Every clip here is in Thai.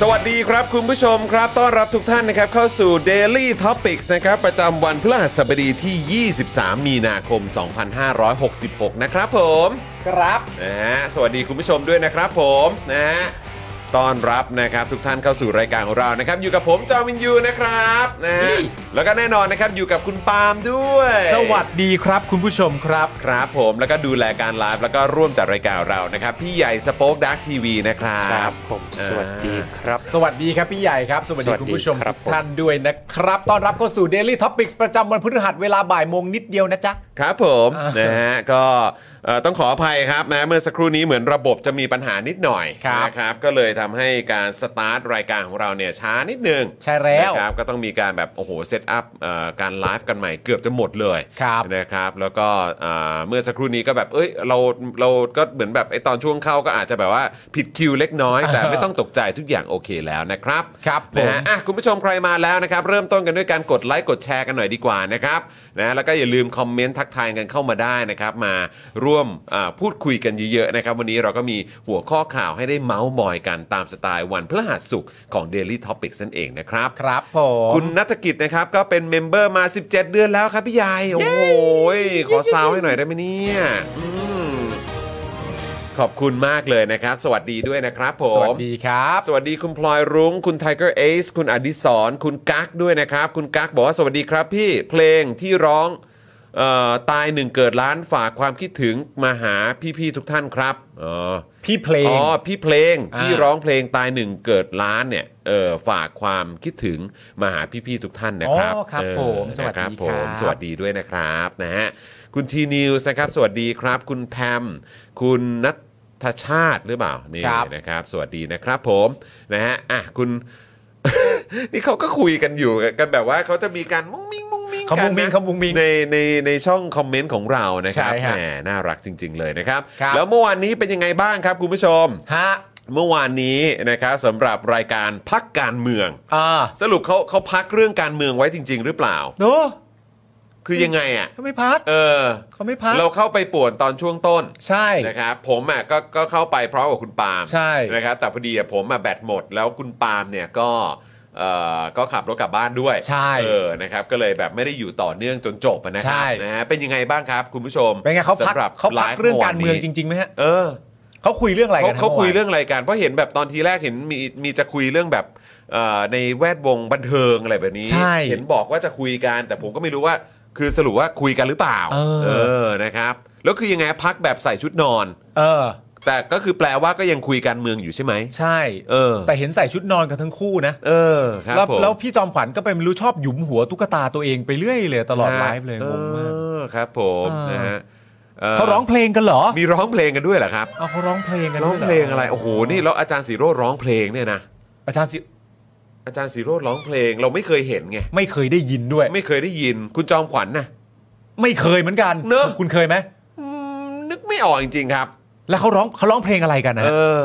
สวัสดีครับคุณผู้ชมครับ ต้อนรับทุกท่านนะครับเข้าสู่ Daily Topics นะครับ ประจำวันพฤหัสบดีที่ 23 มีนาคม 2566 นะครับผม ครับ นะฮะสวัสดีคุณผู้ชมด้วยนะครับผมนะฮะต้อนรับนะครับทุกท่านเข้าสู่รายการของเรานะครับ อยู่กับผมจอห์นวินยูนะครับนะฮะแล้วก็แน่นอนนะครับอยู่กับคุณปาล์มด้วย สวัสดีครับคุณผู้ชมครับ ครับผมแล้วก็ดูแลการไลฟ์แล้วก็ร่วมจัดรายการเรานะครับ พี่ใหญ่สป็อคดักทีวีนะครับ ครับผม อ่า สวัสดีครับ สวัสดีครับพี่ใหญ่ครับ สวัสดี สวัสดี คุณผู้ชม ครั ทุ บ ก ผม ท่านด้วยนะครับ ต้อนรับเข้าสู่ Daily Topics ประจำวันพฤหัสเวลาบ่ายโมงนิดเดียวนะจ๊ะ ครับผม อ่าน นะฮะก็เอ่อต้องขออภัยครับนะเมื่อสักครู่นี้เหมือนระบบจะมีปัญหานิดหน่อย ครับ นะครับก็เลยทำให้การสตาร์ทรายการของเราเนี่ยช้านิดนึง ใช่แล้ว นะครับก็ต้องมีการแบบโอ้โหเซตอัพเอ่อการไลฟ์กันใหม่เกือบจะหมดเลย ครับ นะครับแล้วก็เอ่อเมื่อสักครู่นี้ก็แบบเอ้ยเราเราก็เหมือนแบบไอตอนช่วงเข้าก็อาจจะแบบว่าผิดคิวเล็กน้อย แต่ไม่ต้องตกใจทุกอย่างโอเคแล้วนะครับ ครับผม นะฮะอ่ะคุณผู้ชมใครมาแล้วนะครับ เริ่มต้นกันด้วยการกดไลค์กดแชร์กันหน่อยดีกว่านะครับนะแล้วก็อย่าลืมคอมเมนต์ทักทายกันเข้ามาได้นะครับมาร่วมเอ่อพูดคุยกันเยอะๆนะครับวันนี้เราก็มีหัวข้อข่าวให้ได้เมาส์มอยกันตามสไตล์วันพฤหัสสุขของ Daily Topics นั่นเองนะครับ ครับผม คุณนัฐกิจนะครับก็เป็นเมมเบอร์มา 17 เดือนแล้วครับพี่ยาย โอ้โหยขอซาวให้หน่อยได้ไหมเนี่ยอืมขอบคุณมากเลยนะครับ สวัสดีด้วยนะครับผม สวัสดีครับ สวัสดีคุณพลอยรุง้งคุณไทเกอร์เอซคุณอดิศรคุณกั๊กด้วยนะครับ คุณกั๊กบอกว่าสวัสดีครับพี่เพลงที่ร้องเออตายหนึ่งเกิดล้านฝากความคิดถึงมาหาพี่ๆทุกท่านครับอ๋อ พี่เพลง อ๋อ พี่เพลง อ่า ที่ร้องเพลงตายหนึ่งเกิดล้านเนี่ยเออฝากความคิดถึงมาหาพี่ๆทุกท่านนะครับ อ๋อครับ เออ ผมสวัสนะดีครับ ผมสวัสดีด้วยนะครับนะฮะคุณทีนิวส์นะครับ สวัสดีครับ คุณแพมคุณนัทชาติหรือเปล่านี่ ครับ นะครับ สวัสดีนะครับผมนะฮะอ่ะคุณ นี่เขาก็คุยกันอยู่กันแบบว่าเขาจะมีการมุ้งมิ้งมุ้งมิ้ง เขา กั มุ น งมิง นะ เขามุงมิง ในในในช่องคอมเมนต์ของเรานะครับ ใช่ แห ฮะ มน่ารักจริง ๆ เลยนะครับ ครับ แล้วเมื่อวานนี้เป็นยังไงบ้างครับคุณผู้ชม ฮะ เมื่อวานนี้นะครับสำหรับรายการพักการเมือง อ่า สรุปเขาเขาพักเรื่องการเมืองไว้จริง ๆ หรือเปล่า โน้ คือยังไงอ่ะ เขาไม่พัก เออ เขาไม่พัก เราเข้าไปป่วนตอนช่วงต้น ใช่ นะครับผมอ่ะก็ก็เข้าไปพร้อมกับคุณปาล์ม ใช่ นะครับแต่พอดีอ่ะผมอ่ะแบตหมด แล้วคุณปาล์มเนี่ยก็เอ่อก็ขับรถกลับบ้านด้วย ใช่ เออ นะครับ ก็เลยแบบไม่ได้อยู่ต่อเนื่องจนจบอะนะค ใช่ รับนะฮะเป็นยังไงบ้างครับ คุณผู้ชม เป็นไงเขาพัก สำหบ เขาพัก ไลฟ์ เรื่องการเมืองจ วานนี้ ริงๆไหมฮะ เออ เขาคุยเรื่องอะไร เขา กัน เขาคุย มื่วาน เรื่องอะไรกันเพราะเห็นแบบตอนทีแรกเห็นมีมีจะคุยเรื่องแบบเอ่อในแวดวงบันเทิงอะไรแบบนี้ ใช่ เห็นบอกว่าจะคุยกัน แต่ผมก็ไม่รู้ว่า คือสรุปว่าคุยกันหรือเปล่า เอออนะครับ แล้วคือยังไงพักแบบใส่ชุดนอน เออ แต่ก็คือแปลว่าก็ยังคุยการเมืองอยู่ใช่ไหม ใช่ เออ แต่เห็นใส่ชุดนอนกันทั้งคู่นะ เออ ครับ แล้ว ผม แล้วพี่จอมขวัญก็ไปไม่รู้ชอบหยุมหัวตุ๊กตาตัวเองไปเรื่อยเลยตลอด ฮะ ไลฟ์เลยงงมาก เออครับผม อ่าน นะฮะ เขาร้องเพลงกันเหรอ มีร้องเพลงกันด้วยเหรอครับ เอาเขาร้องเพลงกัน ร้อง ด้วยห เพลงอะไรโอ้โหนี่แล้วอาจารย์สีโรดร้องเพลงเนี่ยนะ อาจารย์สิ อาจารย์สีโรดร้องเพลงเราไม่เคยเห็นไง ไม่เคยได้ยินด้วย ไม่เคยได้ยินคุณจอมขวัญนะ ไม่เคยเหมือนกัน เนอะ คุณเคยไหม อืมนึกไม่ออกจริงๆครับ แล้วเขาร้องเขาร้องเพลงอะไรกันนะ เออ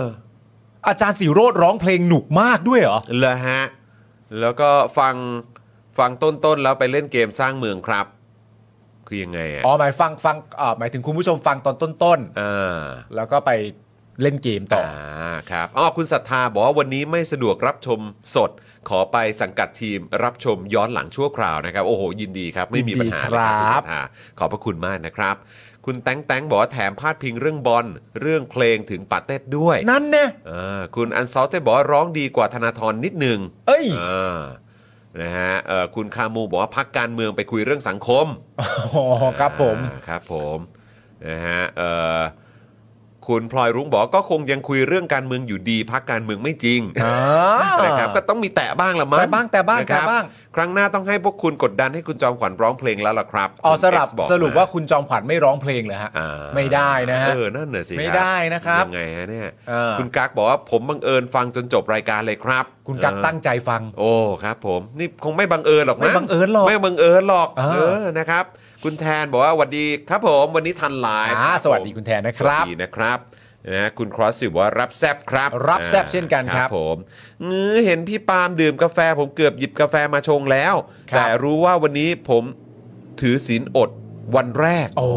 อาจารย์สีโรดร้องเพลงหนุกมากด้วยเหรอ เลยฮะ แล้วก็ฟังฟังต้นๆแล้วไปเล่นเกมสร้างเมืองครับ คือยังไงอ่ะ อ๋อหมายฟังฟังเอ่อหมายถึงคุณผู้ชมฟังตอนต้น อ่า ๆ แล้วก็ไปเล่นเกมต่อ อ่าครับอ๋อคุณศรัทธาบอกว่าวันนี้ไม่สะดวกรับชมสด ขอไปสังกัดทีมรับชมย้อนหลังชั่วคราวนะครับ โอ้โห ยินดีครับ ไม่มีปัญหาเลยครับ ยิคุณศรัทนดีครับธาขอบพระคุณมากนะครับ คุณแตงแตงบอกว่าแถมพาดพิงเรื่องบอลเรื่องเพลงถึงปาเต็ดด้วย นั่นเนี่ย อ่าคุณอันซอลเต้บอกว่าร้องดีกว่าธนาธรนิดนึง เอ้ย อ่านะฮะเอ่อคุณคามูบอกว่าพักการเมืองไปคุยเรื่องสังคม อ๋อครับผม อ่าครับผมนะฮะเอ่อคุณพลอยรุ้งบอกว่าก็คงยังคุยเรื่องการเมืองอยู่ดี พักการเมืองไม่จริง อ่า นะครับก็ต้องมีแตะบ้างละมั้ง แต่บ้างแต่บ้าง นะครับ แต่บ้าง ครั้งหน้าต้องให้พวกคุณกดดันให้คุณจอมขวัญร้องเพลงแล้วล่ะครับ อ๋อส คุณ รุป X อกม สรุปว่าคุณจอมขวัญไม่ร้องเพลงเหรอฮะ อ่า ไม่ได้นะฮะ เออนั่นน่ะสิ ไม่ รับ ได้นะครับ ยังไงฮะเนี่ย เออ คุณกั๊กบอกว่าผมบังเอิญฟังจนจบรายการเลยครับ คุณกัก เออ ตั้งใจฟัง โอ้ครับผมนี่คงไม่บังเอิญหรอกมั้ ไม่บังเอิญหรอก ไม่บังเอิญหรอก อ่า เออนะครับ คุณแทนบอกว่าสวัสดีครับผมวันนี้ทันไลฟ์ อ่าสวัสดีคุณแทนนะค ส รั วั บ สดีนะครับนะคุณครอสสิบอกว่ารับแซบครับ รับแซ่บ อ่า เช่นกันครับ ผมงื้อเห็นพี่ปาล์มดื่มกาแฟ ผมเกือบหยิบกาแฟมาชงแล้ว ครับ แต่รู้ว่าวันนี้ผมถือศีลอดวันแรก โอ้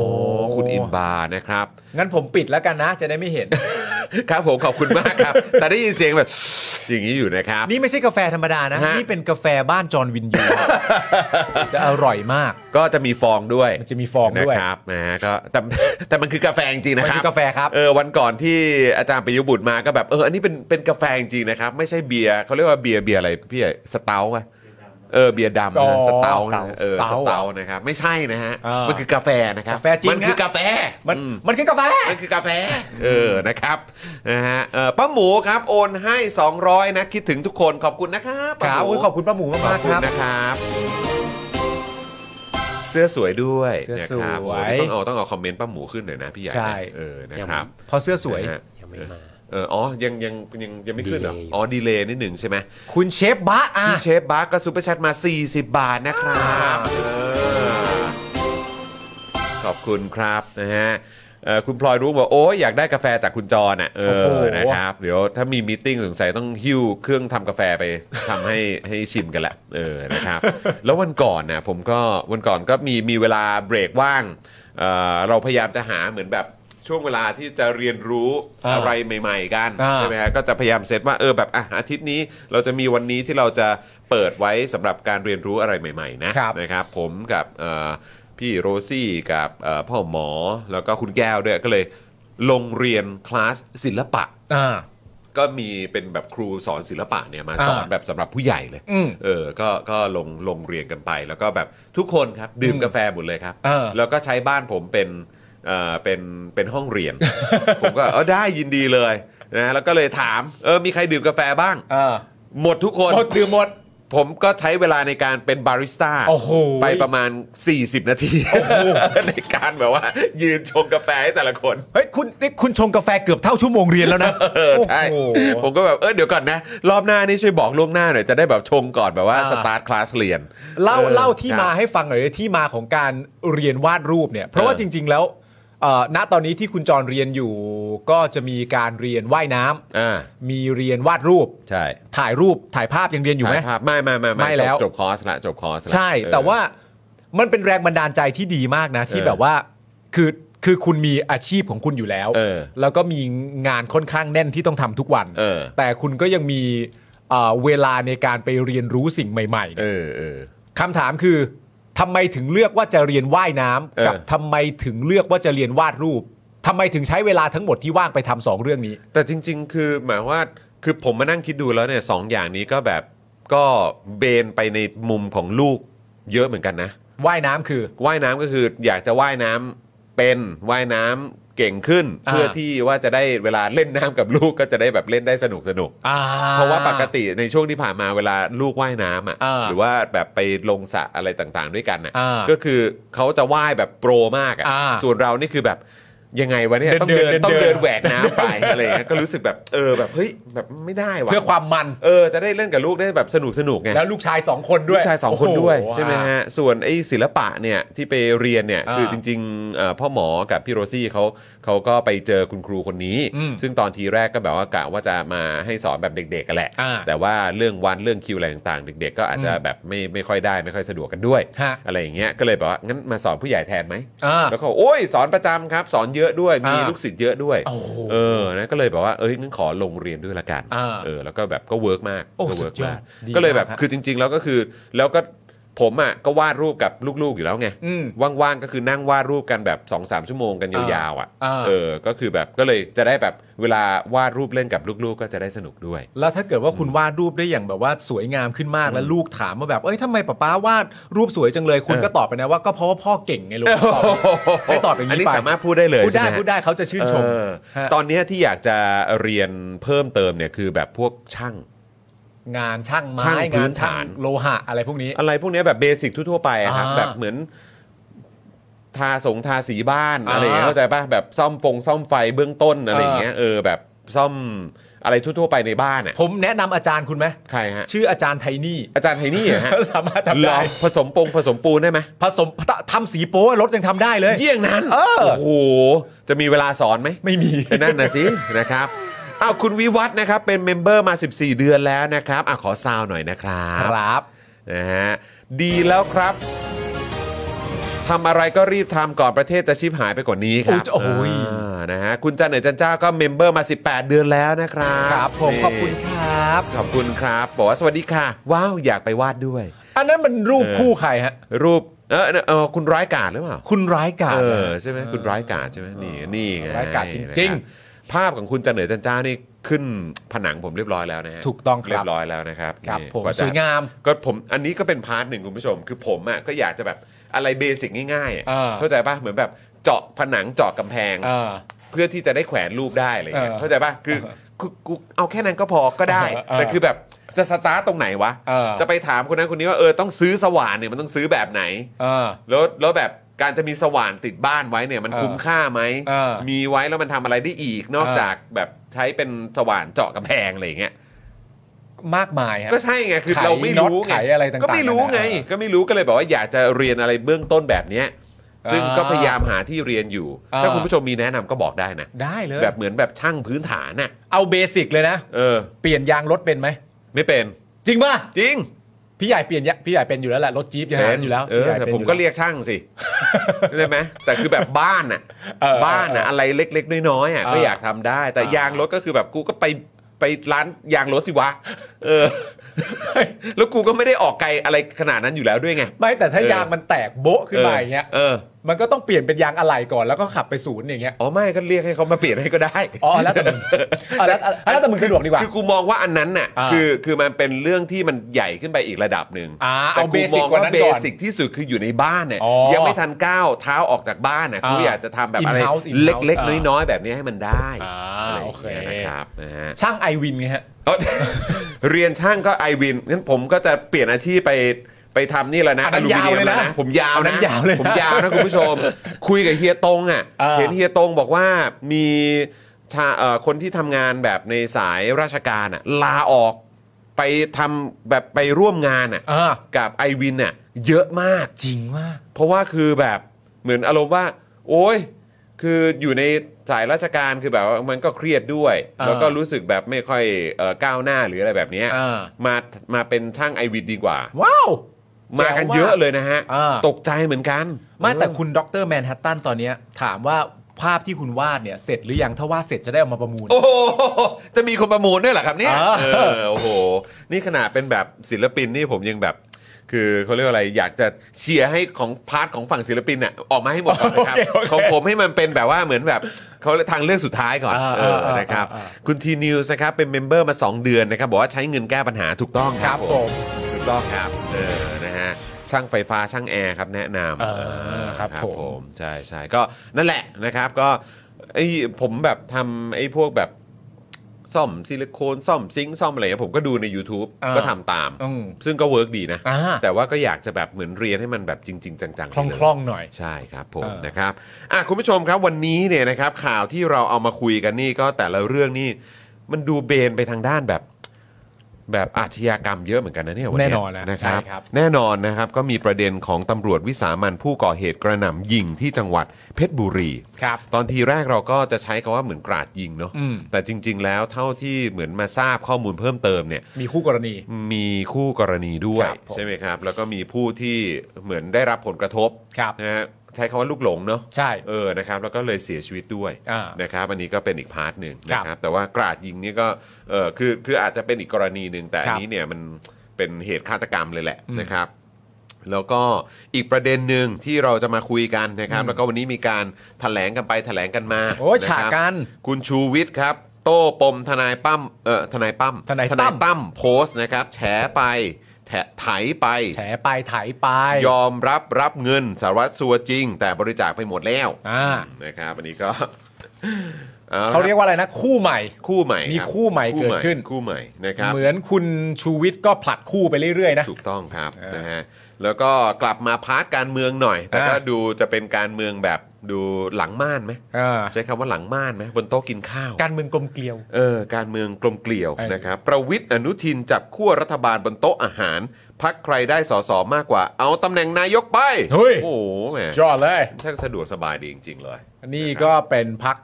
คุณอินบาร์นะครับ งั้นผมปิดแล้วกันนะ จะได้ไม่เห็น ครับผมขอบคุณมากครับ แต่ได้ยินเสียงแบบอย่างนี้อยู่นะครับ นี่ไม่ใช่กาแฟธรรมดานะ ฮะ นี่เป็นกาแฟบ้านจอร์นวินยู จะอร่อยมาก ก็จะมีฟองด้วย มันจะมีฟองด้วย นะครับนะฮะก็แต่แต่มันคือกาแฟจริงๆนะค มั รับ นคือกาแฟครับ เออวันก่อนที่อาจารย์ปิยบุตรมาก็แบบเอออันนี้เป็นเป็นกาแฟจริงๆนะครับ ไม่ใช่เบียร์เขาเรียกว่าเบียร์เบียร์อะไรพี่สเตาอะเออเบียร์ดำ อ๋อ นะสเตา สเตา นะเออ ส ส เตา เตานะครับไม่ใช่นะฮะ อ่ามั มันคือกาแฟนะครับ กาแฟจริง มันคือกาแฟ มัน อื มันคือกาแฟ นั่นคือกาแฟ เออ นะครับนะฮะเออป้าหมูครับ โอนให้ 200 นะ คิดถึงทุกคน ขอบคุณนะครับป้า ครับ หมูอุ๊ยขอบคุณป้าหมู ขอ มาก บ ๆ คุณ ครับ นะครับ เสื้อสวยด้วย เสื้อ นะครับ สวย โอ้นี่ต้องเอาต้องเอาคอมเมนต์ป้าหมูขึ้นหน่อยนะพี่ใหญ่นะ ใช่ เออ นะครับ พอเสื้อสวย นะฮะ ยังไม่มา เออ อ๋อ ยังยังยังยังไม่ขึ้นเหรอ ดีเลย์อยู่ อ๋อ ดีเลย์นิดหนึ่งใช่ไหม คุณเชฟบะอ่ะ พี่เชฟบาร์ก็ซูเปอร์แชทมา 40 บาทนะครับเออขอบคุณครับนะฮะเอ่อคุณพลอยรู้บอกโอ้ยอยากได้กาแฟจากคุณจรน่ะเอ โอ้โห อนะครับ เดี๋ยวถ้ามีมีตติ้งสงสัยต้องหิ้วเครื่องทำกาแฟไป ทำให้ให้ชิมกันละเออนะครับ แล้ววันก่อนนะผมก็วันก่อนก็มีมีเวลาเบรกว่างเอ่อเราพยายามจะหาเหมือนแบบช่วงเวลาที่จะเรียนรู้อะไรใหม่ ๆ กัน อ่า ใช่ไหม นะฮะก็จะพยายามเซตว่าเออแบบอ่ะอาทิตย์นี้เราจะมีวันนี้ที่เราจะเปิดไว้สำหรับการเรียนรู้อะไรใหม่ๆนะครับ นะครับ ผมกับเอ่อพี่โรซี่กับเอ่อพ่อหมอแล้วก็คุณแก้วด้วยก็เลยลงเรียนคลาสศิลปะ อ่า ก็มีเป็นแบบครูสอนศิลปะเนี่ยมาสอน อ่า แบบสำหรับผู้ใหญ่เลย อืม เออก็ก็ลงลงเรียนกันไป แล้วก็แบบทุกคนครับดื่มกาแฟหมดเลยครับ เออ แล้วก็ใช้บ้านผมเป็นเออเป็นเป็นห้องเรียน ผมก็เออได้ยินดีเลยนะแล้วก็เลยถามเออมีใครดื่มกาแฟบ้าง อ่า หมดทุกคน หมดดื่มหมด ผมก็ใช้เวลาในการเป็นบาริสต้า โอ้โห ไปประมาณ 40 นาที ในการแบบว่า ยืนชงกาแฟให้แต่ละคน เฮ้ยคุณนี่คุณชงกาแฟเกือบเท่าชั่วโมงเรียนแล้วนะ เออใช่ โอ้โห ผมก็แบบเออเดี๋ยวก่อนนะ รอบหน้านี่ช่วยบอกล่วงหน้าหน่อย จะได้แบบชงก่อนแบบว่า อ่า สตาร์ทคลาสเรียน เล่า ออ เล่าที่มา ครับ ให้ฟังหน่อยเลยที่มาของการเรียนวาดรูปเนี่ย เพราะว่า เออ จริง ๆ แล้วเอ่อณตอนนี้ที่คุณจรเรียนอยู่ ก็จะมีการเรียนว่ายน้ำ อ่า มีเรียนวาดรูป ใช่ ถ่ายรูปถ่ายภาพยังเรียนอยู่ไหม ถ่าภาพไม่ไม่ไม่ ไม่แล้ว จบจบคอร์สละจบคอร์สละ ใช่ เออ แต่ว่ามันเป็นแรงบันดาลใจที่ดีมากนะ ที่ เออ แบบว่าคือคือคุณมีอาชีพของคุณอยู่แล้ว เออ แล้วก็มีงานค่อนข้างแน่นที่ต้องทำทุกวัน เออ แต่คุณก็ยังมีเอ่อเวลาในการไปเรียนรู้สิ่งใหม่ๆ เออเออ คำถามคือทำไมถึงเลือกว่าจะเรียนว่ายน้ เออ ำกับทำไมถึงเลือกว่าจะเรียนวาดรูปทำไมถึงใช้เวลาทั้งหมดที่ว่างไปทำสองเรื่องนี้ แต่จริง ๆ คือหมายว่าคือผมมานั่งคิดดูแล้วเนี่ยสองอย่างนี้ก็แบบก็เบนไปในมุมของลูกเยอะเหมือนกันนะ ว่ายน้ำคือ ว่ายน้ำก็คืออยากจะว่ายน้ำเป็นว่ายน้ำเก่งขึ้น อ่า เพื่อที่ว่าจะได้เวลาเล่นน้ำกับลูกก็จะได้แบบเล่นได้สนุกสนุก อ่ เพราะว่าปกติในช่วงที่ผ่านมาเวลาลูกว่ายน้ำอ่ะ อ่า หรือว่าแบบไปลงสระอะไรต่างๆ ด้วยกันน่ะ อ่า ก็คือเขาจะว่ายแบบโปรมากอ่ะ อ่า ส่วนเรานี่คือแบบ ยังไงวะเนี่ย เดิน ต้องเดินต้อเดินง เดิ เดิน น แหวกน้ำไปอะไรอย่างเงี้ ยก็รู้สึกแบบเออแบบเฮ้ยแบบไม่ได้ว่ะ เพื่อความมัน เออจะได้เล่นกับลูกได้แบบสนุกสนุกไง แล้วลูกชายสองคนด้วย ลูกชายสองคนด้วย โอ้โ ใช่ไหมฮะส่วนไอ้ศิลปะเนี่ยที่ไปเรียนเนี่ย อ่า คือจริงๆเอ่อพ่อหมอกับพี่โรซี่เขาเขาก็ไปเจอคุณครูคนนี้ อืม ซึ่งตอนทีแรกก็แบบว่ากะว่าจะมาให้สอนแบบเด็กๆกันแหละ อ่า แต่ว่าเรื่องวันเรื่องคิวอะไรต่างๆ เด็ก ๆ ก็อาจจะ อืม แบบไม่ไม่ค่อยได้ไม่ค่อยสะดวกกันด้วย ฮะ อะไรอย่างเงี้ยก็เลยแบบว่างั้นมาสอนผู้ใหญ่แทนไหม อ่า แล้วเขาโอ้ยสอนประจำครับ สอนเยอะด้วยมี อ่า ลูกศิษย์เยอะด้วย โอ้โห เออนะก็เลยแบบว่าเอ้ยงั้นขอลงเรียนด้วยละกัน อ่า เออแล้วก็แบบก็เวิร์กมาก โอ้ ก็ สุ เวิ ด ร์ก ยอ มา ด ก ดี ก็เลยแบบ มากฮะ คือ จริงๆแล้วก็คือแล้วก็ผมอ่ะก็วาดรูปกับลูกๆอยู่แล้วไง อืม ว่างๆก็คือนั่งวาดรูปกันแบบ2อสามชั่วโมงกันยาวๆอ่ะ อ่า เออก็คือแบบก็เลยจะได้แบบเวลาวาดรูปเล่นกับลูกๆ ก็จะได้สนุกด้วย แล้วถ้าเกิดว่าคุณวาดรูปได้อย่างแบบว่าสวยงามขึ้นมากแล้วลูกถามว่าแบบเอ้ยทำไมป้าป้าวาดรูปสวยจังเลย คุณ เออ ก็ตอบไปนะว่าก็เพราะว่าพ่อเก่งไงลูกตอบไปตอบอย่าง อัน นี้ นี้ ไป สามารถพูดได้เลย พูดได้ ใช่หมฮะ พูดได้เขาจะชื่นชม เออ ฮะ ตอนเนี้ยที่อยากจะเรียนเพิ่มเติมเนี่ยคือแบบพวกช่าง งานช่างไม้ ช่างพื้ งาน น ช่า ฐาง น โลหะอะไรพวกนี้ อะไรพวกเนี้ยแบบเบสิกทั่วๆไปอะครับ อ่า แบบเหมือนทาสงทาสีบ้าน อ่า อะไรอย่างเงี้ยเข้าใจป่ะแบบซ่อมฟงซ่อมไฟเบื้องต้นอะไรอย่างเงี้ยเออแบบซ่อมอะไรทั่วๆไปในบ้านอ่ะ ผมแนะนำอาจารย์คุณไหม ใครฮะ ชื่ออาจารย์ไทนี่ อาจารย์ไทนี่เหรอฮะ สามารถลทำได้ องผสมปงผสมปูนได้ไหม ผสมทำสีโป๊ะรถยังทำได้เลย เยี่ยงนั้น เออ โอ้โหจะมีเวลาสอนไหม ไม่มี นั่นนะสิ นะครับอ้าวคุณวิวัฒน์นะครับเป็นเมมเบอร์มา 14 เดือนแล้วนะครับอ่ะขอซาวหน่อยนะครับ ครับ นะฮะดีแล้วครับทำอะไรก็รีบทำก่อนประเทศจะชิบหายไปกว่านี้ครับ โอ้ยโอ้ย อ่านะฮะคุณจันเหนือจันเจ้าก็เมมเบอร์มา 18 เดือนแล้วนะครับ ครับผม นี่ ขอบคุณครับ ขอบคุณครับบอกว่าสวัสดีค่ะ ว้าวอยากไปวาดด้วย อันนั้นมันรูป เออ คู่ใครฮะ รูปเออเอ่อเออคุณร้ายกาจหรือเปล่า คุณร้ายกาจ เอ นะ อ ฮะ ใช่ไหมคุณร้ายกาจใช่ไหมนี่นี่ไง ร้ายกาจจริงๆ นะคบภาพของคุณจันเหนือจันเจ้านี่ขึ้นผนังผมเรียบร้อยแล้วนะฮะ ถูกต้องครับ เรียบร้อยแล้วนะครับ ครับ นี่ ผม กว่า ส จะ วยงาม ก็ผมอันนี้ก็เป็นพาร์ทหนึ่งคุณผู้ชม คือผมอ่ะก็อยากจะแบบอะไรเบสิกง่ายๆอะ เออ เข้าใจป่ะเหมือนแบบเจาะผนังเจาะกำแพง เออ เพื่อที่จะได้แขวนรูปได้อะไรเงี้ย เออ เข้าใจป่ะคือกูกูเอาแค่นั้นก็พอก็ได้ เออเออ แต่คือแบบจะสตาร์ทตรงไหนวะ เออ จะไปถามคนนั้นคนนี้ว่าเออต้องซื้อสว่านเนี่ยมันต้องซื้อแบบไหน เออ แล้วแล้วแบบการจะมีสว่านติดบ้านไว้เนี่ยมัน เออ คุ้มค่าไหม เออ มีไว้แล้วมันทำอะไรได้อีกนอก เออ จากแบบใช้เป็นสว่านเจาะกำแพงอะไรอย่างเงี้ย มากมายฮะ ก็ใช่ไงคือเราไม่รู้ไง ไขน็อตไขอะไรต่างๆ ก็ไม่รู้ไง นานา ก็ไม่รู้ก็เลยแบบว่าอยากจะเรียนอะไรเบื้องต้นแบบเนี้ยซึ่งก็ อ่า พยายามหาที่เรียนอยู่ อ่า ถ้าคุณผู้ชมมีแนะนำก็บอกได้นะ ได้เลย แบบเหมือนแบบช่างพื้นฐานน่ะ เอาเบสิกเลยนะ เออ เปลี่ยนยางรถเป็นไหม ไม่เป็น จริงป่ะ จริง พี่ใหญ่เปลี่ยนยะพี่ใหญ่เป็นอยู่แล้วแหละ รถจี๊ปยังหาอยู่แล้ว เออพี่ใหญ่ แต่ เป็น ผม อ ก็ แล้ว เรียกช่างสิ ใช่ไหมแต่คือแบบบ้านน่ะ เออ บ้านน่ะ เออ อะไรเล็กๆ น้อยๆอ่ะ เออ ก็อยากทำได้ แต่ อ่าย ยางรถก็คือแบบกูก็ไปไปร้านยางรถสิวะเออ แล้วกูก็ไม่ได้ออกไกลอะไรขนาดนั้นอยู่แล้วด้วยไง ไม่แต่ถ้า เออ ยางมันแตกโบ๊ะขึ้นมาอย่างเงี้ย เออ มันก็ต้องเปลี่ยนเป็นยางอะไหล่ก่อนแล้วก็ขับไปศูนย์อย่างเงี้ย อ๋อไม่ก็เรียกให้เขามาเปลี่ยนให้ก็ได้ อ๋อแล้วแต่มึ งเอาแล้วเอาแล้วแต่มึงสะดวกดีกว่า คือกูมองว่าอันนั้นน่ะ อ่า คือคือมันเป็นเรื่องที่มันใหญ่ขึ้นไปอีกระดับหนึ่ง อ่า แต่ เอา กู เบสิ มอกง กว่า ว่า นั้น เบ ก่อน สิกที่สุดคืออยู่ในบ้านเนี่ย อ๋อ ยังไม่ทันก้าวเท้าออกจากบ้านน่ะกู อ่า อยากจะทำแบบอะไร In-house In-house เล็ก อ่า ๆ น้อยๆ แบบนี้ให้มันได้ อ่า อะไรอย่างเงี้ย โอเค นะครับนะฮะ ช่างไอวินไงฮะ เอ้า เรียนช่างก็ไอวินงั้นผมก็จะเปลี่ยนอาชีพไปไปทำนี่แล้วนะ อันนั้น อมิเนี ยาวเลยนะ แผมยาว อันนั้ นะ นยาวเลยนะ ผมยาว นะคุณผู้ชม คุยกับเฮียตงอ่ะ เออ เห็นเฮียตงบอกว่ามีชาเอ่อคนที่ทำงานแบบในสายราชการอ่ะลาออกไปทำแบบไปร่วมงานอ่ะ เออ กับไอวินอ่ะเยอะมาก จริงว่า เพราะว่าคือแบบเหมือนอารมณ์ว่า โอ้ยคืออยู่ในสายราชการคือแบบว่ามันก็เครียดด้วย อ่า แล้วก็รู้สึกแบบไม่ค่อยเอ่อก้าวหน้าหรืออะไรแบบเนี้ย อ่า มามาเป็นช่างไอวิดดีกว่า ว้าว มากันเยอะเลยนะฮะ อ่า ตกใจเหมือนกัน ไม่แต่ เออ คุณด็อกเตอร์แมนฮัตตันตอนเนี้ยถามว่าภาพที่คุณวาดเนี่ยเสร็จหรือยังถ้าวาดเสร็จจะได้เอามาประมูล โอ้โหจะมีคนประมูลด้วยเหรอครับเนี่ย อ่า เออโอ้โห นี่ขนาดเป็นแบบศิลปินนี่ผมยังแบบ คือเขาเรียกว่าอะไรอยากจะเชียร์ให้ของพาร์ทของฝั่งศิลปินเนี่ยออกมาให้หมดก่อนนะครับ โอเคโอเค ของผมให้มันเป็นแบบว่าเหมือนแบบเขาเรียกทางเลือกสุดท้ายก่อน อ่า เออ อ่า นะครับ อ่าอ่า คุณทีนิวส์นะครับเป็นเมมเบอร์มา 2 เดือนนะครับ บอกว่าใช้เงินแก้ปัญหาถูกต้อง ค ค รั รั บบ ผ ผม ม ถูกต้องครับเออนะฮะช่างไฟฟ้าช่างแอร์ครับแนะนำ เออครับผม มใช่ใช่ก็นั่นแหละนะครับก็ไอ้ผมแบบทำไอ้พวกแบบ ซ่อมซิลิโคนซ่อมซิงค์ซ่อมอะไรเงี้ยผมก็ดูใน YouTube อ่า ก็ทำตาม อืม ซึ่งก็เวิร์กดีนะ อ่า แต่ว่าก็อยากจะแบบเหมือนเรียนให้มันแบบจริง ๆ จังๆ ค ไป ล่อง เลย คล่องๆหน่อย ใช่ครับผม เออ นะครับอ่ะคุณผู้ชมครับวันนี้เนี่ยนะครับข่าวที่เราเอามาคุยกันนี่ก็แต่ละเรื่องนี่มันดูเบนไปทางด้านแบบ แบบอาชญากรรมเยอะเหมือนกันนะเนี่ยวันเนี้ย แน่นอนนะ นะครับ ใช่ครับ แน่นอนนะครับก็มีประเด็นของตำรวจวิสามันผู้ก่อเหตุกระหน่ำยิงที่จังหวัดเพชรบุรี ครับ ตอนทีแรกเราก็จะใช้คำว่าเหมือนกราดยิงเนาะ อืม แต่จริง ๆ แล้วเท่าที่เหมือนมาทราบข้อมูลเพิ่มเติมเนี่ย มีคู่กรณี มีคู่กรณีด้วย ครับผม ใช่ไหมครับ แล้วก็มีผู้ที่เหมือนได้รับผลกระทบ ครับ นะฮะใช้คาว่าลูกหลงเนาะ ใช่ เออนะครับแล้วก็เลยเสียชีวิตด้วย อ่า นะครับอันนี้ก็เป็นอีกพาร์ทหนึ่ง ค นะ รับ ครับแต่ว่ากราดยิงนี่ก็เออคือคืออาจจะเป็นอีกกรณีหนึ่งแต่อันนี้เนี่ยมันเป็นเหตุฆาตกรรมเลยแหละ อืม นะครับ แล้วก็อีกประเด็นหนึ่งที่เราจะมาคุยกันนะครับ แล้วก็วันนี้มีการแถลงกันไปแถลงกันมา โอ้ย ะ ฉาก ครับ กัน คุณชูวิทย์ครับ โต้ปมทนายปั้มเอ่อทนายปั้ม ทนายตั้ม ปั้มโพสต์นะครับ แฉไปแถไถไป แฉไปไถไป ยอมรับรับเงินสารวัตรสัวจริง แต่บริจาคไปหมดแล้ว อ่า นะครับอันนี้ก็ อละ เขาเรียกว่าอะไรนะ คู่ใหม่ คู่ใหม่ มี รับ คู่ใหม่เกิดขึ้น คู่ใหม่นะครับ เหมือนคุณชูวิทย์ก็ผลัดคู่ไปเรื่อยๆนะ ถูกต้องครับ เออ นะฮะแล้วก็กลับมาพาร์ทการเมืองหน่อย แต่ก็ อ่า ดูจะเป็นการเมืองแบบดูหลังม่านไหม เออ ใช้คำว่าหลังม่านไหมบนโต๊ะกินข้าว การเมืองกลมเกลียว เออการเมืองกลมเกลี่ยว เออ นะครับประวิทย์อนุทินจับขั้วรัฐบาลบนโต๊ะอาหาร พักใครได้สอสอมากกว่า เอาตำแหน่งนายกไป เฮ้ย โอ้โหแหม จอดเลย ช่างสะดวกสบายดีจริง ๆ เลย นี่ก็เป็นพัก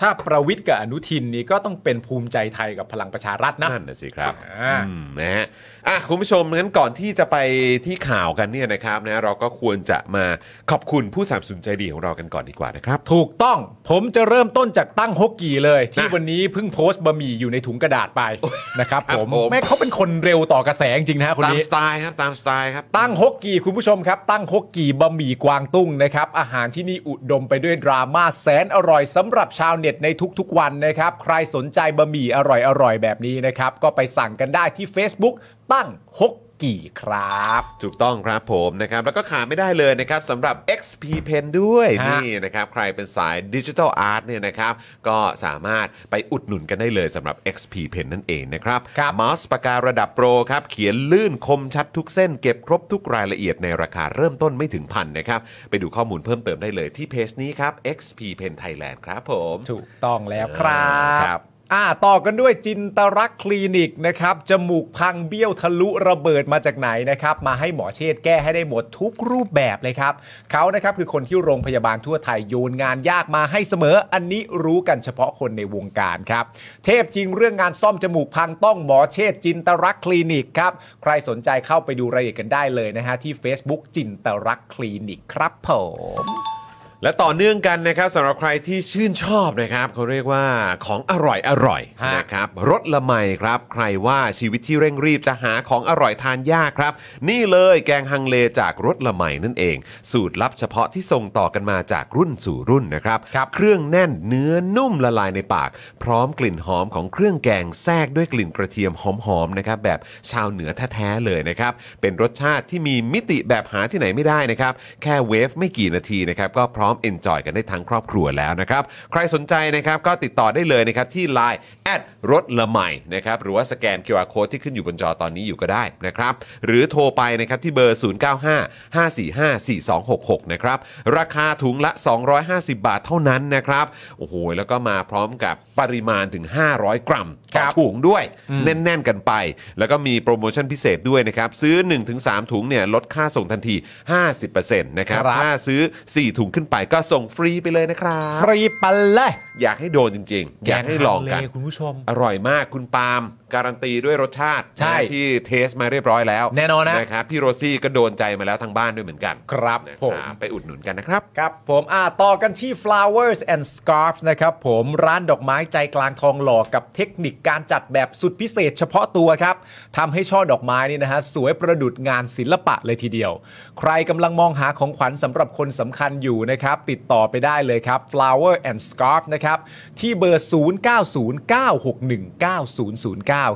ถ้าประวิทย์กับอนุทินนี่ก็ต้องเป็นภูมิใจไทยกับพลังประชารัฐนะ นั่นนะสิครับ อ่า อืมนะฮะอ่ะคุณผู้ชมงั้นก่อนที่จะไปที่ข่าวกันเนี่ยนะครับนะเราก็ควรจะมาขอบคุณผู้สนับสนุนใจดีของเรากันก่อนดีกว่านะครับ ถูกต้องผมจะเริ่มต้นจากตั้งฮกกีเลย ที่ นะ วันนี้เพิ่งโพสต์บะหมี่อยู่ในถุงกระดาษ ไปนะครับ ครับ ผม ผม แม่เขาเป็นคนเร็วต่อกระแสจริงๆนะฮะคน ตาม นี้ สไตล์ครับตามสไตล์ครับ ตั้งฮกกีคุณผู้ชมครับ ตั้งฮกกีบะหมี่กวางตุ้งนะครับ อาหารที่นี่อุดมไปด้วยดราม่าแสนอร่อยสำหรับชาวเน็ตในทุกๆวันนะครับ ใครสนใจบะหมี่อร่อยๆ แบบนี้นะครับ ก็ไปสั่งกันได้ที่ Facebook ตั้งฮกกีครับ ถูกต้องครับผมนะครับ แล้วก็ขาดไม่ได้เลยนะครับสำหรับ XP Pen ด้วย ฮะ นี่นะครับ ใครเป็นสายดิจิทัลอาร์ตเนี่ยนะครับ ก็สามารถไปอุดหนุนกันได้เลยสำหรับ XP Pen นั่นเองนะครับ ครับ เมาส์ปากการะดับโปรครับ เขียนลื่นคมชัดทุกเส้นเก็บครบทุกรายละเอียดในราคาเริ่มต้นไม่ถึงพันนะครับ ไปดูข้อมูลเพิ่มเติมได้เลยที่เพจนี้ครับ XP Pen Thailand ครับผม ถูกต้องแล้วครับ ครับ อ่าต่อกันด้วยจินตรักษณ์คลินิกนะครับ จมูกพังเบี้ยวทะลุระเบิดมาจากไหนนะครับ มาให้หมอเชษฐ์แก้ให้ได้หมดทุกรูปแบบเลยครับ เขานะครับคือคนที่โรงพยาบาลทั่วไทยโยนงานยากมาให้เสมอ อันนี้รู้กันเฉพาะคนในวงการครับ เทพจริงเรื่องงานซ่อมจมูกพังต้องหมอเชษฐ์จินตรักษณ์คลินิกครับ ใครสนใจเข้าไปดูรายละเอียดกันได้เลยนะฮะที่ Facebook จินตรักษณ์คลินิกครับผม และต่อเนื่องกันนะครับสำหรับใครที่ชื่นชอบนะครับเขาเรียกว่าของอร่อยอร่อย ฮะ นะครับรสละไมครับ ใครว่าชีวิตที่เร่งรีบจะหาของอร่อยทานยากครับ นี่เลยแกงฮังเลจากรสละไมนั่นเอง สูตรลับเฉพาะที่ส่งต่อกันมาจากรุ่นสู่รุ่นนะครับ ครับ เครื่องแน่นเนื้อนุ่มละลายในปาก พร้อมกลิ่นหอมของเครื่องแกงแทรกด้วยกลิ่นกระเทียมหอมๆนะครับแบบชาวเหนือแท้ๆเลยนะครับ เป็นรสชาติที่มีมิติแบบหาที่ไหนไม่ได้นะครับ แค่เวฟไม่กี่นาทีนะครับ ก็พร้อมเอนจอยกันได้ทั้งครอบครัวแล้วนะครับ ใครสนใจนะครับก็ติดต่อได้เลยนะครับที่ Line แอดรถละใหม่นะครับหรือว่าสแกน QR Code ที่ขึ้นอยู่บนจอตอนนี้อยู่ก็ได้นะครับหรือโทรไปนะครับที่เบอร์ 0955454266 นะครับราคาถุงละ 250 บาทเท่านั้นนะครับโอ้โหแล้วก็มาพร้อมกับปริมาณถึง 500 กรัม ค ต่ รั อบ ถุงด้วย แน่น ๆ กันไป แล้วก็มีโปรโมชั่นพิเศษด้วยนะครับซื้อ 1-3 ถุงเนี่ยลดค่าส่งทันที 50%นะครับ ครับ ถ้าซื้อ 4 ถุงขึ้นไปก็ส่งฟรีไปเลยนะครับ ฟรีไปเลย อยากให้โดนจริง ๆ อยากให้ลองกัน แฮัเลคุณผู้ชม อร่อยมากคุณปาล์มการันตีด้วยรสชาติ ใช่ นะที่เทสมาเรียบร้อยแล้ว แน่นอนนะ นะครับพี่โรซี่ก็โดนใจมาแล้วทางบ้านด้วยเหมือนกัน ครับ นะ ผม ครับไปอุดหนุนกันนะครับ ครับผมอ่าต่อกันที่ flowers and scarfs นะครับผมร้านดอกไม้ใจกลางทองหล่อกับเทคนิคการจัดแบบสุดพิเศษเฉพาะตัวครับทำให้ช่อดอกไม้นี่นะฮะสวยประดุจงานศิลปะเลยทีเดียว ใครกำลังมองหาของขวัญสำหรับคนสำคัญอยู่นะครับ ติดต่อไปได้เลยครับ flower and scarf นะครับ ที่เบอร์ 0909619009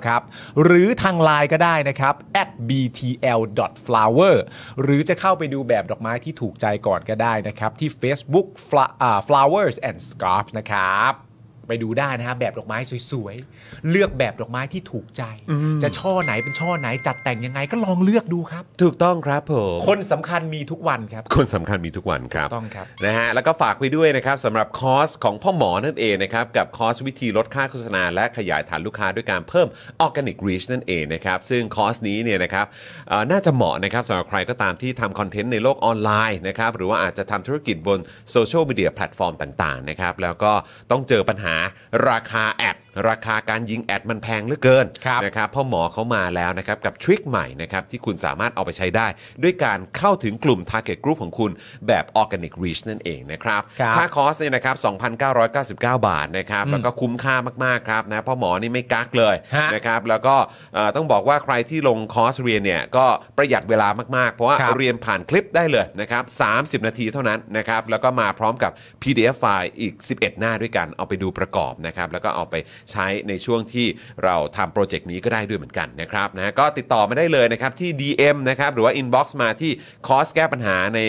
ครับ หรือทางไลน์ก็ได้นะครับ at btl.flower หรือจะเข้าไปดูแบบดอกไม้ที่ถูกใจก่อนก็ได้นะครับ ที่ Facebook Fla- อ่า flowers and scarfs นะครับ ไปดูได้นะฮะแบบดอกไม้สวยๆ เลือกแบบดอกไม้ที่ถูกใจ จะช่อไหนเป็นช่อไหนจัดแต่งยังไงก็ลองเลือกดูครับ ถูกต้องครับผม คนสำคัญมีทุกวันครับ คนสำคัญมีทุกวันครับ ต้องครับ นะฮะแล้วก็ฝากไปด้วยนะครับสำหรับคอร์สของพ่อหมอนั่นเองนะครับกับคอร์สวิธีลดค่าโฆษณา และขยายฐานลูกค้าด้วยการเพิ่มออร์แกนิกรีชนั่นเองนะครับซึ่งคอร์สนี้เนี่ยนะครับเอ่อน่าจะเหมาะนะครับสำหรับใครก็ตามที่ทำคอนเทนต์ในโลกออนไลน์นะครับหรือว่าอาจจะทำธุรกิจบนโซเชียลมีเดียแพลตฟอร์มต่างๆนะครับแล้วก็ต้องเจอปัญหาราคาแอด ราคาการยิงแอดมันแพงเหลือเกิน ครับ นะครับพ่อหมอเขามาแล้วนะครับกับทริคใหม่นะครับที่คุณสามารถเอาไปใช้ได้ ด้วยการเข้าถึงกลุ่ม Target Group ของคุณแบบ Organic Reach นั่นเองนะครับ ครับ ค่าคอร์สเนี่ยนะครับ 2,999 บาทนะครับ แล้วก็คุ้มค่ามากๆครับนะพ่อหมอนี่ไม่กักเลย ฮะ นะครับ แล้วก็เอ่อต้องบอกว่าใครที่ลงคอร์สเรียนเนี่ยก็ประหยัดเวลามากๆ เพราะว่า ครับ เรียนผ่านคลิปได้เลยนะครับ 30 นาทีเท่านั้นนะครับ แล้วก็มาพร้อมกับ PDF ไฟล์อีก 11 หน้าด้วยกันเอาไปดูประกอบนะครับ แล้วก็เอาไปใช้ในช่วงที่เราทำโปรเจกต์นี้ก็ได้ด้วยเหมือนกันนะครับนะก็ติดต่อมาได้เลยนะครับที่ DM นะครับหรือว่า Inbox มาที่คอร์สแก้ปัญหาใน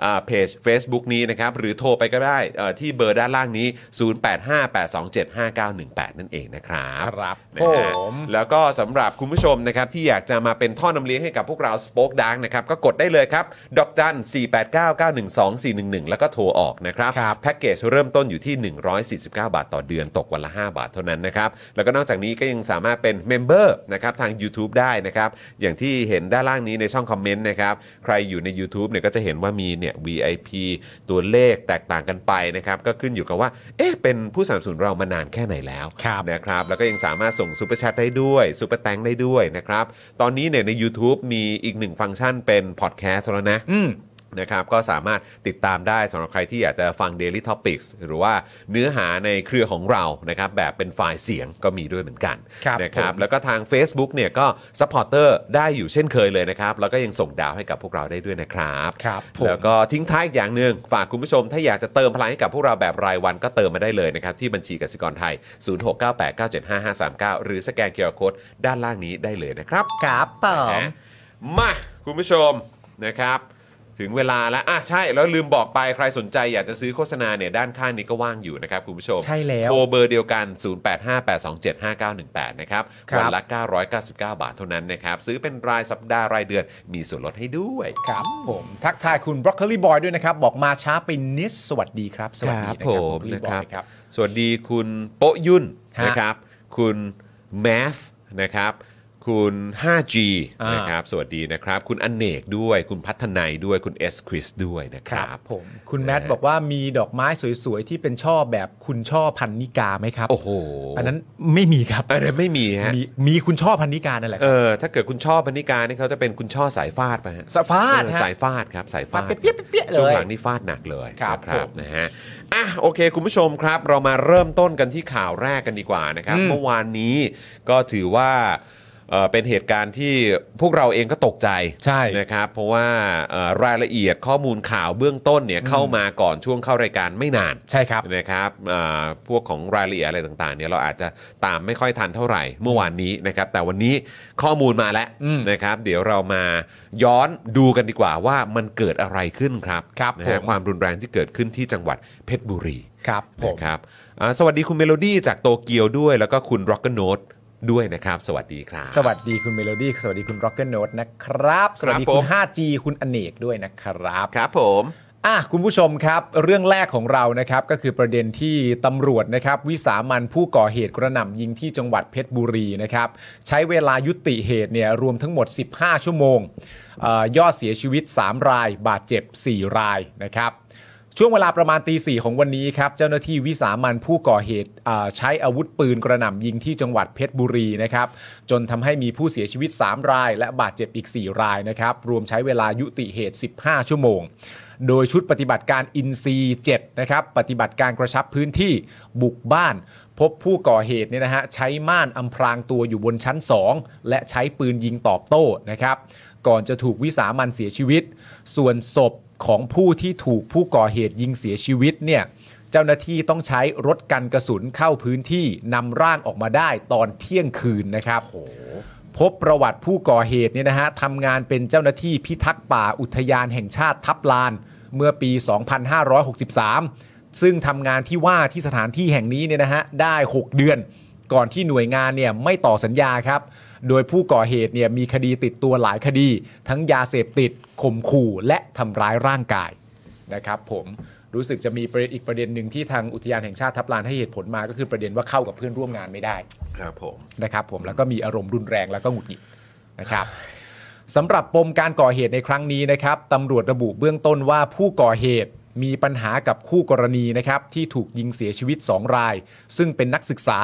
เอ่อเพจ Facebook นี้นะครับ หรือโทรไปก็ได้เอ่อที่เบอร์ด้านล่างนี้ 0858275918 นั่นเองนะครับ ครับ นะฮะ ผม แล้วก็สำหรับคุณผู้ชมนะครับที่อยากจะมาเป็นท่อนำเลี้ยงให้กับพวกเรา Spoke Dark นะครับ ก็กดได้เลยครับ ดอกจัน 489912411 แล้วก็โทรออกนะครับ ครับ แพ็กเกจเริ่มต้นอยู่ที่ 149 บาทต่อเดือนตกวันละ 5 บาทเท่านั้นนะครับ แล้วก็นอกจากนี้ก็ยังสามารถเป็นเมมเบอร์นะครับทาง YouTube ได้นะครับ อย่างที่เห็นด้านล่างนี้ในช่องคอมเมนต์นะครับ ใครอยู่ใน YouTube เนี่ยก็จะเห็นว่ามีเนี่ย VIP ตัวเลขแตกต่างกันไปนะครับ ก็ขึ้นอยู่กับว่า เอ๊ะ เป็นผู้สนับสนุนเรามานานแค่ไหนแล้ว ครับ นะครับ แล้วก็ยังสามารถส่งซูเปอร์แชทได้ด้วยซูเปอร์แตงได้ด้วยนะครับ ตอนนี้เนี่ยใน YouTube มีอีกหนึ่งฟังก์ชันเป็นพอดแคสต์แล้วนะ อืม นะครับก็สามารถติดตามได้สำหรับใครที่อยากจะฟัง Daily Topics หรือว่าเนื้อหาในเครือของเรานะครับแบบเป็นไฟล์เสียงก็มีด้วยเหมือนกัน ครับ นะครับ ผม แล้วก็ทาง Facebook เนี่ยก็ซัพพอร์เตอร์ได้อยู่เช่นเคยเลยนะครับ แล้วก็ยังส่งดาวให้กับพวกเราได้ด้วยนะครับ ครับผม แล้วก็ทิ้งท้ายอีกอย่างหนึ่งฝากคุณผู้ชม ถ้าอยากจะเติมพลังให้กับพวกเราแบบรายวันก็เติมมาได้เลยนะครับที่บัญชีกสิกรไทย 0698975539 หรือสแกนเคอร์โคดด้านล่างนี้ได้เลยนะครับ ครับเปิม นะมาคุณผู้ชมนะครับ ถึงเวลาแล้วอ่ะใช่แล้วลืมบอกไปใครสนใจอยากจะซื้อโฆษณาเนี่ยด้านข้างนี้ก็ว่างอยู่นะครับคุณผู้ชม ใช่แล้ว โทรเบอร์เดียวกัน 0858275918 นะครับ ครับ วันละ 999 บาทเท่านั้นนะครับ ซื้อเป็นรายสัปดาห์รายเดือนมีส่วนลดให้ด้วย ครับผมทักทายคุณบรอกโคลีบอยด้วยนะครับ บอกมาช้าไปนิดสวัสดีครับ สวัสดีนะ ผมครับคุณ Broccoli นะค Boy รับ ครับ สวัสดีคุณโปะยุ่น ฮะ นะครับ คุณแมทนะครับ คุณ 5G อ่าน นะครับ สวัสดีนะครับ คุณอเนกด้วย คุณพัฒนัยด้วย คุณ S อ h r i s ด้วยนะค ครั รับ บผมคุณแมท นะฮะ บอกว่ามีดอกไม้สวยๆ ที่เป็นช่อแบบคุณช่อพันนิกาไหมครับ โอ้โห อันนั้นไม่มีครับ อันนั้นไม่มีฮะ มีมีคุณช่อพันนิกานั่นแหละค เอ รับ อ ถ้าเกิดคุณชอบบรรณิการนี่เขาจะเป็นคุณช่อสายฟาดไปฮะ สายฟาด เออ ฮะ สายฟาดครับสายฟาด ฟาดเปี้ยๆเปี้ยๆเลย ช่วงหลังนี่ฟาดหนักเลย ครับ นะ ผม นะฮะอ่ะโอเค คุณผู้ชมครับ เรามาเริ่มต้นกันที่ข่าวแรกกันดีกว่านะครับ อืม เมื่อวานนี้ก็ถือว่าเอ่อเป็นเหตุการณ์ที่พวกเราเองก็ตกใจ ใช่ นะครับเพราะว่าเอ่อรายละเอียดข้อมูลข่าวเบื้องต้นเนี่ยเข้ามาก่อนช่วงเข้ารายการไม่นาน ใช่ครับ นะครับอ่าพวกของรายละเอียดอะไรต่างๆเนี่ยเราอาจจะตามไม่ค่อยทันเท่าไหร่เมื่อวานนี้นะครับ แต่วันนี้ข้อมูลมาแล้ว อืม นะครับ เดี๋ยวเรามาย้อนดูกันดีกว่าว่ามันเกิดอะไรขึ้นครับ ครับ นะฮะ ผม ความรุนแรงที่เกิดขึ้นที่จังหวัดเพชรบุรี ครับผม นะครับอ่าสวัสดีคุณเมโลดี้จากโตเกียวด้วย แล้วก็คุณร็อกเกอร์โนตด้วยนะครับ สวัสดีครับ สวัสดีคุณเมโลดี้สวัสดีคุณร็อกเกอร์โนนะครับ สวัสดี ผม คุณ 5G คุณอเนกด้วยนะครับ ครับผม อ่ะคุณผู้ชมครับ เรื่องแรกของเรานะครับก็คือประเด็นที่ตำรวจนะครับวิสามันผู้ก่อเหตุกระหน่ำยิงที่จังหวัดเพชรบุรีนะครับใช้เวลายุติเหตุเนี่ยรวมทั้งหมด 15 ชั่วโมงเออยอดเสียชีวิต 3 ราย บาดเจ็บ 4 รายนะครับ ช่วงเวลาประมาณตีสี่ของวันนี้ครับ เจ้าหน้าที่วิสามันผู้ก่อเหตุอ่าใช้อาวุธปืนกระหน่ำยิงที่จังหวัดเพชรบุรีนะครับ จนทำให้มีผู้เสียชีวิต 3 ราย และบาดเจ็บอีก 4 รายนะครับ รวมใช้เวลายุติเหตุ 15 ชั่วโมง โดยชุดปฏิบัติการอินซี7นะครับ ปฏิบัติการกระชับพื้นที่บุกบ้าน พบผู้ก่อเหตุเนี่ยนะฮะใช้ม่านอำพรางตัวอยู่บนชั้น 2 และใช้ปืนยิงตอบโต้นะครับ ก่อนจะถูกวิสามันเสียชีวิต ส่วนศพของผู้ที่ถูกผู้ก่อเหตุยิงเสียชีวิตเนี่ยเจ้าหน้าที่ต้องใช้รถกันกระสุนเข้าพื้นที่นำร่างออกมาได้ตอนเที่ยงคืนนะครับพบประวัติผู้ก่อเหตุเนี่ยนะฮะทำงานเป็นเจ้าหน้าที่พิทักษ์ป่าอุทยานแห่งชาติทับลาน เมื่อปี 2563 ซึ่งทำงานที่ว่าที่สถานที่แห่งนี้เนี่ยนะฮะได้ 6 เดือน ก่อนที่หน่วยงานเนี่ยไม่ต่อสัญญาครับ โดยผู้ก่อเหตุเนี่ยมีคดีติดตัวหลายคดี ทั้งยาเสพติดข่มขู่และทำร้ายร่างกายนะครับผมรู้สึกจะมีประเด็นอีกประเด็นหนึ่งที่ทางอุทยานแห่งชาติทับลานให้เหตุผลมาก็คือประเด็นว่าเข้ากับเพื่อนร่วมงานไม่ได้ ครับผม นะครับผมแล้วก็มีอารมณ์รุนแรงแล้วก็หงุดหงิดนะครับสำหรับปมการก่อเหตุในครั้งนี้นะครับตำรวจระบุเบื้องต้นว่าผู้ก่อเหตุมีปัญหากับคู่กรณีนะครับที่ถูกยิงเสียชีวิต 2 ราย ซึ่งเป็นนักศึกษา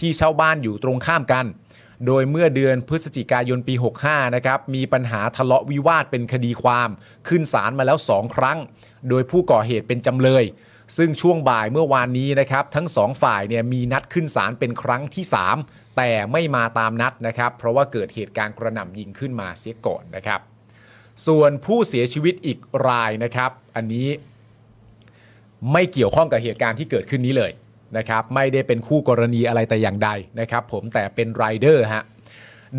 ที่เช่าบ้านอยู่ตรงข้ามกัน โดยเมื่อเดือนพฤศจิกายนปี 65 นะครับ มีปัญหาทะเลาะวิวาทเป็นคดีความ ขึ้นศาลมาแล้ว 2 ครั้ง โดยผู้ก่อเหตุเป็นจำเลย ซึ่งช่วงบ่ายเมื่อวานนี้นะครับ ทั้งสองฝ่ายเนี่ยมีนัดขึ้นศาลเป็นครั้งที่ 3 แต่ไม่มาตามนัดนะครับ เพราะว่าเกิดเหตุการณ์กระหน่ำยิงขึ้นมาเสียก่อนนะครับ ส่วนผู้เสียชีวิตอีกรายนะครับ อันนี้ ไม่เกี่ยวข้องกับเหตุการณ์ที่เกิดขึ้นนี้เลยนะครับ ไม่ได้เป็นคู่กรณีอะไรแต่อย่างใดนะครับ ผมแต่เป็นไรายเดอร์ฮะ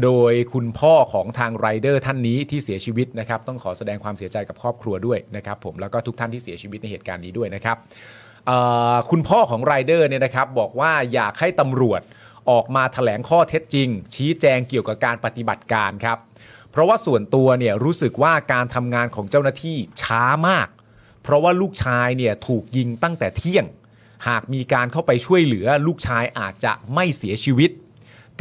โดยคุณพ่อของทางไรายเดอร์ท่านนี้ที่เสียชีวิตนะครับ ต้องขอแสดงความเสียใจกับครอบครัวด้วยนะครับ ผมแล้วก็ทุกท่านที่เสียชีวิตในเหตุการณ์นี้ด้วยนะครับเอ่อคุณพ่อของไรายเดอร์เนี่ยนะครับบอกว่าอยากให้ตำรวจออกมาแถลงข้อเท็จจริง ชี้แจงเกี่ยวกับการปฏิบัติการครับ เพราะว่าส่วนตัวเนี่ยรู้สึกว่าการทำงานของเจ้าหน้าที่ช้ามาก เพราะว่าลูกชายเนี่ยถูกยิงตั้งแต่เที่ยง หากมีการเข้าไปช่วยเหลือ ลูกชายอาจจะไม่เสียชีวิต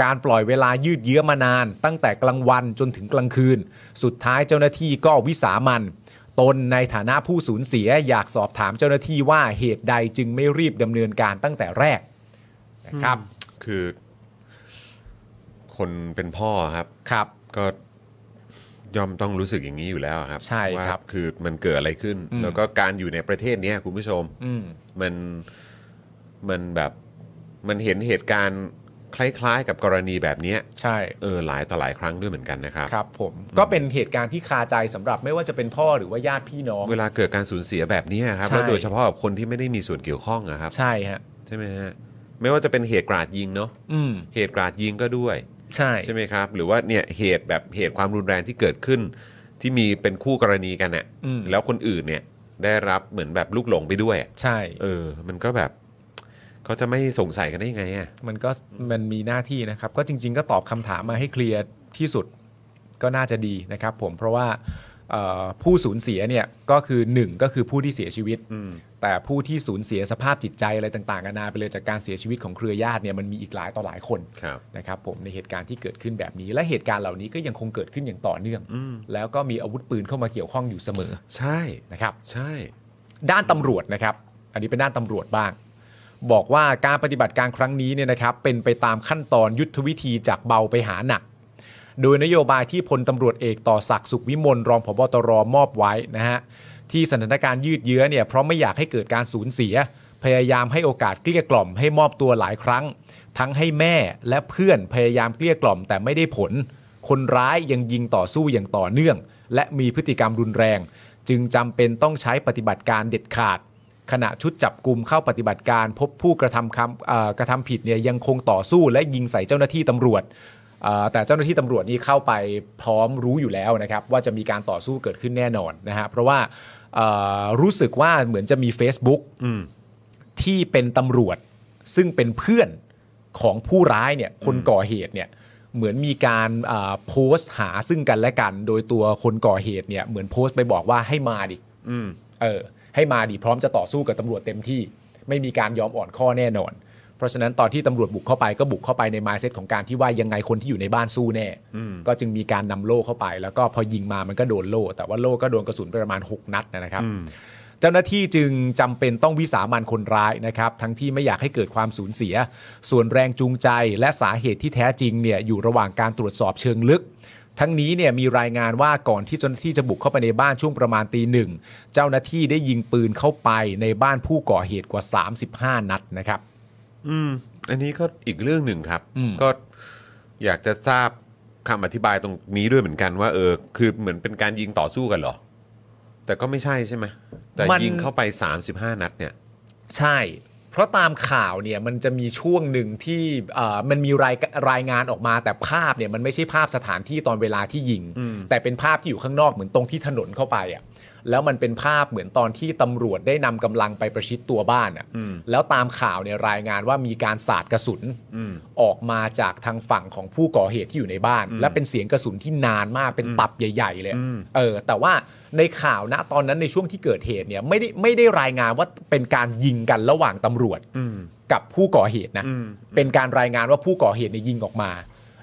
การปล่อยเวลายืดเยื้อมานาน ตั้งแต่กลางวันจนถึงกลางคืน สุดท้ายเจ้าหน้าที่ก็วิสามันตนในฐานะผู้สูญเสียอยากสอบถามเจ้าหน้าที่ว่าเหตุใดจึงไม่รีบดำเนินการตั้งแต่แรกนะครับ คือ คนเป็นพ่อครับ ครับ ก็ย่อมต้องรู้สึกอย่างนี้อยู่แล้วครับ ใช่ครับ ว่าคือมันเกิดอะไรขึ้น อืม แล้วก็การอยู่ในประเทศเนี้ยคุณผู้ชม อืม มันมันแบบมันเห็นเหตุการณ์คล้ายๆ กับกรณีแบบเนี้ย ใช่ เออหลายต่อหลายครั้งด้วยเหมือนกันนะครับ ครับ ผมก็เป็นเหตุการณ์ที่คาใจสำหรับไม่ว่าจะเป็นพ่อหรือว่าญาติพี่น้อง เวลาเกิดการสูญเสียแบบเนี้ยครับ ใช่ แล้วโดยเฉพาะกับคนที่ไม่ได้มีส่วนเกี่ยวข้องอะครับ ใช่ฮะ ใช่ไหมฮะไม่ว่าจะเป็นเหตุกราดยิงเนาะ อืม เหตุกราดยิงก็ด้วย ใช่ ใช่ไหมครับ หรือว่าเนี่ยเหตุแบบเหตุความรุนแรงที่เกิดขึ้น ที่มีเป็นคู่กรณีกันเนี่ย อืม แล้วคนอื่นเนี่ยได้รับเหมือนแบบลูกหลงไปด้วยอะ ใช่ เออ มันก็แบบเขาจะไม่สงสัยกันได้ยังไงอ่ะ มันก็มันมีหน้าที่นะครับ ก็จริง ๆ ก็ตอบคำถามมาให้เคลียร์ที่สุดก็น่าจะดีนะครับผมเพราะว่าเอ่อผู้สูญเสียเนี่ยก็คือหนึ่งก็คือผู้ที่เสียชีวิต อืม แต่ผู้ที่สูญเสียสภาพจิตใจอะไรต่างๆนานาไปเลยจากการเสียชีวิตของเครือญาติเนี่ยมันมีอีกหลายต่อหลายคน ครับ นะครับผมในเหตุการณ์ที่เกิดขึ้นแบบนี้ และเหตุการณ์เหล่านี้ก็ยังคงเกิดขึ้นอย่างต่อเนื่อง อืม แล้วก็มีอาวุธปืนเข้ามาเกี่ยวข้องอยู่เสมอ ใช่ นะครับ ใช่ ด้านตำรวจนะครับ อันนี้เป็นด้านตำรวจบ้าง บอกว่าการปฏิบัติการครั้งนี้เนี่ยนะครับ เป็นไปตามขั้นตอนยุทธวิธีจากเบาไปหาหนัก โดยนโยบายที่พลตำรวจเอกต่อศักดิ์สุขวิมลรองผบตรมอบไว้นะฮะที่สถานการณ์ยืดเยื้อเนี่ยเพราะไม่อยากให้เกิดการสูญเสีย พยายามให้โอกาสเกลี้ยกล่อมให้มอบตัวหลายครั้ง ทั้งให้แม่และเพื่อนพยายามเกลี้ยกล่อมแต่ไม่ได้ผล คนร้ายยังยิงต่อสู้อย่างต่อเนื่อง และมีพฤติกรรมรุนแรง จึงจำเป็นต้องใช้ปฏิบัติการเด็ดขาด ขณะชุดจับกลุ่มเข้าปฏิบัติการพบผู้กระทำคำเอ่อกระทำผิดเนี่ยยังคงต่อสู้และยิงใส่เจ้าหน้าที่ตำรวจเอ่อแต่เจ้าหน้าที่ตำรวจนี่เข้าไปพร้อมรู้อยู่แล้วนะครับ ว่าจะมีการต่อสู้เกิดขึ้นแน่นอนนะฮะเพราะว่าเอ่อรู้สึกว่าเหมือนจะมี Facebook อืม ที่เป็นตำรวจซึ่งเป็นเพื่อนของผู้ร้ายเนี่ยคนก่อเหตุเนี่ยเหมือนมีการอ่าโพสต์หาซึ่งกันและกัน โดยตัวคนก่อเหตุเนี่ยเหมือนโพสต์ไปบอกว่าให้มาดิ อืม เออให้มาดิพร้อมจะต่อสู้กับตำรวจเต็มที่ ไม่มีการยอมอ่อนข้อแน่นอน เพราะฉะนั้นตอนที่ตำรวจบุกเข้าไปก็บุกเข้าไปในมายเซตของการที่ว่ายังไงคนที่อยู่ในบ้านสู้แน่ อืม ก็จึงมีการนำโล่เข้าไป แล้วก็พอยิงมามันก็โดนโล่ แต่ว่าโล่ก็โดนกระสุนไปประมาณ 6 นัดนะครับ อืม เจ้าหน้าที่จึงจำเป็นต้องวิสามันคนร้ายนะครับ ทั้งที่ไม่อยากให้เกิดความสูญเสีย ส่วนแรงจูงใจและสาเหตุที่แท้จริงเนี่ยอยู่ระหว่างการตรวจสอบเชิงลึก ทั้งนี้เนี่ยมีรายงานว่าก่อนที่เจ้าหน้าที่จะบุกเข้าไปในบ้านช่วงประมาณตีหนึ่งเจ้าหน้าที่ได้ยิงปืนเข้าไปในบ้านผู้ก่อเหตุกว่า 35 นัดนะครับ อืม อันนี้ก็อีกเรื่องหนึ่งครับ อืม ก็อยากจะทราบคำอธิบายตรงนี้ด้วยเหมือนกันว่าเออ คือเหมือนเป็นการยิงต่อสู้กันเหรอ แต่ก็ไม่ใช่ใช่ไหมแต่ยิงเข้าไป 35 นัดเนี่ย ใช่ เพราะตามข่าวเนี่ยมันจะมีช่วงหนึ่งที่เอ่อมันมีรายรายงานออกมาแต่ภาพเนี่ยมันไม่ใช่ภาพสถานที่ตอนเวลาที่ยิง แต่เป็นภาพที่อยู่ข้างนอกเหมือนตรงที่ถนนเข้าไปอะ่ะ แล้วมันเป็นภาพเหมือนตอนที่ตำรวจได้นำกำลังไปประชิดตัวบ้านอะ่ะ อืม แล้วตามข่าวเนี่ยรายงานว่ามีการสาดกระสุน อืม ออกมาจากทางฝั่งของผู้ก่อเหตุที่อยู่ในบ้าน และเป็นเสียงกระสุนที่นานมากเป็นตับใหญ่ ๆ เลย อืม เออ แต่ว่าในข่าวณตอนนั้นในช่วงที่เกิดเหตุเนี่ยไม่ได้ไม่ได้รายงานว่าเป็นการยิงกันระหว่างตำรวจ อืม กับผู้ก่อเหตุนะ อืม เป็นการรายงานว่าผู้ก่อเหตุเนี่ยยิงออกมา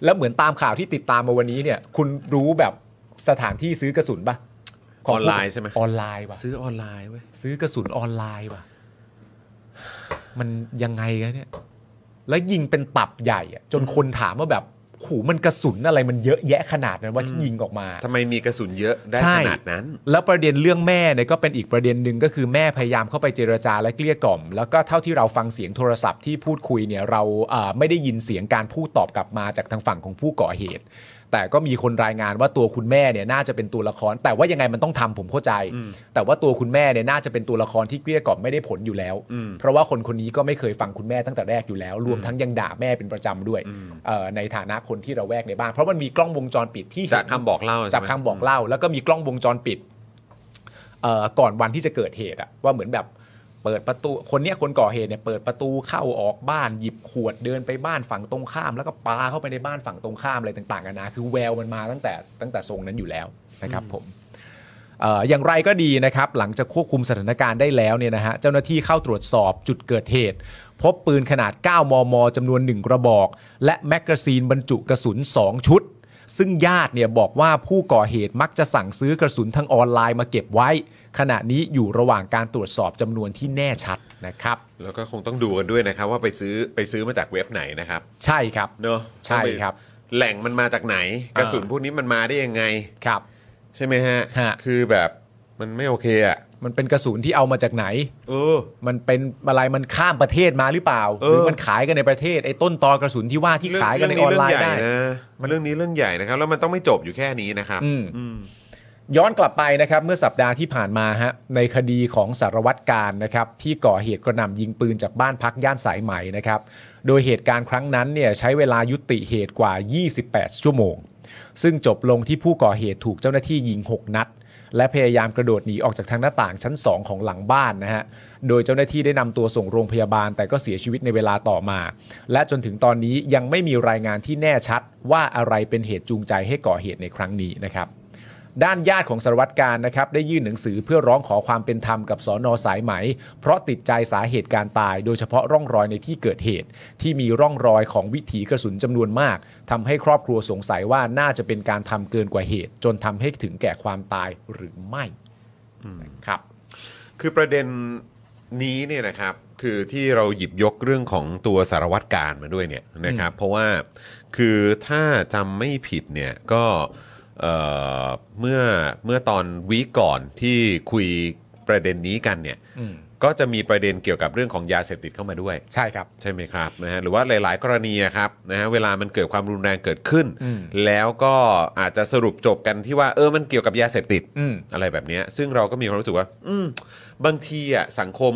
แล้วเหมือนตามข่าวที่ติดตามมาวันนี้เนี่ย คุณรู้แบบสถานที่ซื้อกระสุนปะขง ออนไลน์ใช่ไหม ออนไลน์ปะ ซื้อออนไลน์เว้ย ซื้อกระสุนออนไลน์ว่ะ มันยังไงกันเนี่ย แล้วยิงเป็นตับใหญ่อะจนคนถามว่าแบบโหมันกระสุนอะไรมันเยอะแยะขนาดนั้นว่าที่ยิงออกมา ทำไมมีกระสุนเยอะได้ ใช่ ขนาดนั้น แล้วประเด็นเรื่องแม่เนี่ยก็เป็นอีกประเด็นหนึ่งก็คือแม่พยายามเข้าไปเจรจาและเกลี้ยกล่อม แล้วก็เท่าที่เราฟังเสียงโทรศัพท์ที่พูดคุยเนี่ยเราเอ่อไม่ได้ยินเสียงการพูดตอบกลับมาจากทางฝั่งของผู้ก่อเหตุ แต่ก็มีคนรายงานว่าตัวคุณแม่เนี่ยน่าจะเป็นตัวละคร แต่ว่ายังไงมันต้องทำผมเข้าใจ แต่ว่าตัวคุณแม่เนี่ยน่าจะเป็นตัวละครที่เกลี้ยกล่อมไม่ได้ผลอยู่แล้ว อืม เพราะว่าคนคนนี้ก็ไม่เคยฟังคุณแม่ตั้งแต่แรกอยู่แล้ว รวมทั้งยังด่าแม่เป็นประจำด้วยเอ่อในฐานะคนที่เราแวกในบ้านเพราะมันมีกล้องวงจรปิดที่เห็น จากคำบอกเล่าใช่ไหม จากคำบอกเล่า แล้วก็มีกล้องวงจรปิดเอ่อก่อนวันที่จะเกิดเหตุอะว่าเหมือนแบบเปิดประตูคนเนี้ยคนก่อเหตุเนี่ยเปิดประตูเข้าออกบ้านหยิบขวดเดินไปบ้านฝั่งตรงข้าม แล้วก็ปาเข้าไปในบ้านฝั่งตรงข้ามอะไรต่างๆกันานะคือแววมันมาตั้งแต่ตั้งแต่ทรงนั้นอยู่แล้วนะครับผม เอ่ออย่างไรก็ดีนะครับ หลังจากควบคุมสถานการณ์ได้แล้วเนี่ยนะฮะเจ้าหน้าที่เข้าตรวจสอบจุดเกิดเหตุ พบปืนขนาด 9 มมจำนวน 1 กระบอก และแมกกาซีนบรรจุกระสุน 2 ชุด ซึ่งญาติเนี่ยบอกว่าผู้ก่อเหตุมักจะสั่งซื้อกระสุนทางออนไลน์มาเก็บไว้ ขณะนี้อยู่ระหว่างการตรวจสอบจำนวนที่แน่ชัดนะครับ แล้วก็คงต้องดูกันด้วยนะครับ ว่าไปซื้อไปซื้อมาจากเว็บไหนนะครับ ใช่ครับ เนอะ ใช่ครับ แหล่งมันมาจากไหน กระสุนพวกนี้มันมาได้ยังไง ครับ ใช่ไหมฮะ ฮะ คือแบบมันไม่โอเคอ่ะ มันเป็นกระสุนที่เอามาจากไหน เออ มันเป็นอะไรมันข้ามประเทศมาหรือเปล่า เอ ห อ รือมันขายกันในประเทศไอ้ต้นตอกระสุนที่ว่าที่ขายกันในออนไลน์ได้ เรื่องนี้เรื่องใหญ่นะมันเรื่องนี้เรื่องใหญ่นะครับ แล้วมันต้องไม่จบอยู่แค่นี้นะครับ อืมย้อนกลับไปนะครับเมื่อสัปดาห์ที่ผ่านมาฮะในคดีของสารวัตรการนะครับที่ก่อเหตุกระหน่ำยิงปืนจากบ้านพักย่านสายไหมนะครับโดยเหตุการณ์ครั้งนั้นเนี่ยใช้เวลายุติเหตุกว่า 28 ชั่วโมง ซึ่งจบลงที่ผู้ก่อเหตุถูกเจ้าหน้าที่ยิง 6 นัด และพยายามกระโดดหนีออกจากทางหน้าต่างชั้น 2 ของหลังบ้านนะฮะ โดยเจ้าหน้าที่ได้นำตัวส่งโรงพยาบาล แต่ก็เสียชีวิตในเวลาต่อมา และจนถึงตอนนี้ยังไม่มีรายงานที่แน่ชัดว่าอะไรเป็นเหตุจูงใจให้ก่อเหตุในครั้งนี้นะครับ ด้านญาติของสารวัตรการนะครับได้ยื่นหนังสือเพื่อร้องขอความเป็นธรรมกับสอนอสายไหม เพราะติดใจสาเหตุการตาย โดยเฉพาะร่องรอยในที่เกิดเหตุ ที่มีร่องรอยของวิถีกระสุนจำนวนมากทำให้ครอบครัวสงสัยว่าน่าจะเป็นการทำเกินกว่าเหตุ จนทำให้ถึงแก่ความตายหรือไม่นะครับ คือประเด็นนี้เนี่ยนะครับคือที่เราหยิบยกเรื่องของตัวสารวัตรการมาด้วยเนี่ยนะครับ เพราะว่าคือถ้าจำไม่ผิดเนี่ยก็เอ่อเมื่อเมื่อตอนวีคก่อนที่คุยประเด็นนี้กันเนี่ย อืม ก็จะมีประเด็นเกี่ยวกับเรื่องของยาเสพติดเข้ามาด้วย ใช่ครับ ใช่ไหมครับนะฮะหรือว่าหลาย ๆ กรณีอะครับนะฮะเวลามันเกิดความรุนแรงเกิดขึ้น อืม แล้วก็อาจจะสรุปจบกันที่ว่าเออมันเกี่ยวกับยาเสพติด อืม อะไรแบบเนี้ยซึ่งเราก็มีความรู้สึกว่า อืมบางทีอ่ะสังคม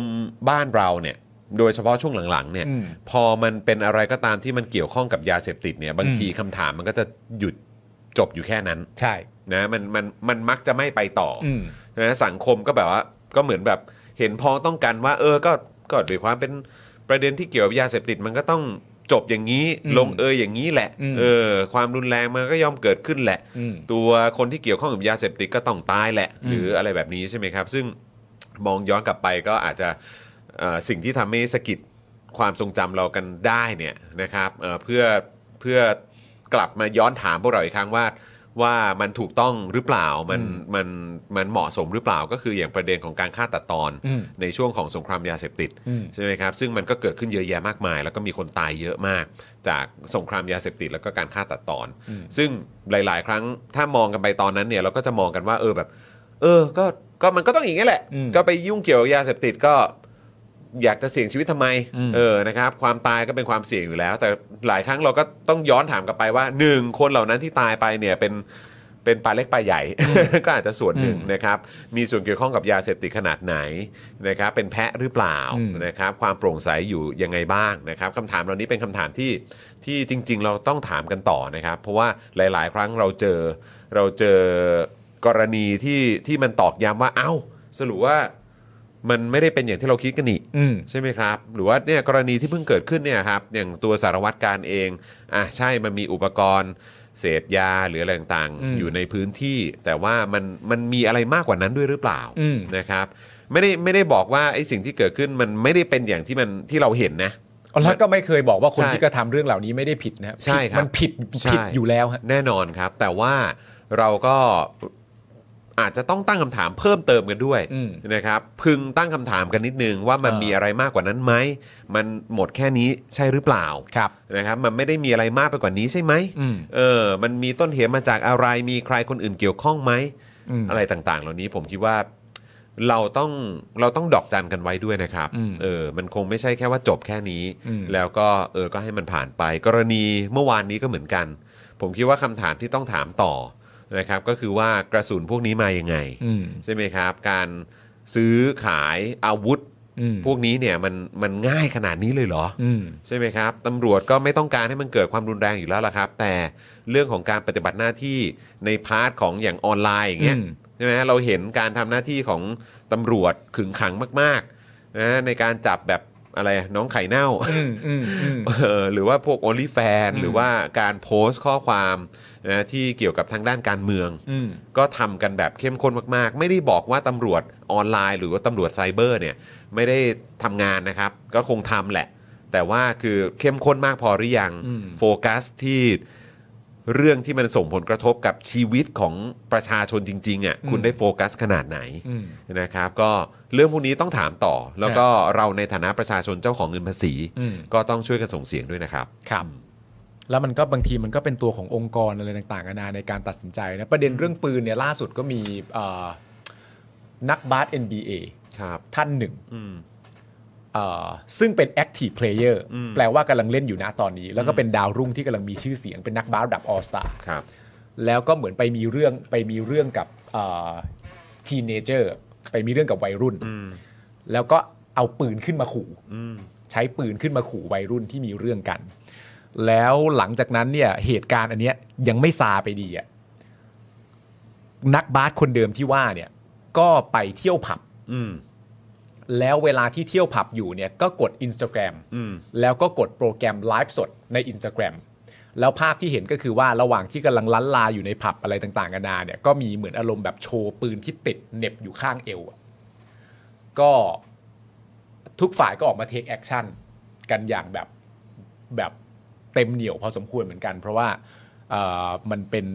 บ้านเราเนี่ย โดยเฉพาะช่วงหลัง ๆ เนี่ย อืม พอมันเป็นอะไรก็ตามที่มันเกี่ยวข้องกับยาเสพติดเนี่ยบางทีคำถามมันก็จะหยุดจบอยู่แค่นั้น ใช่ นะมันมันมันมักจะไม่ไปต่ออ อืม นะสังคมก็แบบว่าก็เหมือนแบบเห็นพ้องต้องกันว่า เออก็ก็ด้วยความเป็นประเด็นที่เกี่ยวกับยาเสพติดมันก็ต้องจบอย่างนี้ อืม ลงเอยอย่างนี้แหละ อืม เออความรุนแรงมันก็ย่อมเกิดขึ้นแหละ อืม ตัวคนที่เกี่ยวข้องกับยาเสพติดก็ต้องตายแหละ อืม หรืออะไรแบบนี้ใช่ไหมครับ ซึ่งมองย้อนกลับไปก็อาจจะเอ่อสิ่งที่ทำให้สะกิดความทรงจำเรากันได้เนี่ยนะครับเอ่อเพื่อเพื่อกลับมาย้อนถามพวกเราอีกครั้งว่า ว่ามันถูกต้องหรือเปล่ามัน อืม มันมันเหมาะสมหรือเปล่าก็คืออย่างประเด็นของการฆ่าตัดตอน อืม ในช่วงของสงครามยาเสพติด อืม ใช่ไหมครับซึ่งมันก็เกิดขึ้นเยอะแยะมากมาย แล้วก็มีคนตายเยอะมาก จากสงครามยาเสพติดแล้วก็การฆ่าตัดตอน อืม ซึ่งหลาย ๆ ครั้งถ้ามองกันไปตอนนั้นเนี่ยเราก็จะมองกันว่าเออแบบ เออก็ก็มันก็ต้องอย่างนี้แหละ อืม ก็ไปยุ่งเกี่ยวกับยาเสพติดก็อยากจะเสี่ยงชีวิตทำไม อืม เออนะครับ ความตายก็เป็นความเสี่ยงอยู่แล้ว แต่หลายครั้งเราก็ต้องย้อนถามกลับไปว่าหนึ่งคนเหล่านั้นที่ตายไปเนี่ยเป็นเป็นปลาเล็กปลาใหญ่ ก็อาจจะส่วนหนึ่งนะครับมีส่วนเกี่ยวข้องกับยาเสพติดขนาดไหนนะครับเป็นแพะหรือเปล่า อืม นะครับความโปร่งใสอยู่ยังไงบ้างนะครับคำถามเหล่านี้เป็นคำถามที่ที่จริง ๆ เราต้องถามกันต่อนะครับ เพราะว่าหลาย ๆ ครั้งเราเจอเราเจอ กรณีที่ที่มันตอกย้ำว่าเอ้า สรุปว่ามันไม่ได้เป็นอย่างที่เราคิดกันนี่ อืม ใช่ไหมครับ หรือว่าเนี่ยกรณีที่เพิ่งเกิดขึ้นเนี่ยครับอย่างตัวสารวัตรการเองอ่ะใช่มันมีอุปกรณ์เสพยาหรืออะไรต่าง อืม ๆ อยู่ในพื้นที่ แต่ว่ามันมันมีอะไรมากกว่านั้นด้วยหรือเปล่า อืม นะครับไม่ได้ไม่ได้บอกว่าไอ้สิ่งที่เกิดขึ้นมันไม่ได้เป็นอย่างที่มันที่เราเห็นนะ แล้วก็ไม่เคยบอกว่าคน ใช่ ที่กระทำเรื่องเหล่านี้ไม่ได้ผิดนะ ใช่ครับ มันผิดผิดอยู่แล้วฮะ แน่นอนครับ แต่ว่าเราก็อาจจะต้องตั้งคำถามเพิ่มเติมกันด้วย อืม นะครับ พึงตั้งคำถามกันนิดนึงว่ามัน เออ มีอะไรมากกว่านั้นไหมมันหมดแค่นี้ใช่หรือเปล่า ครับ นะครับมันไม่ได้มีอะไรมากไปกว่านี้ใช่ไหม อืม เออ มันมีต้นเหตุมาจากอะไรมีใครคนอื่นเกี่ยวข้องไหม อืม อะไรต่างๆ เหล่านี้ผมคิดว่าเราต้องเราต้องดอกจันกันไว้ด้วยนะครับ อืม เออมันคงไม่ใช่แค่ว่าจบแค่นี้ อืม แล้วก็เออก็ให้มันผ่านไป กรณีเมื่อวานนี้ก็เหมือนกัน ผมคิดว่าคำถามที่ต้องถามต่อนะครับ ก็คือว่ากระสุนพวกนี้มายังไง อืม ใช่ไหมครับ การซื้อขายอาวุธ อืม พวกนี้เนี่ยมันมันง่ายขนาดนี้เลยเหรอ อืม ใช่ไหมครับตำรวจก็ไม่ต้องการให้มันเกิดความรุนแรงอยู่แล้วล่ะครับ แต่เรื่องของการปฏิบัติหน้าที่ในพาร์ทของอย่างออนไลน์อย่างเงี้ย อืม ใช่ไหมเราเห็นการทำหน้าที่ของตำรวจขึงขังมากๆนะในการจับแบบอะไรอะน้องไข่เน่า อืมอืมอืม เออหรือว่าพวกโอลิแฟน อืม หรือว่าการโพสต์ข้อความนะที่เกี่ยวกับทางด้านการเมือง อืม ก็ทำกันแบบเข้มข้นมากๆ ไม่ได้บอกว่าตำรวจออนไลน์ หรือว่าตำรวจไซเบอร์เนี่ยไม่ได้ทำงานนะครับ ก็คงทำแหละ แต่ว่าคือเข้มข้นมากพอหรือยัง อืม โฟกัสที่เรื่องที่มันส่งผลกระทบกับชีวิตของประชาชนจริงๆอ่ะคุณได้โฟกัสขนาดไหน อืม นะครับก็เรื่องพวกนี้ต้องถามต่อ แล้วก็เราในฐานะประชาชนเจ้าของเงินภาษี อืม ก็ต้องช่วยกันส่งเสียงด้วยนะครับ ครับ แล้วมันก็บางทีมันก็เป็นตัวขององค์กรอะไรต่างๆนานาในการตัดสินใจนะประเด็นเรื่องปืนเนี่ยล่าสุดก็มีเอ่อนักบาส NBA ครับ ท่านหนึ่ง อืม เอ่อซึ่งเป็น Active Player อืม แปลว่ากำลังเล่นอยู่นะตอนนี้ แล้วก็เป็นดาวรุ่งที่กำลังมีชื่อเสียงเป็นนักบาสระดับออสตา ครับ แล้วก็เหมือนไปมีเรื่องไปมีเรื่องกับทีเนเจอร์ไปมีเรื่องกับวัยรุ่น อืม แล้วก็เอาปืนขึ้นมาขู่ อืม ใช้ปืนขึ้นมาขู่วัยรุ่นที่มีเรื่องกัน แล้วหลังจากนั้นเนี่ยเหตุการณ์อันเนี้ยยังไม่ซาไปดีอะนักบาสคนเดิมที่ว่าเนี่ยก็ไปเที่ยวผับ อืม แล้วเวลาที่เที่ยวผับอยู่เนี่ยก็กด Instagram อืม แล้วก็กดโปรแกรมไลฟ์สดใน Instagram แล้วภาพที่เห็นก็คือว่าระหว่างที่กำลังลั้นลาอยู่ในผับอะไรต่างๆกันานาเนี่ยก็มีเหมือนอารมณ์แบบโชว์ปืนที่ติดเหน็บอยู่ข้างเอวอะก็ทุกฝ่ายก็ออกมาเทคแอคชั่นกันอย่างแบบแบบเต็มเหนี่ยวพอสมควรเหมือนกัน เพราะว่าเอ่อมันเป็น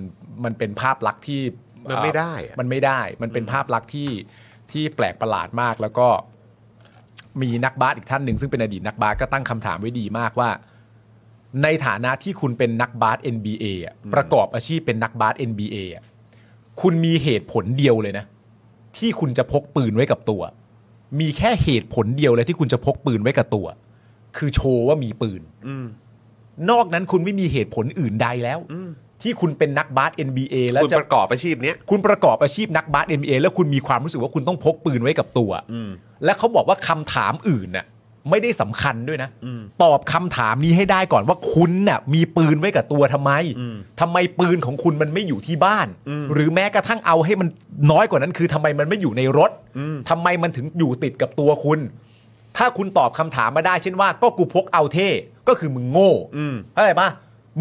มันเป็นภาพลักษณ์ที่ มันไม่ได้อะ มันไม่ได้ มันเป็นภาพลักษณ์ที่ที่แปลกประหลาดมากแล้วก็ มีนักบาสอีกท่านหนึ่งซึ่งเป็นอดีตนักบาสก็ตั้งคำถามไว้ดีมากว่า ในฐานะที่คุณเป็นนักบาส NBA อะประกอบอาชีพเป็นนักบาส NBA อะคุณมีเหตุผลเดียวเลยนะ ที่คุณจะพกปืนไว้กับตัว มีแค่เหตุผลเดียวเลยที่คุณจะพกปืนไว้กับตัว คือโชว์ว่ามีปืนนอกนั้นคุณไม่มีเหตุผลอื่นใดแล้วที่คุณเป็นนักบาส NBA แล้ว คุณ จะ ประกอบอาชีพเนี้ย คุณประกอบอาชีพนักบาส NBA แล้วคุณมีความรู้สึกว่าคุณต้องพกปืนไว้กับตัว อืม และเขาบอกว่าคำถามอื่นน่ะไม่ได้สำคัญด้วยนะ อืม ตอบคำถามนี้ให้ได้ก่อนว่าคุณน่ะมีปืนไว้กับตัวทำไม อืม ทำไมปืนของคุณมันไม่อยู่ที่บ้าน อืม หรือแม้กระทั่งเอาให้มันน้อยกว่านั้น คือทำไมมันไม่อยู่ในรถ อืม ทำไมมันถึงอยู่ติดกับตัวคุณ ถ้าคุณตอบคำถามมาได้ เช่นว่าก็กูพกเอาเท่ก็คือมึงโง่ อืม เข้าใจปะ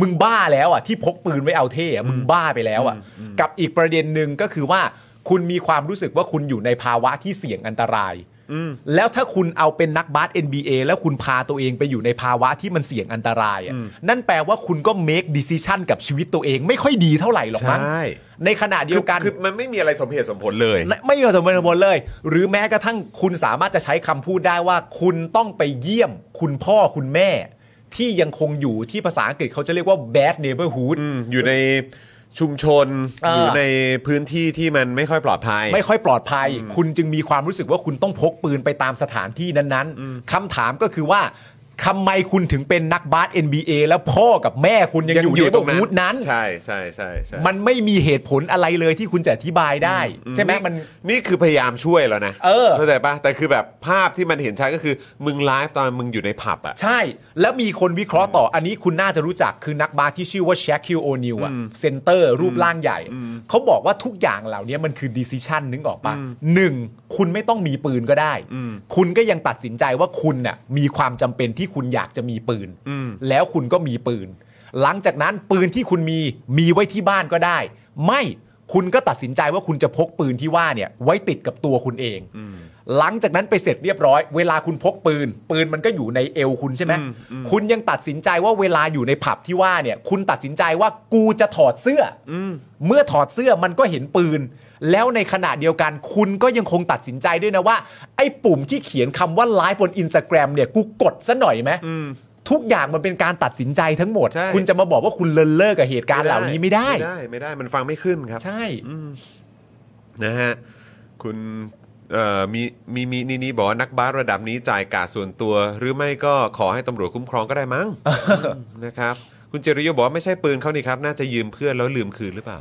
มึงบ้าแล้วอ่ะที่พกปืนไว้เอาเท่อะมึงบ้าไปแล้วอ่ะ กับอีกประเด็นหนึ่งก็คือว่า คุณมีความรู้สึกว่าคุณอยู่ในภาวะที่เสี่ยงอันตราย อืม แล้วถ้าคุณเอาเป็นนักบาส NBA แล้วคุณพาตัวเองไปอยู่ในภาวะที่มันเสี่ยงอันตรายอะ อืม นั่นแปลว่าคุณก็ make decision กับชีวิตตัวเองไม่ค่อยดีเท่าไหร่หรอก ใช มั้ง่ ในขณะเดียวกัน คือคือมันไม่มีอะไรสมเหตุสมผลเลย ไม่มีความสมบูรณ์บนเลย หรือแม้กระทั่งคุณสามารถจะใช้คำพูดได้ว่า คุณต้องไปเยี่ยม คุณพ่อคุณแม่ ที่ยังคงอยู่ที่ภาษาอังกฤษเขาจะเรียกว่า bad neighborhood อืมอยู่ในชุมชน เออ อ อ ยู่ในพื้นที่ที่มันไม่ค่อยปลอดภัย ไม่ค่อยปลอดภัย คุณจึงมีความรู้สึกว่าคุณต้องพกปืนไปตามสถานที่นั้นๆคำถามก็คือว่า ทำไมคุณถึงเป็นนักบาส NBA แล้วพ่อกับแม่คุณยังอยู่ในตรงฮูดนั้น ใช่ใช่ใช่ใช่ มันไม่มีเหตุผลอะไรเลยที่คุณจะอธิบายได้ ใช่ไหมมัน นี่คือพยายามช่วยแล้วนะ เออ เข้าใจปะแต่คือแบบภาพที่มันเห็นชัดก็คือมึงไลฟ์ตอนมึงอยู่ในผับอ่ะ ใช่ แล้วมีคนวิเคราะห์ต่ออันนี้คุณน่าจะรู้จักคือนักบาสที่ชื่อว่าแชคคิวโอนิวอะเซนเตอร์รูปร่างใหญ่ เขาบอกว่าทุกอย่างเหล่านี้มันคือดิซิชันนึกออกปะหนึ่งคุณไม่ต้องมีปืนก็ได้ คุณก็ยังตัดสินใจว่าคุณน่ะมีความจำเป็นที่คุณอยากจะมีปืน อืม แล้วคุณก็มีปืน หลังจากนั้นปืนที่คุณมีมีไว้ที่บ้านก็ได้ ไม่คุณก็ตัดสินใจว่าคุณจะพกปืนที่ว่าเนี่ยไว้ติดกับตัวคุณเอง หลังจากนั้นไปเสร็จเรียบร้อย เวลาคุณพกปืน ปืนมันก็อยู่ในเอวคุณใช่ไหมคุณยังตัดสินใจว่าเวลาอยู่ในผับที่ว่าเนี่ย คุณตัดสินใจว่ากูจะถอดเสื้ออเมื่อถอดเสื้อมันก็เห็นปืน แล้วในขณะเดียวกันคุณก็ยังคงตัดสินใจด้วยนะว่า ไอ้ปุ่มที่เขียนคำว่าไลฟ์บนอินสตาแกรมเนี่ยกูกดซะหน่อยไหม ทุกอย่างมันเป็นการตัดสินใจทั้งหมด ใช่ คุณจะมาบอกว่าคุณเลินเล่อกับเหตุการณ์เหล่านี้ไม่ได้ ไม่ได้ไม่ได้มันฟังไม่ขึ้นครับ ใช่ นะฮะคุณเอ่อมีมีมีนี่นี่บอกว่านักบาสระดับนี้จ่ายกาดส่วนตัว หรือไม่ก็ขอให้ตำรวจคุ้มครองก็ได้ มั้งนะครับ คุณเจริโยบอกว่าไม่ใช่ปืนเขานี่ครับ น่าจะยืมเพื่อนแล้วลืมคืนหรือเปล่า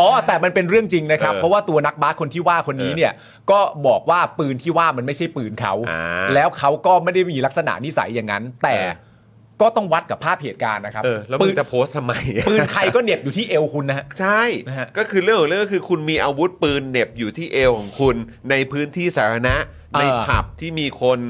อ๋อ แต่มันเป็นเรื่องจริงนะครับ เออ เพราะว่าตัวนักบาสคนที่ว่าคนนี้เนี่ย ก็บอกว่าปืนที่ว่ามันไม่ใช่ปืนเขา อ่า แล้วเขาก็ไม่ได้มีลักษณะนิสัยอย่างนั้น แต่ เออ ก็ต้องวัดกับภาพเหตุการณ์นะครับ เออแล้ว ปื มึง น จะโพสต์ทำไม ปืนใครก็เหน็บอยู่ที่เอวคุณนะฮะ ใช่ นะฮะ ก็คือเรื่องของเรื่องก็คือคุณมีอาวุธปืนเหน็บอยู่ที่เอวของคุณในพื้นที่สาธารณะ เออ ในผับที่มีคน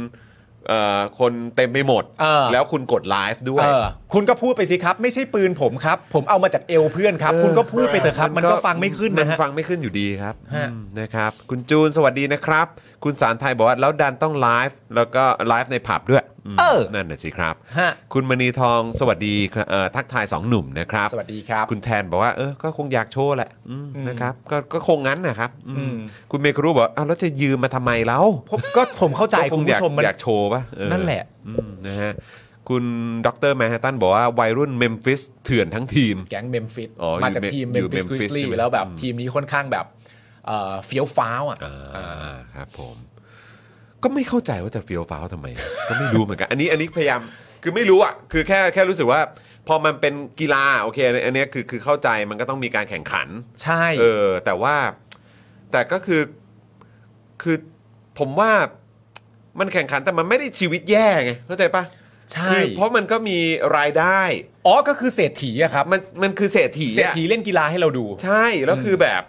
เอ่อคนเต็มไปหมด เออ แล้วคุณกดไลฟ์ด้วย เออคุณก็พูดไปสิครับ ไม่ใช่ปืนผมครับ ผมเอามาจากเอวเพื่อนครับ เออ คุณก็พูดไปเถอะครับ มันก็ฟังไม่ขึ้นนะ มั ฮะ ฟังไม่ขึ้นอยู่ดีครับ ฮะ อืมนะครับ คุณจูนสวัสดีนะครับ คุณสารไทยบอกว่า แล้วดันต้องไลฟ์แล้วก็ไลฟ์ในผับด้วยม เออ นั่นน่ะสิครับ ฮะ คุณมณีทองสวัสดีครับเอ่อทักทายสองหนุ่มนะครับ สวัสดีครับ คุณแทนบอกว่าเออก็คงอยากโชว์แหละอืม อืม นะครับก็ก็คงงั้นนะครับอืม อืม คุณเมครูบอกว่าอ้าวแล้วจะยืมมาทำไมแล้ว ผมก็ผมเข้าใจ ก็ คุณ อยากผู้ชมมัน อยากโชว์ป่ะเออ นั่นแหละ อืมนะฮะคุณดรแมนฮัตตันบอกว่าวัยรุ่นเมมฟิสเถื่อนทั้งทีม แก๊งเมมฟิส อ๋อ มาจาก อยู่เม ทีมเม อยู่ มฟิส Memphis กริส ใช่ ลี่ ไหม แล้วแบบทีมนี้ค่อนข้างแบบเอ่อเฟี้ยวฟ้าวอ่ะ อ่าครับผมก็ไม่เข้าใจว่าจะเฟี้ยวฟ้าวทำไม ก็ไม่รู้เหมือนกัน อันนี้อันนี้พยายามคือไม่รู้อ่ะคือแค่แค่รู้สึกว่า พอมันเป็นกีฬาโอเคอันอันเนี้ยคือคือเข้าใจมันก็ต้องมีการแข่งขัน ใช่ เออ แต่ว่าแต่ก็คือคือผมว่ามันแข่งขันแต่มันไม่ได้ชีวิตแย่ไงเข้าใจปะ ใช่ คือเพราะมันก็มีรายได้ อ๋อก็คือเศรษฐีอะครับ มันมันคือเศรษฐีอะ เศรษฐีเล่นกีฬาให้เราดู ใช่แล้วคือแบบ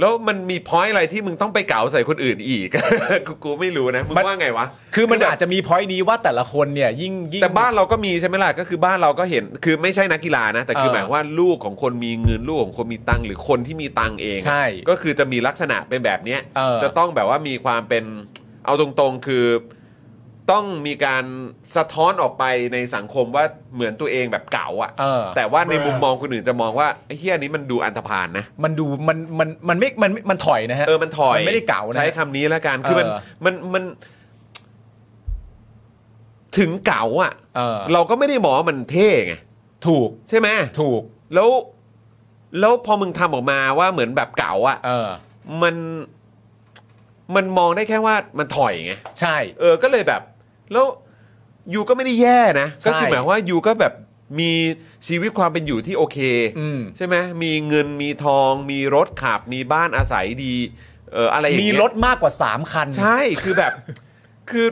แล้วมันมีพอยต์อะไรที่มึงต้องไปเก๋าใส่คนอื่นอีก กูกูไม่รู้นะมึง มัน ว่าไงวะ คือมัน แบบ อาจจะมีพอยต์นี้ว่าแต่ละคนเนี่ยยิ่งยิ่ง แต่บ้านเราก็มีใช่ไหมล่ะก็คือบ้านเราก็เห็นคือไม่ใช่นักกีฬานะ แต่คือ เออ หมายว่าลูกของคนมีเงินลูกของคนมีตังค์หรือคนที่มีตังค์เอง ใช่ ก็คือจะมีลักษณะเป็นแบบเนี้ย เออ จะต้องแบบว่ามีความเป็นเอาตรงๆคือ ต้องมีการสะท้อนออกไปในสังคมว่าเหมือนตัวเองแบบเก๋า เอ อะ่ะ อ แต่ว่าในมุมมองคนอื่นจะมองว่าไอ้เฮียนี้มันดูอันธพาลนะ มันดูมันมันมันไม่มันมันถอยนะฮะ เออ มันถอย มันไม่ได้เก่านะ ใช้คำนี้แล้วกัน คือมัน เออ มันมัน ถึงเก่าอ่ะ เออ เราก็ไม่ได้หมองว่ามันเท่ไง ถูก ใช่ไหม ถูก แล้ว แล้วพอมึงทำออกมาว่าเหมือนแบบเก่าอ่ะ เออ มัน มันมองได้แค่ว่ามันถอยไง ใช่ เออ ก็เลยแบบ แล้วยูก็ไม่ได้แย่นะ ใช่ ก็คือหมายความว่ายูก็แบบมีชีวิตความเป็นอยู่ที่โอเค อืม ใช่ไหมมีเงินมีทอง มีรถขับ มีบ้านอาศัยดี เอออะไรอย่าง มี เงี้ย รถมากกว่า 3 คัน ใช่คือแบบ คือ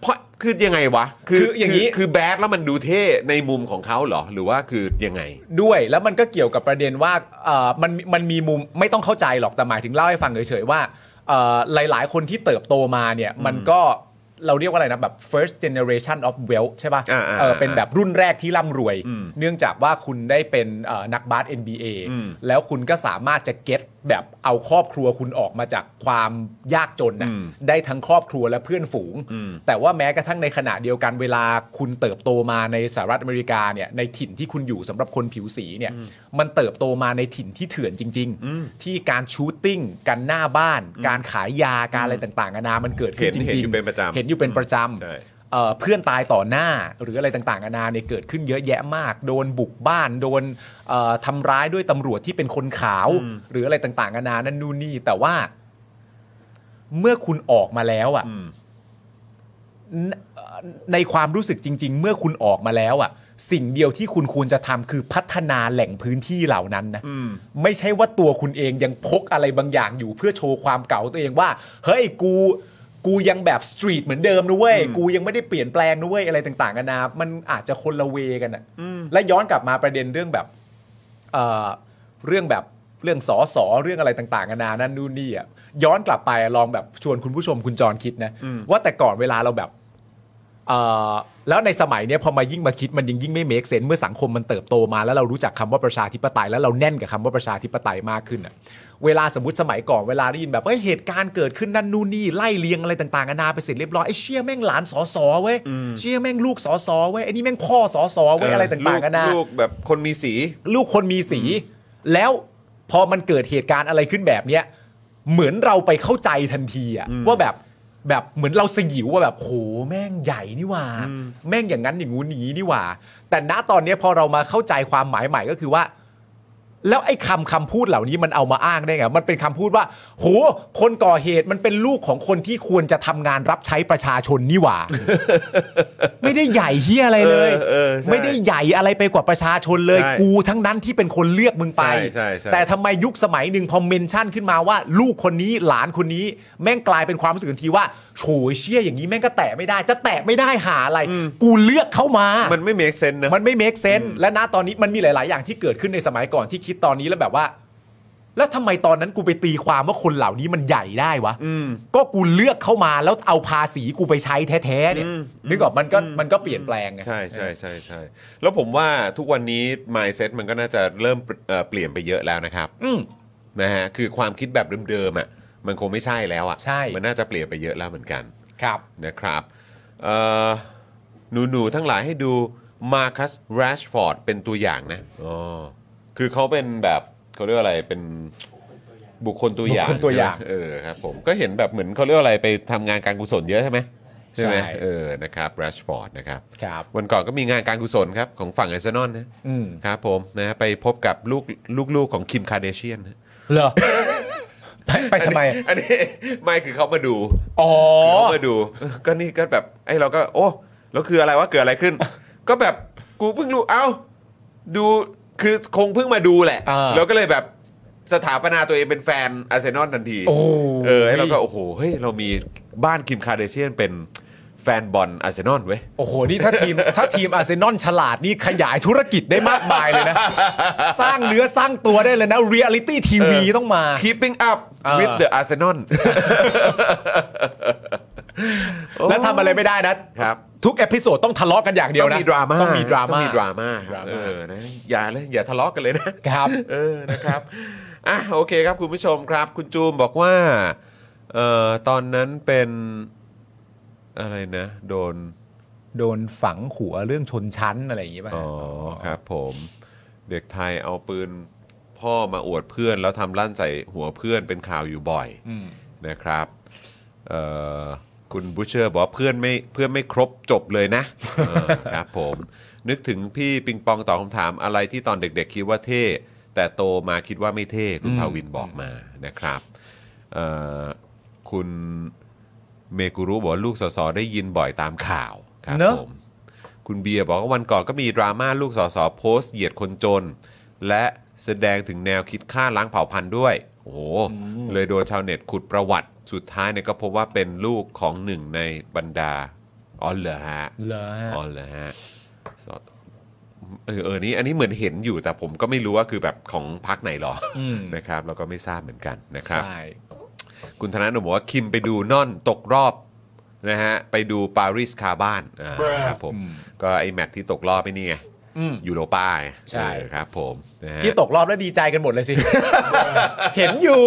เพราะคือยังไงวะ คือ คืออย่างนี้ นี้คือแบดแล้วมันดูเท่ในมุมของเขาเหรอ หรือว่าคือยังไง ด้วยแล้วมันก็เกี่ยวกับประเด็นว่าเอ่อมันมันมีมุมไม่ต้องเข้าใจหรอกแต่หมายถึงเล่าให้ฟังเฉยๆว่าเอ่อหลายๆ คนที่เติบโตมาเนี่ยมันก็เราเรียกว่าอะไรนะแบบ first generation of wealth ใช่ อ่า ปะ่ะ ๆ เออเป็นแบบรุ่นแรกที่ร่ำรวย อืม เนื่องจากว่าคุณได้เป็นเอ่อนักบาส NBA อืม แล้วคุณก็สามารถจะเก็ตแบบเอาครอบครัวคุณออกมาจากความยากจนนะ อืม ได้ทั้งครอบครัวและเพื่อนฝูง อืม แต่ว่าแม้กระทั่งในขณะเดียวกันเวลาคุณเติบโตมาในสหรัฐอเมริกาเนี่ยในถิ่นที่คุณอยู่สำหรับคนผิวสีเนี่ยมันเติบโตมาในถิ่นที่เถื่อนจริง ๆ ที่การชูตติ้งกันหน้าบ้าน การขายยาการอะไรต่างๆนานามันเกิดขึ้ เห็ น น จริเห็งๆนอยู่เป็นประจำ เห็นอยู่เป็นประจ ใช่ ำเอ่อเพื่อนตายต่อหน้าหรืออะไรต่างๆนานาเนี่ยเกิดขึ้นเยอะแยะมาก โดนบุกบ้าน โดนเอ่อทำร้ายด้วยตำรวจที่เป็นคนขาว หรืออะไรต่างๆนานานั่นนู่นนี่แต่ว่า เมื่อคุณออกมาแล้วอ่ะ ในในความรู้สึกจริง ๆ เมื่อคุณออกมาแล้วอ่ะ สิ่งเดียวที่คุณควรจะทำคือพัฒนาแหล่งพื้นที่เหล่านั้นนะไม่ใช่ว่าตัวคุณเองยังพกอะไรบางอย่างอยู่เพื่อโชว์ความเก่าตัวเองว่า เฮ้ยกูกูยังแบบสตรีทเหมือนเดิมนะเว้ยกูยังไม่ได้เปลี่ยนแปลงนะเว้ยอะไรต่างๆกันานะมันอาจจะคนละเวกันอ่ะและย้อนกลับมาประเด็นเรื่องแบบ เอ่อเรื่องแบบเรื่องสอสอเรื่องอะไรต่างๆนานานั่นนู่นนี่อ่ะย้อนกลับไปลองแบบชวนคุณผู้ชมคุณจรคิดนะ ว่าแต่ก่อนเวลาเราแบบเอ่อแล้วในสมัยเนี้ยพอมายิ่งมาคิดมันยิ่งยิ่งไม่เมคเซนเมื่อสังคมมันเติบโตมา แล้วเรารู้จักคำว่าประชาธิปไตยแล้วเราแน่นกับคำว่าประชาธิปไตยมากขึ้นอ่ะเวลาสมมติสมัยก่อนเวลาได้ยินแบบเฮ้ยเหตุการณ์เกิดขึ้นนั่นนู่นนี่ไล่เลียงอะไรต่างๆนานาไปเสร็จเรียบร้อยไอ้เชี่ยแม่งหลานสอสอเว้ยเชี่ยแม่งลูกสอสอเว้ยไอ้นี่แม่งพ่อสอสอเว้ยอะไรต่างๆนานา ลูกแบบคนมีสี ลูกคนมีสี แล้วพอมันเกิดเหตุการณ์อะไรขึ้นแบบเนี้ยเหมือนเราไปเข้าใจทันทีอะว่าแบบแบบเหมือนเราสยิวว่าแบบโหแม่งใหญ่นี่หว่า แม่งอย่างนั้นอย่างงู้นอย่างนี้นี่หว่า แต่ณตอนเนี้ยพอเรามาเข้าใจความหมายใหม่ก็คือว่า แล้วไอ้คำคำพูดเหล่านี้มันเอามาอ้างได้ไง มันเป็นคำพูดว่า โห คนก่อเหตุมันเป็นลูกของคนที่ควรจะทำงานรับใช้ประชาชนนี่หว่า ไม่ได้ใหญ่เฮียอะไรเลย เออเออใช่ ไม่ได้ใหญ่อะไรไปกว่าประชาชนเลย ใช่ กูทั้งนั้นที่เป็นคนเลือกมึงไป ใช่ใช่ใช่ แต่ทำไมยุคสมัยหนึ่งพอเมนชั่นขึ้นมาว่า ลูกคนนี้หลานคนนี้ แม่งกลายเป็นความรู้สึกทันทีว่าโฉยเชี่ยอย่างนี้แม่งก็แตะไม่ได้ จะแตะไม่ได้หาอะไร กูเลือกเข้ามา มันไม่เมคเซนนะ มันไม่ make sense และณตอนนี้มันมีหลาย ๆ อย่างที่เกิดขึ้นในสมัยก่อนที่คิดตอนนี้แล้วแบบว่า แล้วทำไมตอนนั้นกูไปตีความว่าคนเหล่านี้มันใหญ่ได้วะก็กูเลือกเข้ามาแล้วเอาภาษีกูไปใช้แท้ ๆ เนี่ยนึกออกมันก็มันก็เปลี่ยนแปลงไง ใช่ใช่ใช่ใช่แล้วผมว่าทุกวันนี้ mindset มันก็น่าจะเริ่มเอ่อเปลี่ยนไปเยอะแล้วนะครับ อืม นะฮะคือความคิดแบบเดิมๆอ่ะมันคงไม่ใช่แล้วอ่ะ ใช่ มันน่าจะเปลี่ยนไปเยอะแล้วเหมือนกัน ครับ นะครับเอ่อหนูๆทั้งหลายให้ดูมาคัสแรชฟอร์ดเป็นตัวอย่างนะอ๋อคือเขาเป็นแบบเขาเรียกว่าอะไรเป็นบุคคลตัวอย่าง บุคคลตัวอย่าง ใช่ไหมเออครับผมก็เห็นแบบเหมือนเขาเรียกว่าอะไรไปทำงานการกุศลเยอะใช่ไหมใช่ไหม ใช่ เออนะครับแรชฟอร์ดนะครับ ครับ วันก่อนก็มีงานการกุศลครับ ของฝั่งไอซนอนนะ อืม ครับผมนะฮะไปพบกับลูกลูกๆของคิมคาเดเชียนนะ เหรอ ไปไปทำไม อันนี้ ไม่คือเขามาดู อ๋อ คือเขามาดู ก็นี่ก็แบบไอ้เราก็ โอ้แล้วคืออะไรวะเกิดอะไร ขึ้น ก็แบบกูเพิ่งรู้เอ้า ดูคือคงเพิ่งมาดูแหละ อ่า แล้วก็เลยแบบสถาปนาตัวเองเป็นแฟนอาร์เซนอลทันที โอ้ เออไอ้เราก็โอ้โหเฮ้ยเรามีบ้านคิมคาเดเชียนเป็นแฟนบอลอาร์เซนอลเว้ย โอ้โห นี่ถ้าทีม ถ้าทีมอาร์เซนอลฉลาดนี่ขยายธุรกิจได้มากมายเลยนะ สร้างเนื้อสร้างตัวได้เลยนะเรียลิตี้ทีวี เออ ต้องมา keeping up เออ with the Arsenal และทำอะไรไม่ได้นะ ครับ ทุกเอพิโซดต้องทะเลาะกันอย่างเดียว ต้อง นะ มีดราม่า ต้องมีดราต้ม่าองมีดราม่า ดราม่า เออนะอย่าเลยอย่าทะเลาะกันเลยนะ ครับ เออนะครับอ่ะโอเคครับคุณผู้ชมครับ คุณจูมบอกว่าเอ่อตอนนั้นเป็นอะไรนะ โดน โดนฝังหัวเรื่องชนชั้นอะไรอย่างงี้ป่ะ อ๋อครับผมเด็กไทยเอาปืนพ่อมาอวดเพื่อน แล้วทำลั่นใส่หัวเพื่อนเป็นข่าวอยู่บ่อย อืม นะครับเอ่อคุณบูเชอร์บอกว่าเพื่อนไม่เพื่อนไม่ครบจบเลย นะเออครับผม นึกถึงพี่ปิงปองตอบคำถามอะไรที่ตอนเด็กๆคิดว่าเท่ แต่โตมาคิดว่าไม่เท่ คุณ อืม ภาวินบอกมานะครับเอ่อคุณเมกุรุบอกว่าลูกสสได้ยินบ่อยตามข่าวครับ เนอะ ผม คุณเบียร์บอกว่าวันก่อนก็มีดราม่าลูกสสโพสต์เหยียดคนจน และแสดงถึงแนวคิดฆ่าล้างเผ่าพันธุ์ด้วย โอ้โห เลยโดนชาวเน็ตขุดประวัติ สุดท้ายเนี่ยก็พบว่าเป็นลูกของหนึ่งในบรรดา อ๋อเหรอฮะ เหรอฮะ อ๋อเหรอฮะสอเออเออนี่อันนี้เหมือนเห็นอยู่แต่ผมก็ไม่รู้ว่าคือแบบของพักไหนหรออ ม นะครับแล้วก็ไม่ทราบเหมือนกันนะครับ ใช่ คุณธนาหนูบอกว่าคิมไปดูน่อนตกรอบนะฮะไปดูปารีสคาบ้านอ่าครับผม ก็ไอแมตช์ที่ตกรอบไปนี่ไง อืม ยูโรป้าไง ใช่ เออครับผมนะฮะ ที่ตกรอบแล้วดีใจกันหมดเลยสิ เห็นอยู่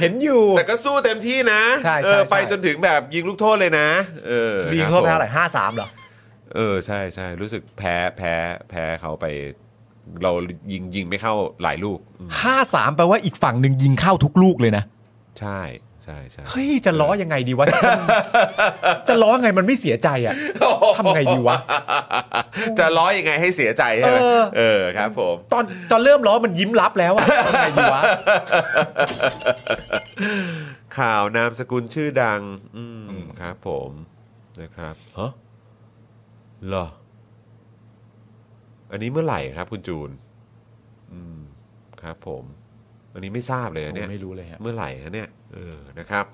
เห็นอยู่ แต่ก็สู้เต็มที่นะ ใช่ใช่ เออไป ใช่ จนถึงแบบยิงลูกโทษเลยนะ เออ ดี คบ เข้าไปเท่าไห ผ ร่ห้าสามเหรมอเออใช่ใช่รู้สึกแพ้แพ้แพ้เขาไป เรายิงยิงไม่เข้าหลายลูกอืม ห้าสามแปลว่าอีกฝั่งหนึ่งยิงเข้าทุกลูกเลยนะ ใช่ใช่ใช่ เฮ้ย จะล้อยังไงดีวะ จะล้อไงมันไม่เสียใจอ่ะทำไงดีวะ จะล้อยังไงให้เสียใจใช่ไหม เออ เออครับผม ตอนตอนเริ่มล้อมันยิ้มรับแล้วอ่ะทำไงดีวะ ข่าวนามสกุลชื่อดัง อืมครับผม นะครับฮะเหรอ อันนี้เมื่อไหร่ครับ คุณจูน อืม ครับ ผม อันนี้ไม่ทราบเลยนะเนี่ย ผมไม่รู้เลยฮะ เมื่อไหร่ฮะเนี่ยเออนะครับ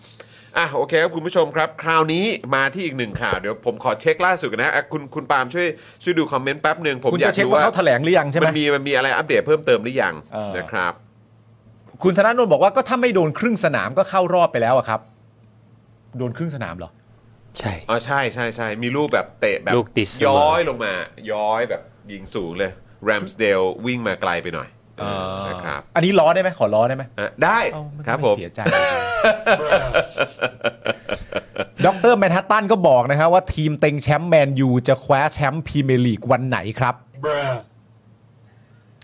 อ่ะโอเคครับคุณผู้ชมครับ คราวนี้มาที่อีกหนึ่งข่าวเดี๋ยวผมขอเช็คล่าสุดกันนะอ่ะคุณคุณปาล์มช่วยช่วยดูคอมเมนต์แป๊บหนึ่งผม คุณ อยา จะ ก เช็ค รู้ ว่า ว่า เขาแถลงหรือยังใช่ไหม มันมีมันมีอะไรอัปเดตเพิ่มเติมหรือยัง เออ นะครับ คุณธนาโนนบอกว่าก็ถ้าไม่โดนครึ่งสนามก็เข้ารอบไปแล้วอะครับ โดนครึ่งสนามเหรอ ใช่ อ๋อใช่ใช่ใช่มีลูกแบบเตะแบบ ลูกติดเสมอ ย้อยลงมา ย้อยแบบยิงสูงเลยแรมสเดลวิ่งมาไกลไปหน่อยเออนะครับ อันนี้ล้อได้ไหมขอล้อได้ไหม อ่ะได้ เอ้ามัน ครับ ทำผมไเสียใจ ดรแมนฮัตตันก็บอกนะครับว่าทีมเต็งแชมป์แมนยูจะคว้าแชมป์พรีเมียร์ลีกวันไหนครับ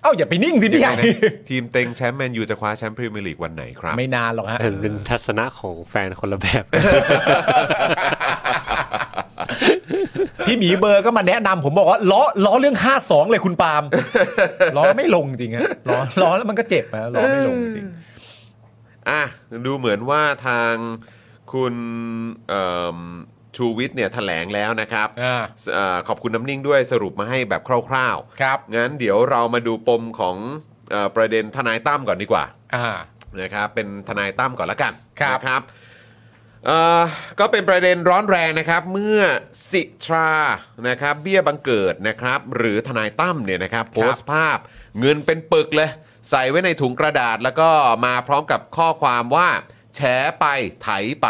เอ้าอย่าไปนิ่งสิ ยั พี่ ง ให ไง ญ่ นะ ทีมเต็งแชมป์แมนยูจะคว้าแชมป์พรีเมียร์ลีกวันไหนครับ ไม่นานหรอกฮะ เออเป็นทัศนะของแฟนคนละแบบ พี่หมีเบอร์ก็มาแนะนำผมบอกว่าล้อล้อเรื่อง 5-2 เลยคุณปาล์ม ล้อไม่ลงจริงฮะล้อล้อแล้วมันก็เจ็บฮะล้อไม่ลงจริง อ่ะดูเหมือนว่าทางคุณเอิ่มชูวิทย์เนี่ยแถลงแล้วนะครับ อ่า สเอ่อขอบคุณน้ำนิ่งด้วยสรุปมาให้แบบคร่าว ครับ ๆ งั้นเดี๋ยวเรามาดูปมของเออประเด็นทนายตั้มก่อนดีกว่า อ่า นะครับเป็นทนายตั้มก่อนละกัน ครับ นะครับเอ่อก็เป็นประเด็นร้อนแรงนะครับ เมื่อสิทรานะครับเบี้ยบังเกิดนะครับ หรือทนายตั้มเนี่ยนะครับโพสต์ภาพเงินเป็นปึกเลย ใส่ไว้ในถุงกระดาษแล้วก็มาพร้อมกับข้อความว่า แฉไปไถไป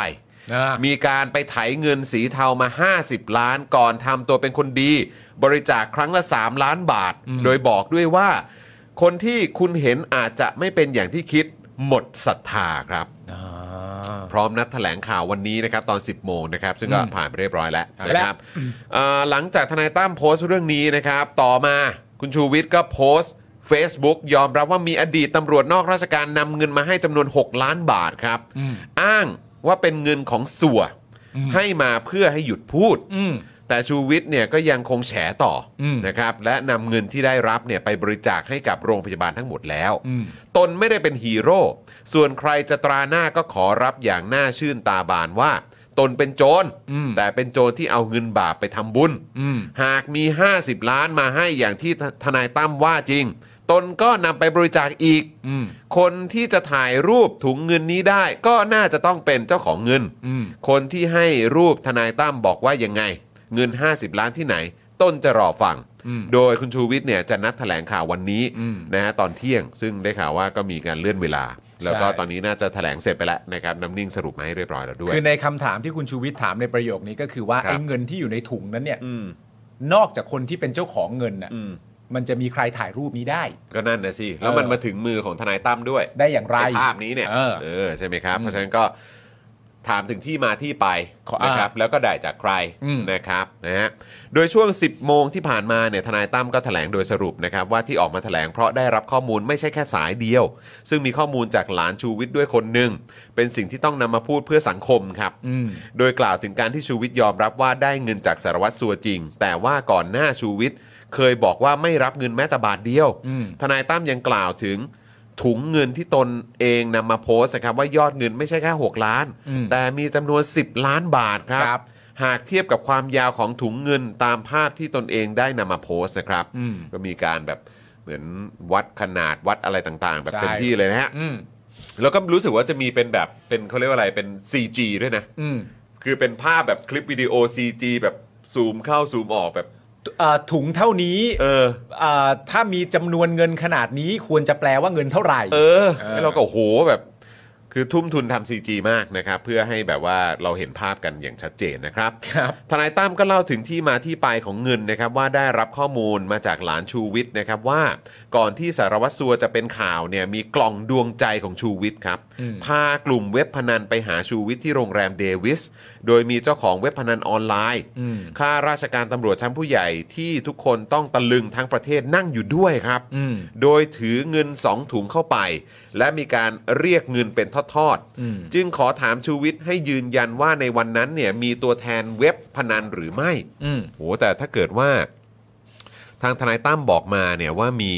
อ่า มีการไปไถเงินสีเทามา 50 ล้านก่อนทำตัวเป็นคนดี บริจาคครั้งละ 3 ล้านบาท โดยบอกด้วยว่า คนที่คุณเห็นอาจจะไม่เป็นอย่างที่คิดหมดศรัทธาครับ พร้อมนัดแถลงข่าววันนี้นะครับตอน 10 โมงนะครับซึ่งก็ อืม ผ่านไปเรียบร้อยแล้ว เอาละ นะครับเอ่อหลังจากทนายตั้มโพสต์เรื่องนี้นะครับ ต่อมาคุณชูวิทย์ก็โพสต์ Facebook ยอมรับว่ามีอดีตตำรวจนอกราชการนำเงินมาให้จำนวน 6 ล้านบาทครับ อ้างว่าเป็นเงินของสัวให้มาเพื่อให้หยุดพูด อืม แต่ชูวิทย์เนี่ยก็ยังคงแฉต่ออ ม นะครับและนำเงินที่ได้รับเนี่ยไปบริจาคให้กับโรงพยาบาลทั้งหมดแล้ว อืม ตนไม่ได้เป็นฮีโร่ส่วนใครจะตราหน้าก็ขอรับอย่างหน้าชื่นตาบานว่า ตนเป็นโจรแต่เป็นโจรที่เอาเงินบาปไปทำบุญ อืม หากมี 50 ล้านมาให้อย่างที่ททนายตั้มว่าจริง ตนก็นำไปบริจาคอีก อืม คนที่จะถ่ายรูปถุงเงินนี้ได้ ก็น่าจะต้องเป็นเจ้าของเงิน อืม คนที่ให้รูปทนายตั้มบอกว่ายังไง เงิน 50 ล้านที่ไหน ต้นจะรอฟัง อืม โดยคุณชูวิทย์เนี่ยจะนัดแถลงข่าววันนี้ อืม นะฮะตอนเที่ยง ซึ่งได้ข่าวว่าก็มีการเลื่อนเวลา แล้วก็ ใช่ ตอนนี้น่าจะแถลงเสร็จไปแล้วนะครับน้ำนิ่งสรุปมาให้เรียบร้อยแล้วด้วย คือในคำถามที่คุณชูวิทย์ถามในประโยคนี้ก็คือว่า ครับ ไอ้เงินที่อยู่ในถุงนั้นเนี่ย อืม นอกจากคนที่เป็นเจ้าของเงินน่ะ อืม มันจะมีใครถ่ายรูปนี้ได้ ก็นั่นนะสิแล้วมันมาถึงมือของทนายตั้มด้วย ได้อย่างไร ในภาพนี้เนี่ย เออ เออใช่ไหมครับ อืม เพราะฉะนั้นก็ถามถึงที่มาที่ไป ขอ นะครับแล้วก็ได้จากใคร อืม นะครับนะฮะโดยช่วง 10 โมงที่ผ่านมาเนี่ยทนายตั้มก็แถลงโดยสรุปนะครับ ว่าที่ออกมาแถลงเพราะได้รับข้อมูลไม่ใช่แค่สายเดียว ซึ่งมีข้อมูลจากหลานชูวิทย์ด้วยคนหนึ่งเป็นสิ่งที่ต้องนำมาพูดเพื่อสังคมครับ อืม โดยกล่าวถึงการที่ชูวิทย์ยอมรับว่าได้เงินจากสารวัตรสัวจริง แต่ว่าก่อนหน้าชูวิทย์เคยบอกว่าไม่รับเงินแม้แต่บาทเดียว อืม ทนายตั้มยังกล่าวถึงถุงเงินที่ตนเองนำมาโพสต์นะครับว่ายอดเงินไม่ใช่แค่ 6 ล้าน อืม แต่มีจำนวน 10 ล้านบาทครับ ครับ หากเทียบกับความยาวของถุงเงินตามภาพที่ตนเองได้นำมาโพสต์นะครับ อืม ก็มีการแบบเหมือนวัดขนาดวัดอะไรต่างๆ แบบ ใช่ เต็มที่เลยนะฮะ อืม แล้วก็รู้สึกว่าจะมีเป็นแบบเป็นเขาเรียกว่าอะไรเป็น CG ด้วยนะ อืม คือเป็นภาพแบบคลิปวิดีโอ CG แบบซูมเข้าซูมออกแบบ เอ่อถุงเท่านี้ เออ เอ่อถ้ามีจำนวนเงินขนาดนี้ควรจะแปลว่าเงินเท่าไหร่ เออแล้วเราก็โอ้โหแบบ คือทุ่มทุนทำ CG มากนะครับ เพื่อให้แบบว่าเราเห็นภาพกันอย่างชัดเจนนะครับ ครับ ทนายตั้มก็เล่าถึงที่มาที่ไปของเงินนะครับ ว่าได้รับข้อมูลมาจากหลานชูวิทย์นะครับว่าก่อนที่สารวัตรสัวจะเป็นข่าวเนี่ยมีกล่องดวงใจของชูวิทย์ครับ พากลุ่มเว็บพนันไปหาชูวิทย์ที่โรงแรมเดวิส โดยมีเจ้าของเว็บพนันออนไลน์ข้าราชการตำรวจชั้นผู้ใหญ่ที่ทุกคนต้องตะลึงทั้งประเทศนั่งอยู่ด้วยครับ อืม โดยถือเงิน 2 ถุงเข้าไป และมีการเรียกเงินเป็นทอด อืม ๆ จึงขอถามชูวิทย์ให้ยืนยันว่าในวันนั้นเนี่ยมีตัวแทนเว็บพนันหรือไม่ อืม โหแต่ถ้าเกิดว่าทางทนายตั้มบอกมาเนี่ยว่ามี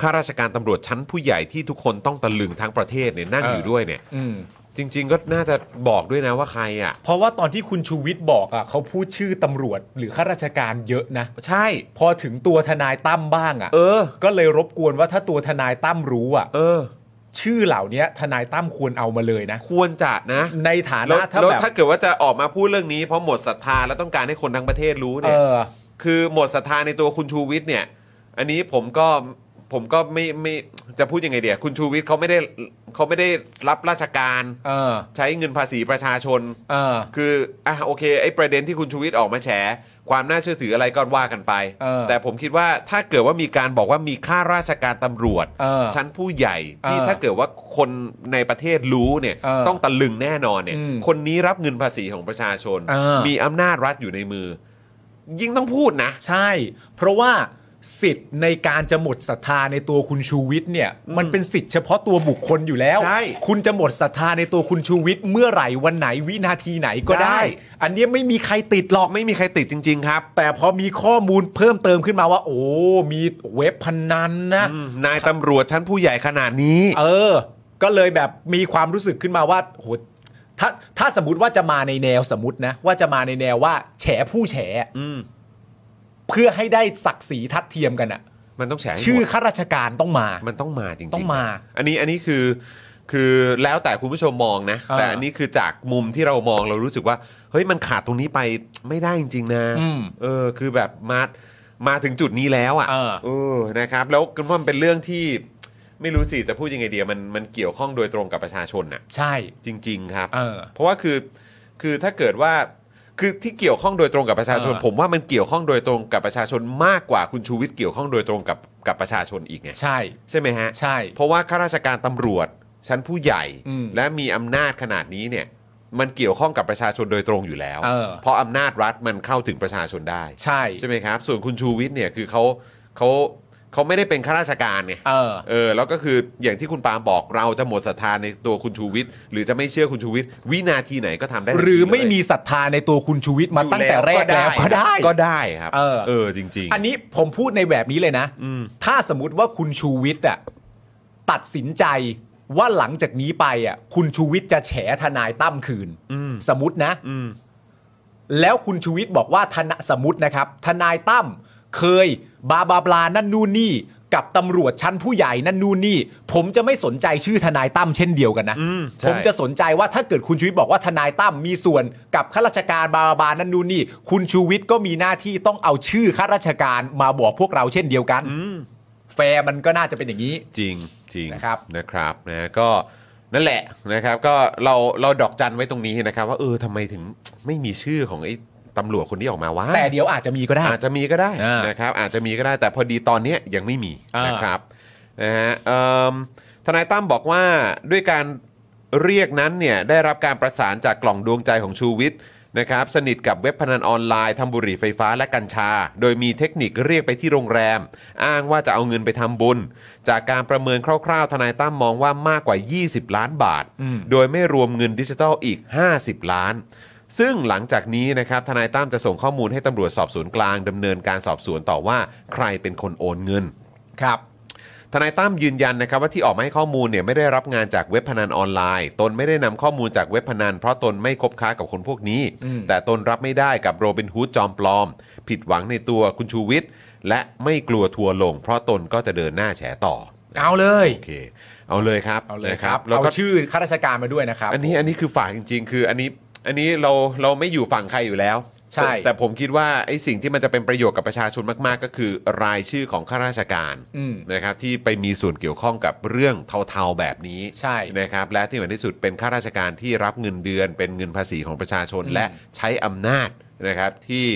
ข้าราชการตำรวจชั้นผู้ใหญ่ที่ทุกคนต้องตะลึงทั้งประเทศเนี่ยนั่ง เออ อ อ ยู่ด้วยเนี่ย อืม จริง ๆ ก็น่าจะบอกด้วยนะว่าใครอ่ะ เพราะว่าตอนที่คุณชูวิทย์บอกอ่ะเขาพูดชื่อตำรวจหรือข้าราชการเยอะนะ ใช่ พอถึงตัวทนายตั้มบ้างอ่ะ เออ ก็เลยรบกวนว่าถ้าตัวทนายตั้มรู้อ่ะ เออ ชื่อเหล่านี้ทนายตั้มควรเอามาเลยนะ ควรจะนะ ในฐา แล้ว นะถ้า แล้ว แบบ ถ้าเกิดว่าจะออกมาพูดเรื่องนี้เพราะหมดศรัทธาและต้องการให้คนทั้งประเทศรู้ เอ เนี่ย อ คือหมดศรัทธาในตัวคุณชูวิทย์เนี่ย อันนี้ผมก็ผมก็ไม่ไม่จะพูดยังไงเดียคุณชูวิทย์เขาไม่ได้เขาไม่ได้รับราชการ เออ ใช้เงินภาษีประชาชน เออ คืออ่ะโอเคไอ้ประเด็นที่คุณชูวิทย์ออกมาแฉ ความน่าเชื่อถืออะไรก็ว่ากันไป เออ แต่ผมคิดว่าถ้าเกิดว่ามีการบอกว่ามีข้าราชการตำรวจ เออ ชั้นผู้ใหญ่ที่ เออ ถ้าเกิดว่าคนในประเทศรู้เนี่ย เออ ต้องตะลึงแน่นอนเนี่ย อืม คนนี้รับเงินภาษีของประชาชน เออ มีอำนาจรัฐอยู่ในมือ ยิ่งต้องพูดนะ ใช่ เพราะว่าสิทธิ์ในการจะหมดศรัทธาในตัวคุณชูวิทย์เนี่ย มันเป็นสิทธิ์เฉพาะตัวบุคคลอยู่แล้ว ใช่ คุณจะหมดศรัทธาในตัวคุณชูวิทย์เมื่อไหร่วันไหนวินาทีไหนก็ได้ ได้ อันเนี้ยไม่มีใครติดหรอก ไม่มีใครติดจริง ๆ ครับ แต่พอมีข้อมูลเพิ่มเติมขึ้นมาว่า โอ้ มีเว็บพนันนะ อืมนายตำรวจชั้นผู้ใหญ่ขนาดนี้ เออ ก็เลยแบบมีความรู้สึกขึ้นมาว่าโหถ้าถ้าสมมติว่าจะมาในแนวสมมตินะ ว่าจะมาในแนวว่าแฉผู้แฉ อืม เพื่อให้ได้ศักดิ์ศรีทัดเทียมกันอะ มันต้องแฉให้หมด ชื่อข้าราชการต้องมา มันต้องมาจริงๆ ต้องมา อันนี้อันนี้คือคือแล้วแต่คุณผู้ชมมองนะ อ่า แต่อันนี้คือจากมุมที่เรามองเรารู้สึกว่า เฮ้ยมันขาดตรงนี้ไปไม่ได้จริง ๆ นะ อืม เออคือแบบมามาถึงจุดนี้แล้ว เอ อะ่ะ อ เออนะครับแล้วก็มันเป็นเรื่องที่ไม่รู้สิจะพูดยังไงเดียมันมันเกี่ยวข้องโดยตรงกับประชาชนน่ะ ใช่ จริง ๆ ครับ เออ เพราะว่าคือคือถ้าเกิดว่าคือที่เกี่ยวข้องโดยตรงกับประชาชน เออ ผมว่ามันเกี่ยวข้องโดยตรงกับประชาชนมากกว่าคุณชูวิทย์เกี่ยวข้องโดยตรงกับกับประชาชนอีกไง ใช่ ใช่ไหมฮะ ใช่ เพราะว่าข้าราชการตำรวจ ชั้นผู้ใหญ่ อืม และมีอำนาจขนาดนี้เนี่ย มันเกี่ยวข้องกับประชาชนโดยตรงอยู่แล้ว เออ ราะอำนาจรัฐมันเข้าถึงประชาชนได้ ใช่ ใช่ไหมครับ ส่วนคุณชูวิทย์เนี่ยคือเขาเขาเขาไม่ได้เป็นข้าราชการไง เออ เออแล้วก็คืออย่างที่คุณปาล์มบอกเราจะหมดศรัทธาในตัวคุณชูวิทย์หรือจะไม่เชื่อคุณชูวิทย์วินาทีไหนก็ทำได้ทันที หรือไม่มี เลย ศรัทธาในตัวคุณชูวิทย์มา อยู่ ตั้งแต่แรกแล้วก็ได้ ก็ได้ครับ เออ เออจริง อันนี้ผมพูดในแบบนี้เลยนะ อืม ถ้าสมมติว่าคุณชูวิทย์อ่ะตัดสินใจว่าหลังจากนี้ไปอ่ะคุณชูวิทย์จะแฉทนายตั้มคืน สมมตินะ ๆอืม แล้วคุณชูวิทย์บอกว่าทนสมมตินะครับ ทนายตั้มเคยบาบาบลานั่นนู่นนี่ กับตำรวจชั้นผู้ใหญ่นั่นนู่นนี่ ผมจะไม่สนใจชื่อทนายตั้มเช่นเดียวกันนะ อืมใช่ ผมจะสนใจว่าถ้าเกิดคุณชูวิทย์บอกว่าทนายตั้มมีส่วนกับข้าราชการบาบาบลานั่นนู่นนี่ คุณชูวิทย์ก็มีหน้าที่ต้องเอาชื่อข้าราชการมาบอกพวกเราเช่นเดียวกันแฟร์มันก็น่าจะเป็นอย่างนี้ จริงจริง นะครับ นะครับนะก็นั่นแหละนะครับ ก็เราเราดอกจันไว้ตรงนี้นะครับ ว่าเออทำไมถึงไม่มีชื่อของไอ้ตำรวจคนที่ออกมาวะ แต่เดี๋ยวอาจจะมีก็ได้ อาจจะมีก็ได้ อ่า นะครับ อาจจะมีก็ได้แต่พอดีตอนเนี้ยยังไม่มี อ่าน นะครับนะฮะเอิ่มทนายตั้มบอกว่าด้วยการเรียกนั้นเนี่ยได้รับการประสานจากกล่องดวงใจของชูวิทย์นะครับ สนิทกับเว็บพนันออนไลน์ทำบุหรี่ไฟฟ้าและกัญชา โดยมีเทคนิคเรียกไปที่โรงแรม อ้างว่าจะเอาเงินไปทำบุญ จากการประเมินคร่าวๆ ทนายตั้มมองว่ามากกว่า 20 ล้านบาท โดยไม่รวมเงินดิจิทัลอีก 50 ล้าน ซึ่งหลังจากนี้นะครับทนายตั้มจะส่งข้อมูลให้ตำรวจสอบสวนกลางดำเนินการสอบสวนต่อว่าใครเป็นคนโอนเงิน ครับ ทนายตั้มยืนยันนะครับว่าที่ออกมาให้ข้อมูลเนี่ยไม่ได้รับงานจากเว็บพนันออนไลน์ ตนไม่ได้นำข้อมูลจากเว็บพนัน เพราะตนไม่คบค้ากับคนพวกนี้ แต่ตนรับไม่ได้กับโรบินฮูดจอมปลอม ผิดหวังในตัวคุณชูวิทย์และไม่กลัวทัวร์ลง เพราะตนก็จะเดินหน้าแฉต่อ เอาเลย โอเค เอาเลยครับ เอาเลย นะครับ แล้ว เอา ก็ ชื่อข้าราชการมาด้วยนะครับ อันนี้อันนี้คือฝากจริง ๆ คืออันนี้อันนี้เราเราไม่อยู่ฝั่งใครอยู่แล้ว ใช่ แต่แต่ผมคิดว่าไอ้สิ่งที่มันจะเป็นประโยชน์กับประชาชนมากๆ ก็คือรายชื่อของข้าราชการ อืม นะครับที่ไปมีส่วนเกี่ยวข้องกับเรื่องเทาๆแบบนี้ ใช่ นะครับและที่สำคัญที่สุดเป็นข้าราชการที่รับเงินเดือน เป็นเงินภาษีของประชาชน อืม และใช้อำนาจนะครับที่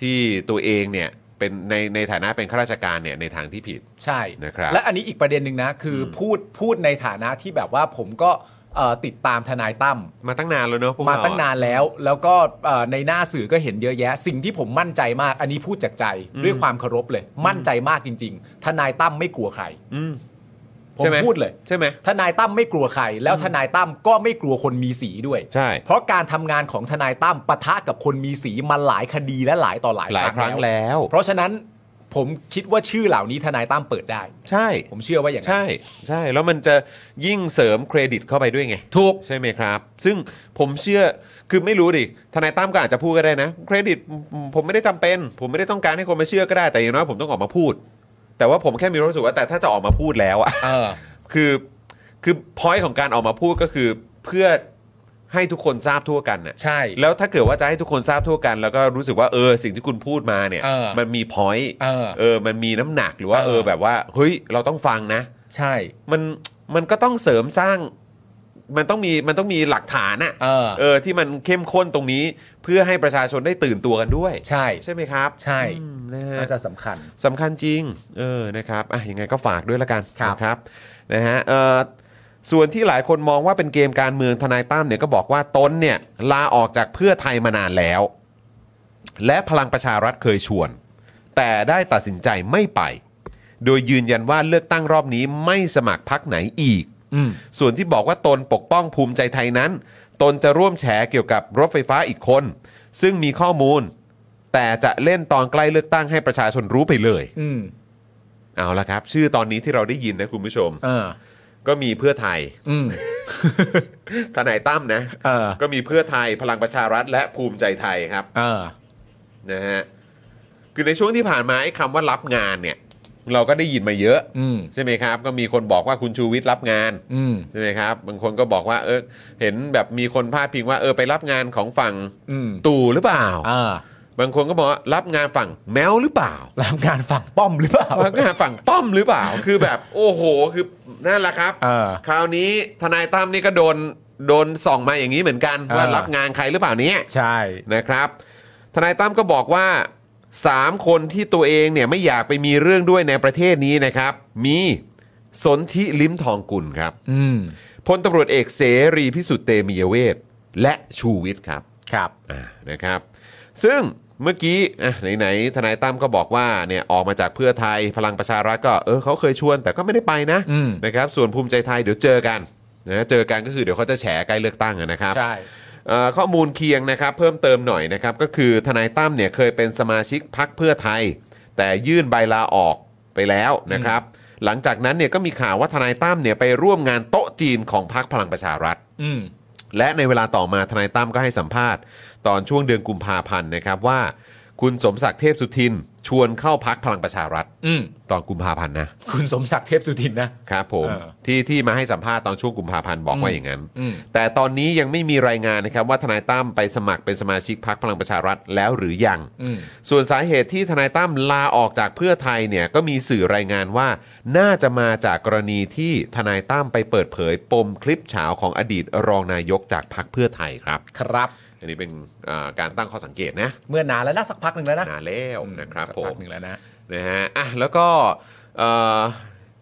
ที่ตัวเองเนี่ยเป็นในในฐานะเป็นข้าราชการเนี่ยในทางที่ผิด ใช่ นะครับ และอันนี้อีกประเด็นหนึ่งนะ คืออพูดพูดในฐานะที่แบบว่าผมก็เอ่อติดตามทนายตั้ม มาตั้งนานแล้วเนอะพวกเร มา อะ ตั้งนานแล้ว แล้วก็เอ่อในหน้าสื่อก็เห็นเยอะแยะ สิ่งที่ผมมั่นใจมาก อันนี้พูดจากใจด้วยความเคารพเลย มั่นใจมากจริง ๆ ทนายตั้มไม่กลัวใคร อืม ผ ใช่ ม ไหม พูดเลย ใช่ไหม ทนายตั้มไม่กลัวใครแล้วทนายตั้มก็ไม่กลัวคนมีสีด้วย ใช่ เพราะการทำงานของทนายตั้มปะทะกับคนมีสีมาหลายคดีและหลายต่อหลาย หลายครั้งแล้ว เพราะฉะนั้น ผมคิดว่าชื่อเหล่านี้ทนายตั้มเปิดได้ ใช่ ผมเชื่อว่าอย่างนั้น ใช่ใช่แล้วมันจะยิ่งเสริมเครดิตเข้าไปด้วยไง ถูก ใช่ไหมครับ ซึ่งผมเชื่อคือไม่รู้ดิทนายตั้มก็อาจจะพูดก็ได้นะ เครดิตผมผมไม่ได้จำเป็น ผมไม่ได้ต้องการให้คนมาเชื่อก็ได้แต่อย่างน้อยผมต้องออกมาพูด แต่ว่าผมแค่มีความรู้สึกว่าแต่ถ้าจะออกมาพูดแล้วอะ เออ คือคือพอยของการออกมาพูดก็คือเพื่อให้ทุกคนทราบทั่วกันน่ะ ใช่ แล้วถ้าเกิดว่าจะให้ทุกคนทราบทั่วกัน แล้วก็รู้สึกว่าเออสิ่งที่คุณพูดมาเนี่ย เออ มันมีพอย เออ เออมันมีน้ำหนักหรือว่า เอ เอ อ อแบบว่าเฮ้ยเราต้องฟังนะ ใช่ มันมันก็ต้องเสริมสร้างมันต้องมีมันต้องมีหลักฐานอะ เออ เออที่มันเข้มข้นตรงนี้เพื่อให้ประชาชนได้ตื่นตัวกันด้วย ใช่ ใช่ไหมครับ ใช่ อืมนะฮะ น่าจะสำคัญ สำคัญจริง เออ นะครับ อ่ะ ยังไงก็ฝากด้วยละกัน ครับ นะครับ นะฮะ เอ่อ ส่วนที่หลายคนมองว่าเป็นเกมการเมืองทนายตั้มเนี่ยก็บอกว่าตนเนี่ยลาออกจากเพื่อไทยมานานแล้ว และพลังประชารัฐเคยชวน แต่ได้ตัดสินใจไม่ไป โดยยืนยันว่าเลือกตั้งรอบนี้ไม่สมัครพักไหนอีก อืม ส่วนที่บอกว่าตนปกป้องภูมิใจไทยนั้น ตนจะร่วมแฉเกี่ยวกับรถไฟฟ้าอีกคน ซึ่งมีข้อมูล แต่จะเล่นตอนใกล้เลือกตั้งให้ประชาชนรู้ไปเลย อืม เอาละครับ ชื่อตอนนี้ที่เราได้ยินนะคุณผู้ชม เออ ก็มีเพื่อไทย อืม ทนายตั้มนะ เออ ก็มีเพื่อไทยพลังประชารัฐ และภูมิใจไทยครับ เออ นะฮะคือในช่วงที่ผ่านมาไอ้คำว่ารับงานเนี่ย เราก็ได้ยินมาเยอะ อืม ใช่ไหมครับ ก็มีคนบอกว่าคุณชูวิทย์รับงาน อืม ใช่ไหมครับบางคนก็บอกว่าเออเห็นแบบมีคนพาดพิงว่าเออไปรับงานของฝั่ง อืม ตู่หรือเปล่า อ่า บางคนก็บอกว่ารับงานฝั่งแมวหรือเปล่า รับงานฝั่งป้อมหรือเปล่า รับงานฝั่งป้อมหรือเปล่า คือแบบโอ้โหคือนั่นแหละครับ เออ คราวนี้ทนายตั้มนี่ก็โดนโดนส่องมาอย่างนี้เหมือนกัน เออ ว่ารับงานใครหรือเปล่าเนี้ ใช่ นะครับ ทนายตั้มก็บอกว่าสามคนที่ตัวเองเนี่ยไม่อยากไปมีเรื่องด้วยในประเทศนี้นะครับ มีสนธิลิ้มทองกุลครับ อืม พลตำรวจเอกเสรีพิสุทธิ์เตมียเวทและชูวิทย์ครับ ครับ อ่านะครับ ซึ่งเมื่อกี้อ่ะไหนๆทนายตั้มก็บอกว่าเนี่ยออกมาจากเพื่อไทยพลังประชารัฐก็เออเขาเคยชวนแต่ก็ไม่ได้ไปนะ อืม นะครับ ส่วนภูมิใจไทยเดี๋ยวเจอกันนะเจอกันก็คือเดี๋ยวเขาจะแฉใกล้เลือกตั้งอะนะครับ ใช่ เอ่อข้อมูลเคียงนะครับเพิ่มเติมหน่อยนะครับ ก็คือทนายตั้มเนี่ยเคยเป็นสมาชิกพักเพื่อไทย แต่ยื่นใบลาออกไปแล้วนะครับ หลังจากนั้นเนี่ยก็มีข่าวว่าทนายตั้มเนี่ยไปร่วมงานโต๊ะจีนของพักพลังประชารัฐ อืม และในเวลาต่อมาทนายตั้มก็ให้สัมภาษณ์ ตอนช่วงเดือนกุมภาพันธ์นะครับว่า คุณสมศักดิ์เทพสุทิน ชวนเข้าพักพลังประชารัฐ อืม ตอนกุมภาพันธ์นะ คุณสมศักดิ์เทพสุทินนะ ครับผม เออ ที่ที่มาให้สัมภาษณ์ตอนช่วงกุมภาพันธ์บอกว่าอย่างนั้น อืม แต่ตอนนี้ยังไม่มีรายงานนะครับว่าทนายตั้มไปสมัครเป็นสมาชิกพักพลังประชารัฐแล้วหรือยัง อืม ส่วนสาเหตุที่ทนายตั้มลาออกจากเพื่อไทยเนี่ยก็มีสื่อรายงานว่า น่าจะมาจากกรณีที่ทนายตั้มไปเปิดเผยปมคลิปเฉาของอดีตรองนายกจากพรรคเพื่อไทยครับ ครับ อันนี้เป็นอ่าการตั้งข้อสังเกตนะ เมื่อนานแล้วนะสักพักหนึ่งแล้วนะ นานแล้วนะครับ สัก ผ พั ม กหนึ่งแล้วนะ นะฮะอ่ะแล้วก็เอ่อ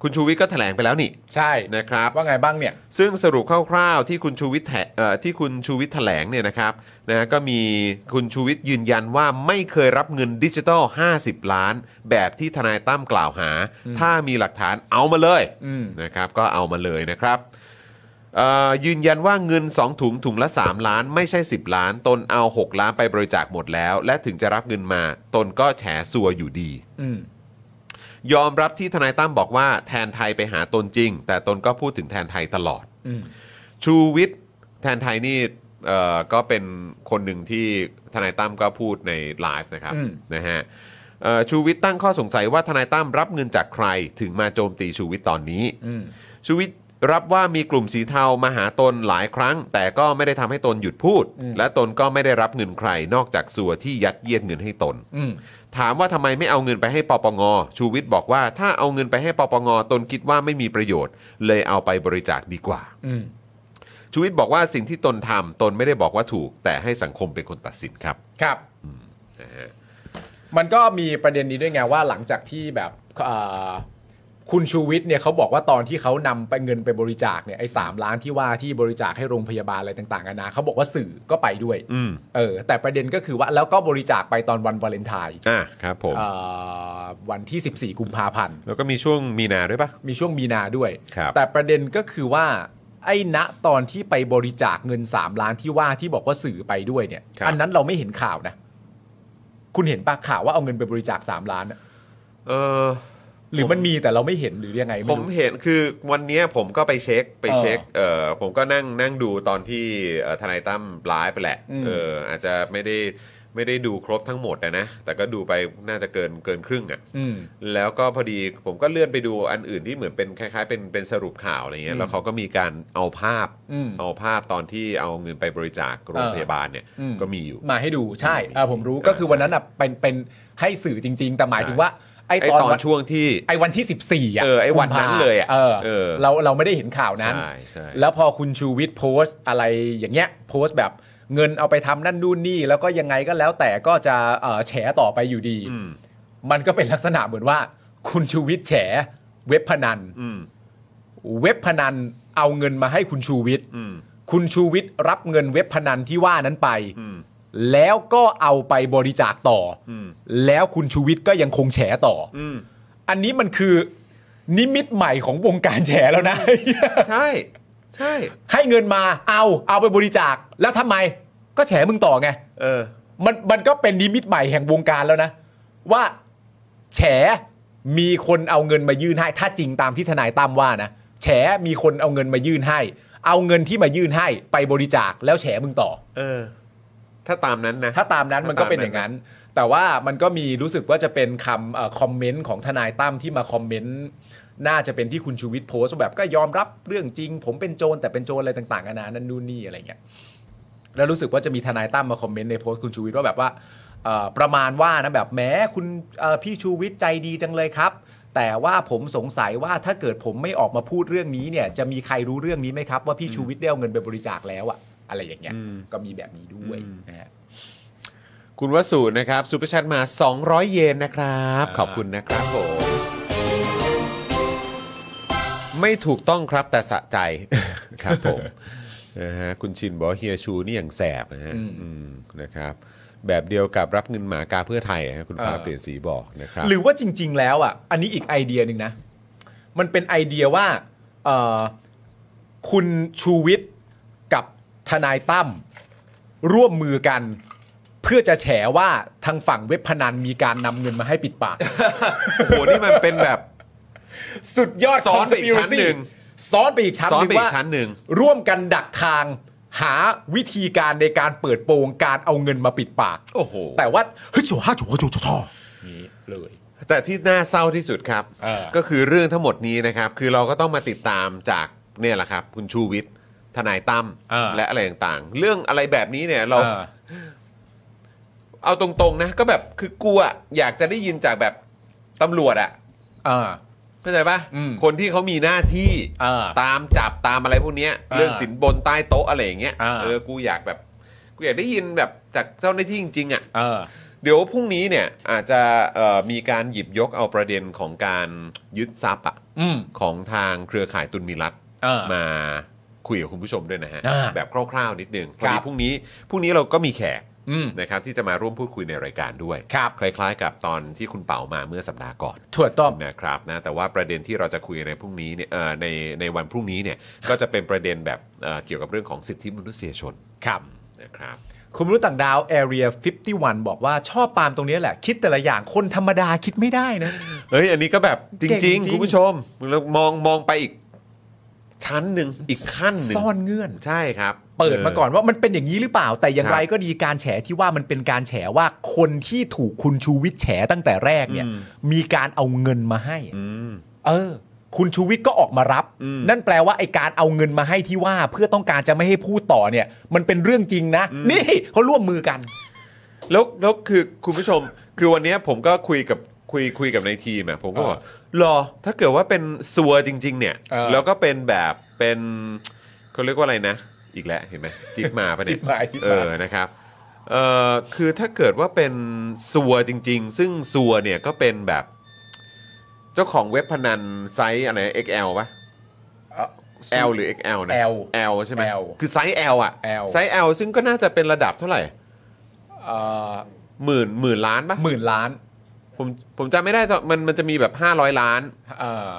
คุณชูวิทย์ก็แถลงไปแล้วนี่ ใช่ นะครับ ว่าไงบ้างเนี่ย ซึ่งสรุปคร่าวๆที่คุณชูวิทย์แถเอ่อที่คุณชูวิทย์แถลงเนี่ยนะครับนะก็มีคุณชูวิทย์ยืนยันว่าไม่เคยรับเงินดิจิทัล 50 ล้าน แบบที่ทนายตั้มกล่าวหา ถ้ามีหลักฐานเอามาเลย อืม นะครับก็เอามาเลยนะครับเอ่อยืนยันว่าเงิน 2 ถุงถุงละ 3 ล้าน ไม่ใช่ 10 ล้าน ตนเอา 6 ล้านไปบริจาคหมดแล้ว และถึงจะรับเงินมา ตนก็แฉซัวอยู่ดี อืม ยอมรับที่ทนายตั้มบอกว่าแทนไทยไปหาตนจริง แต่ตนก็พูดถึงแทนไทยตลอด อืม ชูวิทย์แทนไทยนี่เอ่อก็เป็นคนหนึ่งที่ทนายตั้มก็พูดในไลฟ์นะครับ อืม นะฮะเอ่อชูวิทย์ตั้งข้อสงสัยว่าทนายตั้มรับเงินจากใครถึงมาโจมตีชูวิทย์ตอนนี้ อืม ชูวิทย์รับว่ามีกลุ่มสีเทามาหาตนหลายครั้ง แต่ก็ไม่ได้ทำให้ตนหยุดพูด และตนก็ไม่ได้รับเงินใคร นอกจากสัวที่ยัดเยียดเงินให้ตน อืม ถามว่าทำไมไม่เอาเงินไปให้ปปง ชูวิทย์บอกว่าถ้าเอาเงินไปให้ปปงตนคิดว่าไม่มีประโยชน์ เลยเอาไปบริจาคดีกว่า อืม ชูวิทย์บอกว่าสิ่งที่ตนทำตนไม่ได้บอกว่าถูก แต่ให้สังคมเป็นคนตัดสินครับ ครับ มันก็มีประเด็นนี้ด้วยไงว่าหลังจากที่แบบเอ่อคุณชูวิทย์เนี่ยเขาบอกว่าตอนที่เขานำไปเงินไปบริจาคเนี่ยไอ้สามล้านที่ว่าที่บริจาคให้โรงพยาบาลอะไรต่างๆนานาเขาบอกว่าสื่อก็ไปด้วย อืม เออ แต่ประเด็นก็คือว่าแล้วก็บริจาคไปตอนวันวาเลนไทน์ อ่าครับผม เอ่อวันที่ 14 กุมภาพันธ์ แล้วก็มีช่วงมีนาด้วยปะ มีช่วงมีนาด้วย ครับ แต่ประเด็นก็คือว่า ไอ้ณตอนที่ไปบริจาคเงิน 3 ล้านที่ว่าที่บอกว่าสื่อไปด้วยเนี่ย อันั้นเราไม่เห็นข่าวนะ คุณเห็นปะข่าวว่าเอาเงินไปบริจาค 3 ล้านอะ เออ หรือมันมีแต่เราไม่เห็นหรือยังไง ผ ไม่ ม รู้ เห็นคือวันเนี้ยผมก็ไปเช็คไปเช็คเออผมก็นั่งนั่งดูตอนที่เอ่อทนายตั้มไลฟ์ไปแหละ อืม เอออาจจะไม่ได้ไม่ได้ดูครบทั้งหมดอะนะ แต่ก็ดูไปน่าจะเกินเกินครึ่งอะ่ะ อืม แล้วก็พอดีผมก็เลื่อนไปดูอันอื่นที่เหมือนเป็นคล้ายๆเป็นเป็นสรุปข่าวอะไรเงี้ยแล้วเขาก็มีการเอาภาพ อืม เอาภาพตอนที่เอาเงินไปบริจาคโรง เออ พยาบาลเนี่ย อืม ก็มีอยู่ มาให้ดูใช่อ่าผมรู้ เออ ก็คือ ใช่ วันนั้นอ่ะเป็นเป็นให้สื่อจริง ๆ แต่หมาย ใช่ ถึงว่า ไอ้ ไอ ตอน ตอน วัน ช่วงที่ ไอ้วันที่ 14อ่ะ เออไอ้วันนั้น กุมภา เลยอะ เออ เออ เราเราไม่ได้เห็นข่าวนั้น ใช่ใช่ แล้วพอคุณชูวิทย์โพสต์อะไรอย่างเงี้ยโพสต์แบบเงินเอาไปทำนั่นนู่นนี่ แล้วก็ยังไงก็แล้วแต่ก็จะเอ่อแฉต่อไปอยู่ดี อืม มันก็เป็นลักษณะเหมือนว่า คุณชูวิทย์แฉเว็บพนัน อืม เว็บพนันเอาเงินมาให้คุณชูวิทย์ อืม คุณชูวิทย์รับเงินเว็บพนันที่ว่านั้นไป อืม แล้วก็เอาไปบริจาคต่ออ ม แล้วคุณชูวิทย์ก็ยังคงแฉต่ออ อืม อันนี้มันคือนิมิตใหม่ของวงการแฉแล้วนะ ใช่ใช่ ให้เงินมาเอาเอาไปบริจาค แล้วทำไมก็แฉมึงต่อไง เออ มันมันก็เป็นนิมิตใหม่แห่งวงการแล้วนะ ว่าแฉมีคนเอาเงินมายื่นให้ ถ้าจริงตามที่ทนายตั้มว่านะแฉมีคนเอาเงินมายื่นให้ เอาเงินที่มายื่นให้ไปบริจาคแล้วแฉมึงต่อ เออ ถ้าตามนั้นนะ ถ้าตามนั้น ถ้า มันก็เป็น ตามนั้ อน ย่างนั้น แต่ว่ามันก็มีรู้สึกว่าจะเป็นคำเอ่อคอมเมนต์ของทนายตั้มที่มาคอมเมนต์น่าจะเป็นที่คุณชูวิทย์โพสต์ว่าแบบก็ยอมรับเรื่องจริง ผมเป็นโจรแต่เป็นโจรอะไรต่างๆนานานั่นนู่นนี่อะไรเงี้ยแล้วรู้สึกว่าจะมีทนายตั้มมาคอมเมนต์ในโพสต์คุณชูวิทย์ว่าแบบว่าเอ่อประมาณว่านะแบบแหม้คุณเอ่อพี่ชูวิทย์ใจดีจังเลยครับ แต่ว่าผมสงสัยว่าถ้าเกิดผมไม่ออกมาพูดเรื่องนี้เนี่ย จะมีใครรู้เรื่องนี้ไหมครับ ว่าพี่ชูวิทย์ได้เอาเงินไปบริจาคแล้วอะอะไรอย่างเงี้ยก็มีแบบนี้ด้วยนะฮะ คุณวสูตรนะครับซูเปอร์แชทมา 200 เยนนะครับ ขอบคุณนะครับผม ไม่ถูกต้องครับแต่สะใจ ครับ ผม นะฮะคุณชินบอกว่าเฮียชูนี่อย่างแสบนะฮะอืมนะครับ แบบเดียวกับรับเงินหมากาเพื่อไทยนะฮะคุณภาพ เออ เปลี่ยนสีบอกนะครับ หรือว่าจริง ๆ แล้วอ่ะ อันนี้อีกไอเดียหนึ่งนะ มันเป็นไอเดียว่าเอ่อคุณชูวิทย์กับทนายตั้มร่วมมือกัน เพื่อจะแฉว่าทางฝั่งเว็บพนันมีการนำเงินมาให้ปิด ปาก โอ้โห นี่มันเป็นแบบ สุดยอด ซ้อนไปอีกชั้น conspiracy หนึ่ง ซ้อนไปอีกชั้นห ซ้อน นึ่ง ไปอี ว่าก ชั้นหนึ่ง ร่วมกันดักทางหาวิธีการในการเปิดโปงการเอาเงินมาปิดปาก โอ้โห แต่ว่าเฮ้ยโจห้าโจห้าโจโจท่อนี้เลย แต่ที่น่าเศร้าที่สุดครับ เออ ก็คือเรื่องทั้งหมดนี้นะครับ คือเราก็ต้องมาติดตามจากเนี่ยแหละครับ คุณชูวิทย์ทนายตั้ม เออ และอะไรต่างๆ เรื่องอะไรแบบนี้เนี่ยเรา เออ เอาตรงๆนะ ก็แบบคือกลัวอยากจะได้ยินจากแบบตำรวจอะ เออ เข้าใจปะ อืม คนที่เขามีหน้าที่ เออ ตามจับตามอะไรพวกเนี้ย เออ เรื่องสินบนใต้โต๊ะอะไรอย่างเงี้ย เออ เออกูอยากแบบกูอยากได้ยินแบบจากเจ้าหน้าที่จริงๆอะ เออ เดี๋ยวพรุ่งนี้เนี่ยอาจจะเอ่อมีการหยิบยกเอาประเด็นของการยึดทรัพย์อะ อืม ของทางเครือข่ายตุนมิรัต เออ มาคุยกับคุณผู้ชมด้วยนะฮะ อ่า แบบคร่าวๆนิดนึงพ ค อ รับ ดีพรุ่งนี้พรุ่งนี้เราก็มีแขก อืม นะครับที่จะมาร่วมพูดคุยในรายการด้วย ครับ คล้ายๆ กับตอนที่คุณเป๋ามาเมื่อสัปดาห์ก่อน ถั่วต้อม นะครับนะแต่ว่าประเด็นที่เราจะคุยในพรุ่งนี้เนี่ยเอ่อในในวันพรุ่งนี้เนี่ยก็จะเป็นประเด็นแบบเอ่อเกี่ยวกับเรื่องของสิทธิมนุษยชน ครับ นะครับ คุณมนุษย์ต่างดาว Area 51 บอกว่าชอบปาล์มตรงนี้แหละ คิดแต่ละอย่างคนธรรมดาคิดไม่ได้นะ เฮ้ย อันนี้ก็แบบจ เก่งจริ ริง ง ๆ คุณผู้ชมแล้วมองมองไปอีกชั้นหนึ่งอีกขั้นหนึ่ง ซ่อนเงื่อน ใช่ครับ เปิดมาก่อนว่ามันเป็นอย่างนี้หรือเปล่า แต่อย่างไร ครับ ก็ดีการแฉที่ว่ามันเป็นการแฉว่าคนที่ถูกคุณชูวิทย์แฉตั้งแต่แรกเนี่ย มีการเอาเงินมาให้ อืม เออ คุณชูวิทย์ก็ออกมารับ อืม นั่นแปลว่าไอการเอาเงินมาให้ที่ว่าเพื่อต้องการจะไม่ให้พูดต่อเนี่ย มันเป็นเรื่องจริงนะ อืม นี่เขาร่วมมือกัน แล้วแล้วคือคุณผู้ชม คือวันเนี้ยผมก็คุยกับคุยคุยกับในทีมอะผมก็บอกรอถ้าเกิดว่าเป็นซัวจริง ๆ เนี่ย เออ แล้วก็เป็นแบบเป็นเขาเรียกว่าอะไรนะ อีกแล้วเห็นไหมจิ๊บมาปะเนี่ย จิบหมายจิบ เอ หมาอยนะครับ เอ่อ คือถ้าเกิดว่าเป็นซัวจริง ๆ ซึ่งซัวเนี่ยก็เป็นแบบ เจ้าของเว็บพนันไซส์อะไร XL ปะ L หรือ XL นะ L L ใช่ไหม L คือไซส์ L อ่ะ L ไซส์ L ซึ่งก็น่าจะเป็นระดับเท่าไหร่ เอ่อ หมื่นหมื่นล้านปะ หมื่นล้าน ผมผมจำไม่ได้ตอนมันมันจะมีแบบ 500 ล้าน เอ่อ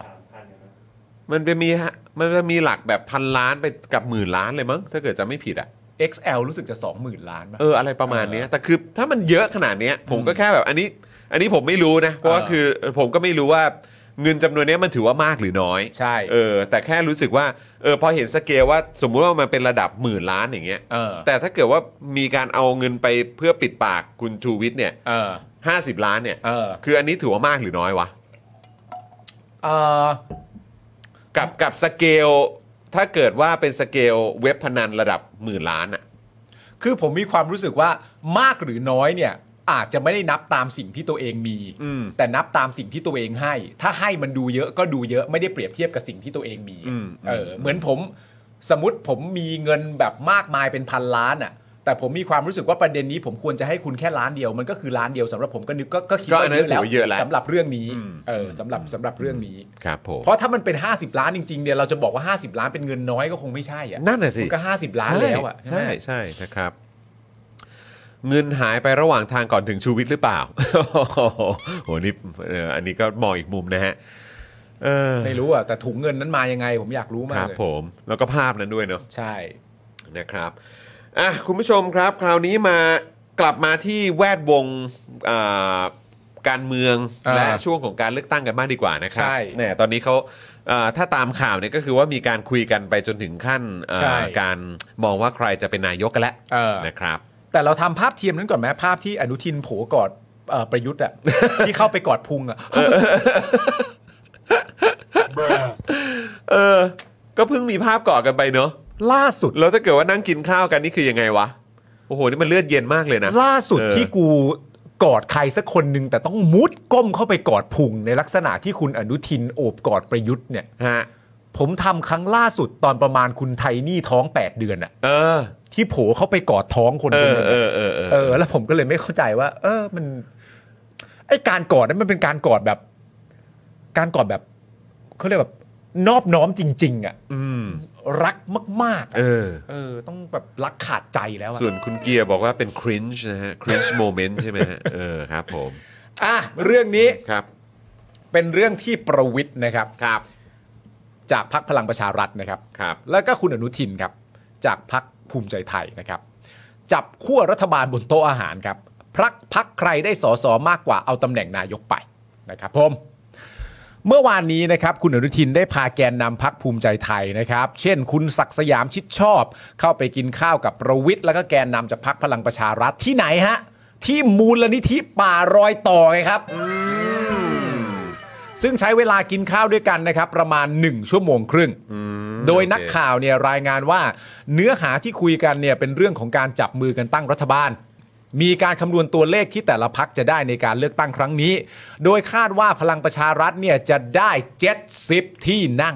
มันจะมีฮะมันจะมีหลักแบบพันล้านไปกับหมื่นล้านเลยมั้งถ้าเกิดจะไม่ผิดอ่ะ XL รู้สึกจะ 20,000 ล้านป่ะ เอออะไรประมาณเนี้ยแต่คือถ้ามันเยอะขนาดเนี้ยผมก็แค่แบบอันนี้ อันนี้ผมไม่รู้นะ เพราะว่า เออ คือผมก็ไม่รู้ว่าเงินจำนวนเนี้ยมันถือว่ามากหรือน้อย ใช่ เออแต่แค่รู้สึกว่าเออพอเห็นสเกลว่าสมมุติว่ามันเป็นระดับหมื่นล้านอย่างเงี้ย เออ แต่ถ้าเกิดว่ามีการเอาเงินไปเพื่อปิดปากคุณชูวิทย์เนี่ย เออ ห้าสิบล้านเนี่ย เออ คืออันนี้ถือว่ามากหรือน้อยวะ เออ กับกับสเกลถ้าเกิดว่าเป็นสเกลเว็บพนันระดับหมื่นล้านอ่ะ คือผมมีความรู้สึกว่ามากหรือน้อยเนี่ย อาจจะไม่ได้นับตามสิ่งที่ตัวเองมี อืม แต่นับตามสิ่งที่ตัวเองให้ ถ้าให้มันดูเยอะก็ดูเยอะไม่ได้เปรียบเทียบกับสิ่งที่ตัวเองมี อืม เออเหมือนผมสมมติผมมีเงินแบบมากมายเป็นพันล้านอะ่ะ แต่ผมมีความรู้สึกว่าประเด็นนี้ ผมควรจะให้คุณแค่ล้านเดียวมันก็คือล้านเดียวสำหรับผมก็นึกก็ก็คิด ก็อั ว่าน นั้นถือว่าเยอะแล้ว สำหรับเรื่องนี้ อืม เออสำหรับสำหรับเรื่องนี้ ครับผม เพราะถ้ามันเป็น 50 ล้านจริงๆเนี่ยเราจะบอกว่า 50 ล้านเป็นเงินน้อยก็คงไม่ใช่อ่ะ นั่นน่ะสิ มันก็ 50 ล้านแล้วอ่ะ ใช่ ไหม ใช่นะครับ เงินหายไประหว่างทางก่อนถึงชูวิทย์หรือเปล่า โอ้โหนี่เอ่ออันนี้ก็มองอีกมุมนะฮะเออ ไม่รู้อ่ะแต่ถุงเงินนั้นมายังไง ผมอยากรู้ ค มาก รับ เลย ผมแล้วก็ภาพนั้นด้วยเนาะ ใช่ นะครับอ่ะคุณผู้ชมครับ คราวนี้มากลับมาที่แวดวงอ่าการเมือง า และช่วงของการเลือกตั้งกันมากดีกว่านะครั ใช่ แหมตอนนี้เขาเอ่อถ้าตามข่าวเนี่ยก็คือว่ามีการคุยกันไปจนถึงขั้นเอ่อ ใช่ การมองว่าใครจะเป็นนายกกันแล้ว เออ นะครับ แต่เราทำภาพเทียมนั้นก่อนไหมภาพที่อนุทินโผล่กอดเอ่อประยุทธ์ อ่ะ ที่เข้าไปกอดพุงอ่ะ เออ ก็เพิ่งมีภาพก่อกันไปเนอะ ล่าสุด แล้วถ้าเกิดว่านั่งกินข้าวกันนี่คือยังไงวะ โอ้โห นี่มันเลือดเย็นมากเลยนะ ล่าสุด เออ ที่กูกอดใครสักคนหนึ่งแต่ต้องมุดก้มเข้าไปกอดพุง ในลักษณะที่คุณอนุทินโอบกอดประยุทธ์เนี่ย ฮะ ผมทำครั้งล่าสุดตอนประมาณคุณไทนี่ท้อง 8 เดือนอ่ะ เออ ที่โผล่เข้าไปกอดท้องคน เอ คน อ หนึง เอ อะ อ เออ เออ เออ แล้วผมก็เลยไม่เข้าใจว่า เออมันไอการกอดนั้นมันเป็นการกอดแบบ การกอดแบบเขาเรียกแบบนอบน้อมจริง ๆ อ่ะ อืม รักมากๆ เอออะเออ ต้องแบบรักขาดใจแล้วอะ ส่วนคุณเกียร์บอกว่าเป็น cringe นะฮะ cringe moment ใช่ไหม ฮะ เออ ครับผม อ่ะเรื่องนี้ ครับ เป็นเรื่องที่ประวิทย์นะครับ ครับ จากพักพลังประชารัฐนะครับ ครับ แล้วก็คุณอนุทินครับ จากพักภูมิใจไทยนะครับ จับขั้วรัฐบาลบนโต๊ะอาหารครับพักพักใครได้สอสอมากกว่าเอาตำแหน่งนายกไปนะครับผม เมื่อวานนี้นะครับคุณอนุทินได้พาแกนนำพักภูมิใจไทยนะครับ เช่น คุณศักดิ์สยามชิดชอบ เข้าไปกินข้าวกับประวิทย์แล้วก็แกนนำจากพักพลังประชารัฐที่ไหนฮะ ที่มูลนิธิป่ารอยต่อไงครับ ซึ่งใช้เวลากินข้าวด้วยกันนะครับ ประมาณ 1 ชั่วโมงครึ่ง โดยนัก โอเค ข่าวเนี่ยรายงานว่า เนื้อหาที่คุยกันเนี่ยเป็นเรื่องของการจับมือกันตั้งรัฐบาล มีการคำนวณตัวเลขที่แต่ละพักจะได้ในการเลือกตั้งครั้งนี้ โดยคาดว่าพลังประชารัฐเนี่ยจะได้ 70 ที่นั่ง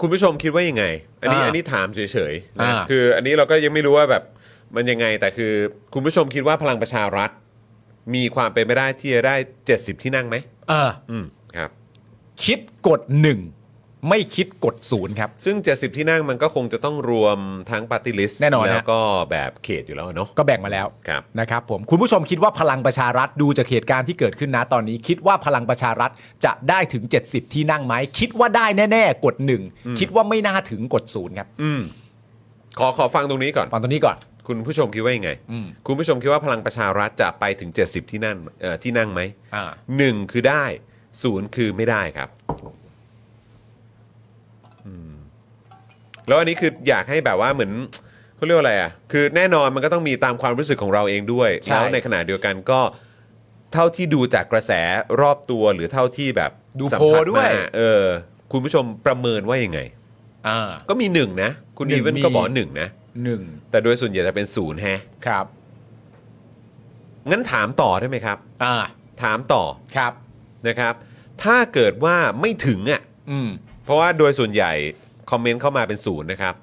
คุณผู้ชมคิดว่ายังไง อันนี้ อ่า อันนี้ถามเฉยๆนะ อ่า คือ อันนี้เราก็ยังไม่รู้ว่าแบบ มันยังไง แต่คือ คุณผู้ชมคิดว่าพลังประชารัฐ มีความเป็นไปได้ที่จะได้ 70 ที่นั่งไหม เออ อืม ครับ คิดกด 1 ไม่คิดกดศูนย์ครับ ซึ่ง 70 ที่นั่งมันก็คงจะต้องรวมทั้งปาร์ตี้ลิสต์ แน่นอนฮะ แล้วก็แบบเขตอยู่แล้วเนาะ ก็แบ่งมาแล้ว ครับ นะครับผมคุณผู้ชมคิดว่าพลังประชารัฐดูจากเหตุการณ์ที่เกิดขึ้นนะตอนนี้ คิดว่าพลังประชารัฐจะได้ถึง 70 ที่นั่งไหมคิดว่าได้แน่ๆ กด 1 คิดว่าไม่น่าถึงกดศูนย์ครับ อืม ขอขอฟังตรงนี้ก่อน ฟังตรงนี้ก่อน คุณผู้ชมคิดว่ายังไง อืม คุณผู้ชมคิดว่าพลังประชารัฐจะไปถึง 70 ที่นั่นเอ่อที่นั่งไหม อ่า หนึ่งคือได้ศูนย์คือไม่ได้ครับอืมแล้วอันนี้คืออยากให้แบบว่าเหมือนเขาเรียกว่าอะไรอ่ะคือแน่นอนมันก็ต้องมีตามความรู้สึกของเราเองด้วยแล้วในขณะเดียวกันก็ เท่าที่ดูจากกระแสรอบตัวหรือเท่าที่แบบ ดู สัม โพล ผัส ด้วย มาเออ คุณผู้ชมประเมินว่ายังไง อ่า ก็มีหนึ่งนะ คุณ หนึ่ อี ง เวน มี ก็บอกหนึ่งนะ หนึ่ง แต่โดยส่วนใหญ่จะเป็นศูนย์แฮะ ครับ งั้นถามต่อได้ไหมครับ อ่า ถามต่อ ครับ นะครับ ถ้าเกิดว่าไม่ถึงอ่ะ อืม เพราะว่าโดยส่วนใหญ่ คอมเมนต์เข้ามาเป็นศูนย์นะครับ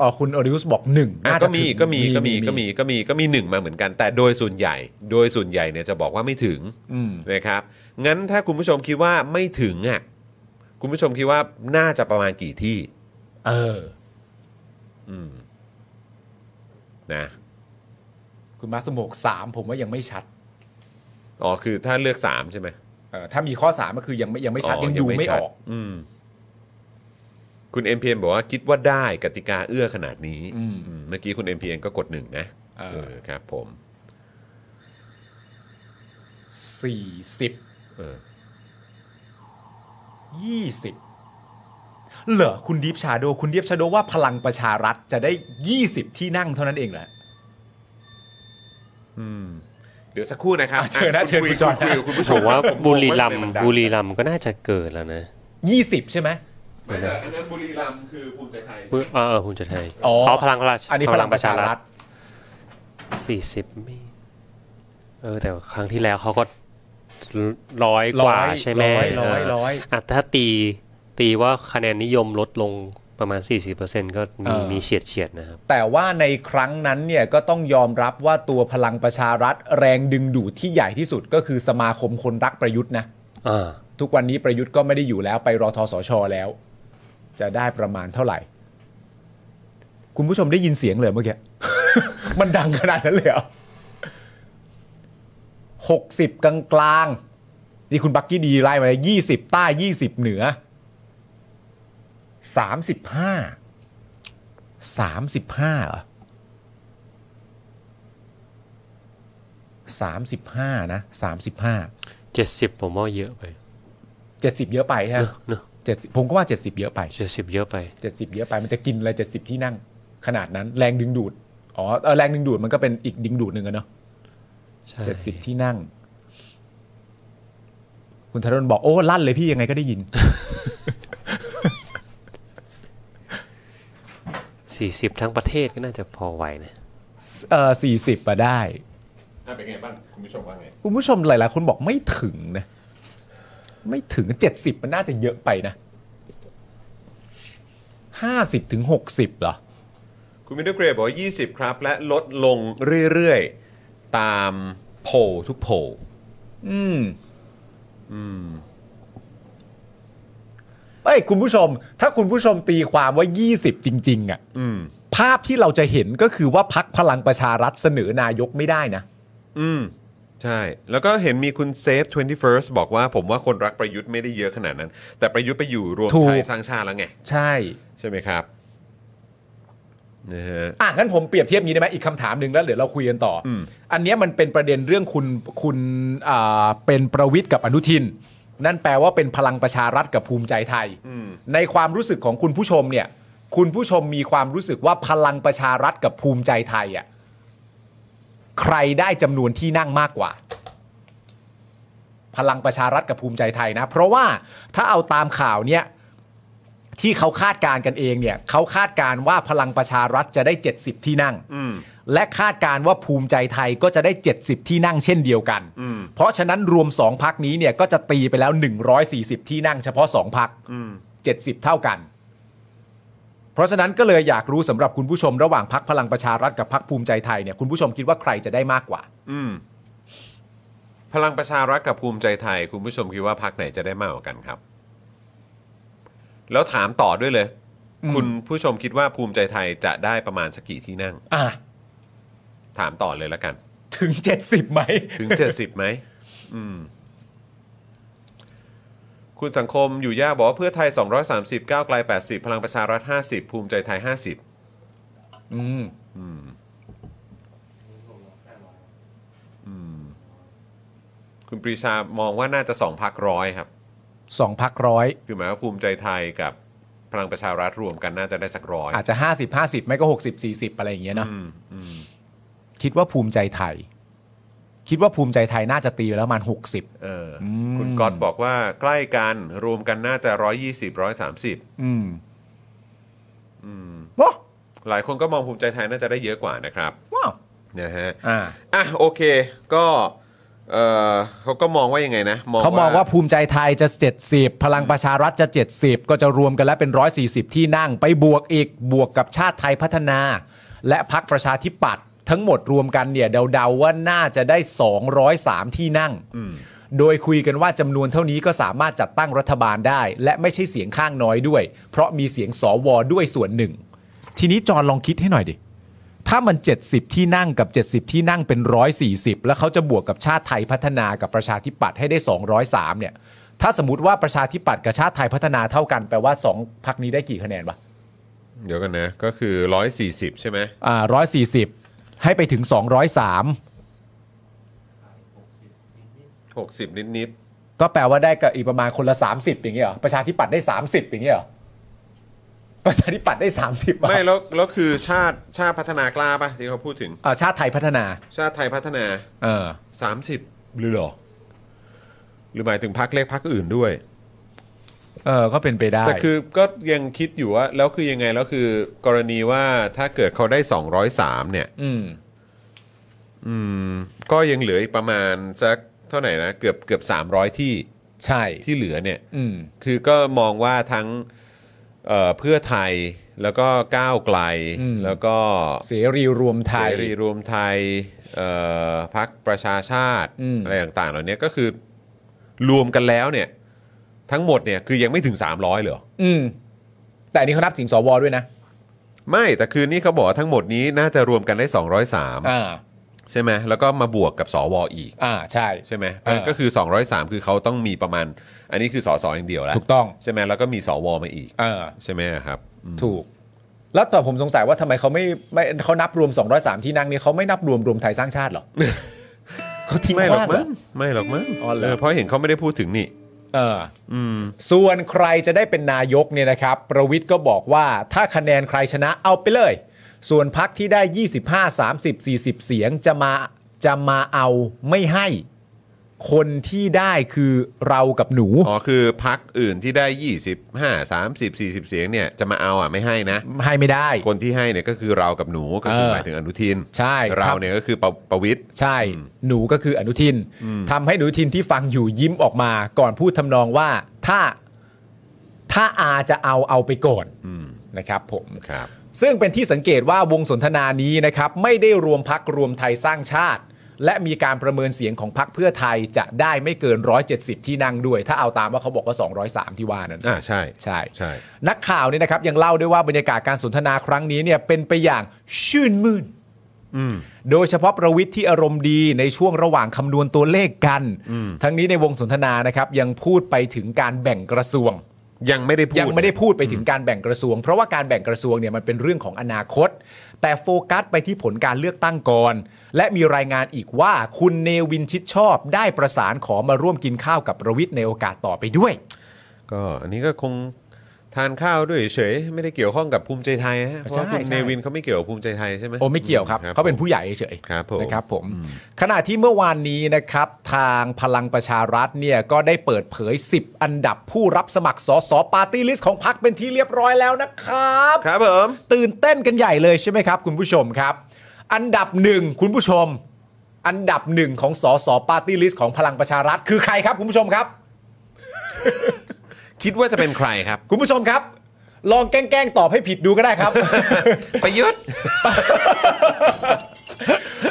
อ๋อคุณอริอุสบอกหนึ่ง อ่ะ น่าจะ ก็มี ถึง ก็มีก็มีก็มีก็มีก็มีหนึ่งมาเหมือนกัน แต่โดยส่วนใหญ่ โดยส่วนใหญ่เนี่ยจะบอกว่าไม่ถึง อืม นะครับ งั้นถ้าคุณผู้ชมคิดว่าไม่ถึงอ่ะ คุณผู้ชมคิดว่าน่าจะประมาณกี่ที่ เออ อืม นะ คุณมาสโมกสามผมว่ายังไม่ชัด อ๋อ คือถ้าเลือกสามใช่ไหม เออถ้ามีข้อสามก็คือยังไม่ยังไม่ชัดยังดูไม่ออก อืม คุณ MPN บอกว่าคิดว่าได้กติกาเอื้อขนาดนี้ อืม อืมเมื่อกี้คุณ MPN ก็กดหนึ่งนะ เออ เออครับผม สี่สิบ เออ ยี่สิบเหรอคุณดีฟชาโดว์คุณดีฟชาโดว์ว่าพลังประชารัฐจะได้ 20 ที่นั่งเท่านั้นเองเหรอ เดี๋ยวสักครู่นะครับ อ่ะเชิญนะเชิญคุณจอย คุยกับคุณผู้ช ผม มว่า ผม บุรีรัม ผ ย์ ว่ามันดัง บุรีรัมย์ก็น่าจะเกิดแล้วนะ 20 ใช่ไหม ไม่แต่อันนั้นบุรีรัมย์คือภูมิใจไทย เพื่อเออเออคุณจะไทย อ๋อ เพราะพลังราช อันนี้พลังประชารัฐ สี่สิบไม่เออ แต่ครั้งที่แล้วเขาก็ร้อยกว่า ร้อย ใช่ไหม ร้อยร้อย เ ร้อย อ่ะถ้าตีตีว่าคะแนนนิยมลดลงประมาณ 40%ก็มี เออ มีเฉียดเฉียดๆนะครับ แต่ว่าในครั้งนั้นเนี่ยก็ต้องยอมรับว่าตัวพลังประชารัฐ แรงดึงดูดที่ใหญ่ที่สุดก็คือสมาคมคนรักประยุทธ์นะ อ่า ทุกวันนี้ประยุทธ์ก็ไม่ได้อยู่แล้วไปรอทอสอชอแล้ว จะได้ประมาณเท่าไหร่ คุณผู้ชมได้ยินเสียงเลยเมื่อกี้ มันดังขนาดนั้นเลยเหรอหกสิบกลางกลางๆนี่คุณบักกี้ดีไล่มาเลยยี่สิบใต้ยี่สิบเหนือสามสิบห้าสามสิบห้าเหรอสามสิบห้านะสามสิบห้า 70 ผมว่าเยอะไป เจ็ดสิบเยอะไปใช่ไหม เนอะเนอะ เจ็ดสิบผมก็ว่าเจ็ดสิบเยอะไป 70 เยอะไป เจ็ดสิบเยอะไปมันจะกินอะไรเจ็ดสิบที่นั่ง ขนาดนั้นแรงดึงดูดอ๋อเออแรงดึงดูดมันก็เป็นอีกดึงดูดหนึ่งอะเนาะ ใช่ เจ็ดสิบที่นั่ง คุณธนนบอกโอ้ลั่นเลยพี่ยังไงก็ได้ยิน 40 ทั้งประเทศก็น่าจะพอไหวนะ เออสี่สิบอะได้ อ่ะเป็นไงบ้างคุณผู้ชมว่าไง คุณผู้ชมหลาย ๆ คนบอกไม่ถึงนะ ไม่ถึงเจ็ดสิบมันน่าจะเยอะไปนะห้าสิบถึงหกสิบเหรอ คุณมินเดอร์เกรย์บอกว่า 20 ครับ และลดลงเรื่อยๆ ตามโพลทุกโพล อืม เอ้ยคุณผู้ชม ถ้าคุณผู้ชมตีความว่า 20 จริง ๆ อ่ะ อืม ภาพที่เราจะเห็นก็คือว่าพักพลังประชารัฐเสนอนายกไม่ได้นะ อืม ใช่ แล้วก็เห็นมีคุณเซฟ 21st บอกว่าผมว่าคนรักประยุทธ์ไม่ได้เยอะขนาดนั้น แต่ประยุทธ์ไปอยู่รวม ถูก ไทยสร้างชาติแล้วไง ใช่ ใช่ไหมครับนะฮะ อ่ะงั้นผมเปรียบเทียบงี้ได้ไหมอีกคำถามหนึ่งแล้วเดี๋ยวเราคุยกันต่ออ ม อันเนี้ยมันเป็นประเด็นเรื่องคุณคุณอ่าเป็นประวิทย์กับอนุทิน นั่นแปลว่าเป็นพลังประชารัฐกับภูมิใจไทย อืม ในความรู้สึกของคุณผู้ชมเนี่ย คุณผู้ชมมีความรู้สึกว่าพลังประชารัฐกับภูมิใจไทยอ่ะใครได้จำนวนที่นั่งมากกว่า พลังประชารัฐกับภูมิใจไทยนะ เพราะว่าถ้าเอาตามข่าวเนี่ยที่เขาคาดการณ์กันเองเนี่ยเขาคาดการณ์ว่าพลังประชารัฐจะได้ 70 ที่นั่ง อืม และคาดการณ์ว่าภูมิใจไทยก็จะได้ 70 ที่นั่งเช่นเดียวกัน อืม เพราะฉะนั้นรวม 2 พักนี้เนี่ยก็จะตีไปแล้ว 140 ที่นั่งเฉพาะ 2 พัก อืม 70 เท่ากัน เพราะฉะนั้นก็เลยอยากรู้สำหรับคุณผู้ชมระหว่างพักพลังประชารัฐกับพักภูมิใจไทยเนี่ยคุณผู้ชมคิดว่าใครจะได้มากกว่า อืม พลังประชารัฐกับภูมิใจไทย คุณผู้ชมคิดว่าพักไหนจะได้มากกว่ากันครับ แล้วถามต่อด้วยเลย อืม คุณผู้ชมคิดว่าภูมิใจไทยจะได้ประมาณสักกี่ที่นั่ง อ่ะ ถามต่อเลยแล้วกัน ถึง 70ไหม ถึง 70ไหมอืม คุณสังคมอยู่ยากบอกว่าเพื่อไทย 230 ก้าวไกล 80 พลังประชารัฐ 50 ภูมิใจไทย 50 อืม อืม อืม คุณปรีชามองว่าน่าจะสองพักร้อยครับ สองพักร้อย คือหมายว่าภูมิใจไทยกับพลังประชารัฐรวมกันน่าจะได้สักร้อย อาจจะ 50 50 ไม่ก็ 60 40 อะไรอย่างเงี้ยเนอะ อืมอืม คิดว่าภูมิใจไทย คิดว่าภูมิใจไทยน่าจะตีไปแล้วประมัน เอออ ม คุณก๊อตบอกว่าใกล้กันรวมกันน่าจะ 120 130 60 อืม อืม ว้าว หลายคนก็มองภูมิใจไทยน่าจะได้เยอะกว่านะครับ ว้าว นะฮะ อ่า อ่ะโอเค ก็เออเขาก็มองว่ายังไงนะ เขามองว่าภูมิใจไทยจะ 70 พลังประชารัฐจะ 70 ก็จะรวมกันแล้วเป็น 140 ที่นั่งไปบวกอีกบวกกับชาติไทยพัฒนา และพักประชาธิปัตย์ทั้งหมดรวมกันเนี่ยเดาๆว่าน่าจะได้ 203 ที่นั่ง อืม โดยคุยกันว่าจำนวนเท่านี้ก็สามารถจัดตั้งรัฐบาลได้ และไม่ใช่เสียงข้างน้อยด้วย เพราะมีเสียงสวด้วยส่วนหนึ่ง ทีนี้จอห์นลองคิดให้หน่อยดิ ถ้ามัน 70 ที่นั่งกับ 70 ที่นั่งเป็น 140 แล้วเขาจะบวกกับชาติไทยพัฒนากับประชาธิปัตย์ให้ได้ 203 เนี่ย ถ้าสมมติว่าประชาธิปัตย์กับชาติไทยพัฒนาเท่ากันแปลว่า 2พักนี้ได้กี่คะแนนวะ เดี๋ยวกันนะ ก็คือ 140 ใช่ไหม อ่า140 ให้ไปถึง 203 60 นิดนิด ก็แปลว่าได้กับอีกประมาณคนละ 30 อย่างเงี้ยเหรอประชาธิปัตย์ได้ 30 อย่างเงี้ยเหรอประชาธิปัตย์ได้ 30 ๆ อ่ะ ไม่แล้วแล้วคือชาติชาติพัฒนากล้าปะที่เขาพูดถึง อ่าชาติไทยพัฒนา ชาติไทยพัฒนา เออ 30 หรือเหรอ หรือหมายถึงพรรคเล็กพรรคอื่นด้วย เออ ก็เป็นไปได้ แต่คือก็ยังคิดอยู่ว่า แล้วคือยังไงแล้วคือกรณีว่าถ้าเกิดเขาได้ 203 เนี่ย อืม อืมก็ยังเหลืออีกประมาณสักเท่าไหร่นะเกือบเกือบ 300 ที่ ใช่ ที่เหลือเนี่ย อืม คือก็มองว่าทั้งเอ่อเพื่อไทยแล้วก็ก้าวไกล อืม แล้วก็ เสรีรวมไท เส ย รีรวมไทยเอ่อพักประชาชาติ อืม อะไรต่างๆ เหล่านี้ก็คือรวมกันแล้วเนี่ย ทั้งหมดเนี่ยคือยังไม่ถึง 300เหรอ อืม แต่อันนี้เขานับเสิงสวด้วยนะ ไม่แต่คืนนี้เขาบอกว่าทั้งหมดนี้น่าจะรวมกันได้ 203 อ่า ใช่ไหมแล้วก็มาบวกกับสวอีก อ่าใช่ ใช่ไหม เออ ก็คือ 203 คือเขาต้องมีประมาณ อันนี้คือสสอย่างเดียวแล้ว ถูกต้อง ใช่ไหมแล้วก็มีสวมาอีก เออ ใช่ไหมครับอืม ถูก แล้วแต่ผมสงสัยว่าทำไมเขาไม่ไม่เขานับรวม 203 ที่นั่งเนี่ยเขาไม่นับรวมรวมไทยสร้างชาติเหรอ เขาทิ้ง ไม่หรอก ว่างเหร มั้ อง ไม่หรอกมั้ง อ๋อเหรอ เออเพราะเห็นเขาไม่ได้พูดถึงนี่ เออ อืม ส่วนใครจะได้เป็นนายกเนี่ยนะครับ ประวิทย์ก็บอกว่าถ้าคะแนนใครชนะเอาไปเลย ส่วนพักที่ได้ 25 30 40 เสียงจะมาจะมาเอาไม่ให้ คนที่ได้คือเรากับหนู อ๋อคือพักอื่นที่ได้ 25 30 40 เสียงเนี่ยจะมาเอาอ่ะไม่ให้นะ ให้ไม่ได้ คนที่ให้เนี่ยก็คือเรากับหนูก็คือ เออ หมายถึงอนุทิน ใช่ครับ เราเนี่ยก็คือประประวิทย์ ใช่ หนูก็คืออนุทินทำให้อนุทินที่ฟังอยู่ยิ้มออกมา ก่อนพูดทำนองว่าถ้าถ้าอาจะเอาเอาไปก่อน อืม นะครับผม ครับ ซึ่งเป็นที่สังเกตว่าวงสนทนานี้นะครับ ไม่ได้รวมพักรวมไทยสร้างชาติ และมีการประเมินเสียงของพักเพื่อไทยจะได้ไม่เกิน 170 ที่นั่งด้วย ถ้าเอาตามว่าเขาบอกว่า 203 ที่ว่านั้น อ่าใช่ ใช่ ใช่ นักข่าวเนี่ยนะครับยังเล่าด้วยว่าบรรยากาศการสนทนาครั้งนี้เนี่ยเป็นไปอย่างชื่นมื่น อืม โดยเฉพาะประวิทย์ที่อารมณ์ดีในช่วงระหว่างคำนวณตัวเลขกัน อืม ทั้งนี้ในวงสนทนานะครับยังพูดไปถึงการแบ่งกระทรวง ยังไม่ได้พูด ยังไม่ได้พูดไปถึงการแบ่งกระทรวง เพราะว่าการแบ่งกระทรวงเนี่ยมันเป็นเรื่องของอนาคต แต่โฟกัสไปที่ผลการเลือกตั้งก่อน และมีรายงานอีกว่าคุณเนวินชิดชอบ ได้ประสานขอมาร่วมกินข้าวกับประวิทย์ในโอกาสต่อไปด้วย ก็อันนี้ก็คงทานข้าวด้วยเฉยไม่ได้เกี่ยวข้องกับภูมิใจไทยฮะเพราะว่าคุณ ใช่ เนวินเขาไม่เกี่ยวกับภูมิใจไทยใช่ไหม โอ้ไม่เกี่ยวครับ ผม เขาเป็นผู้ใหญ่เฉย ครับผม นะครับผม อืม ขณะที่เมื่อวานนี้นะครับ ทางพลังประชารัฐเนี่ยก็ได้เปิดเผย 10 อันดับผู้รับสมัครสสปาร์ตี้ลิสต์ของพรรคเป็นที่เรียบร้อยแล้วนะครับ ครับผม ตื่นเต้นกันใหญ่เลยใช่ไหมครับ คุณผู้ชมครับ อันดับหนึ่งคุณผู้ชม อันดับหนึ่งของสสปาร์ตี้ลิสต์ของพลังประชารัฐ คือใครครับคุณผู้ชมครับ คิดว่าจะเป็นใครครับ คุณผู้ชมครับ ลองแกล้งๆตอบให้ผิดดูก็ได้ครับ ประยุทธ์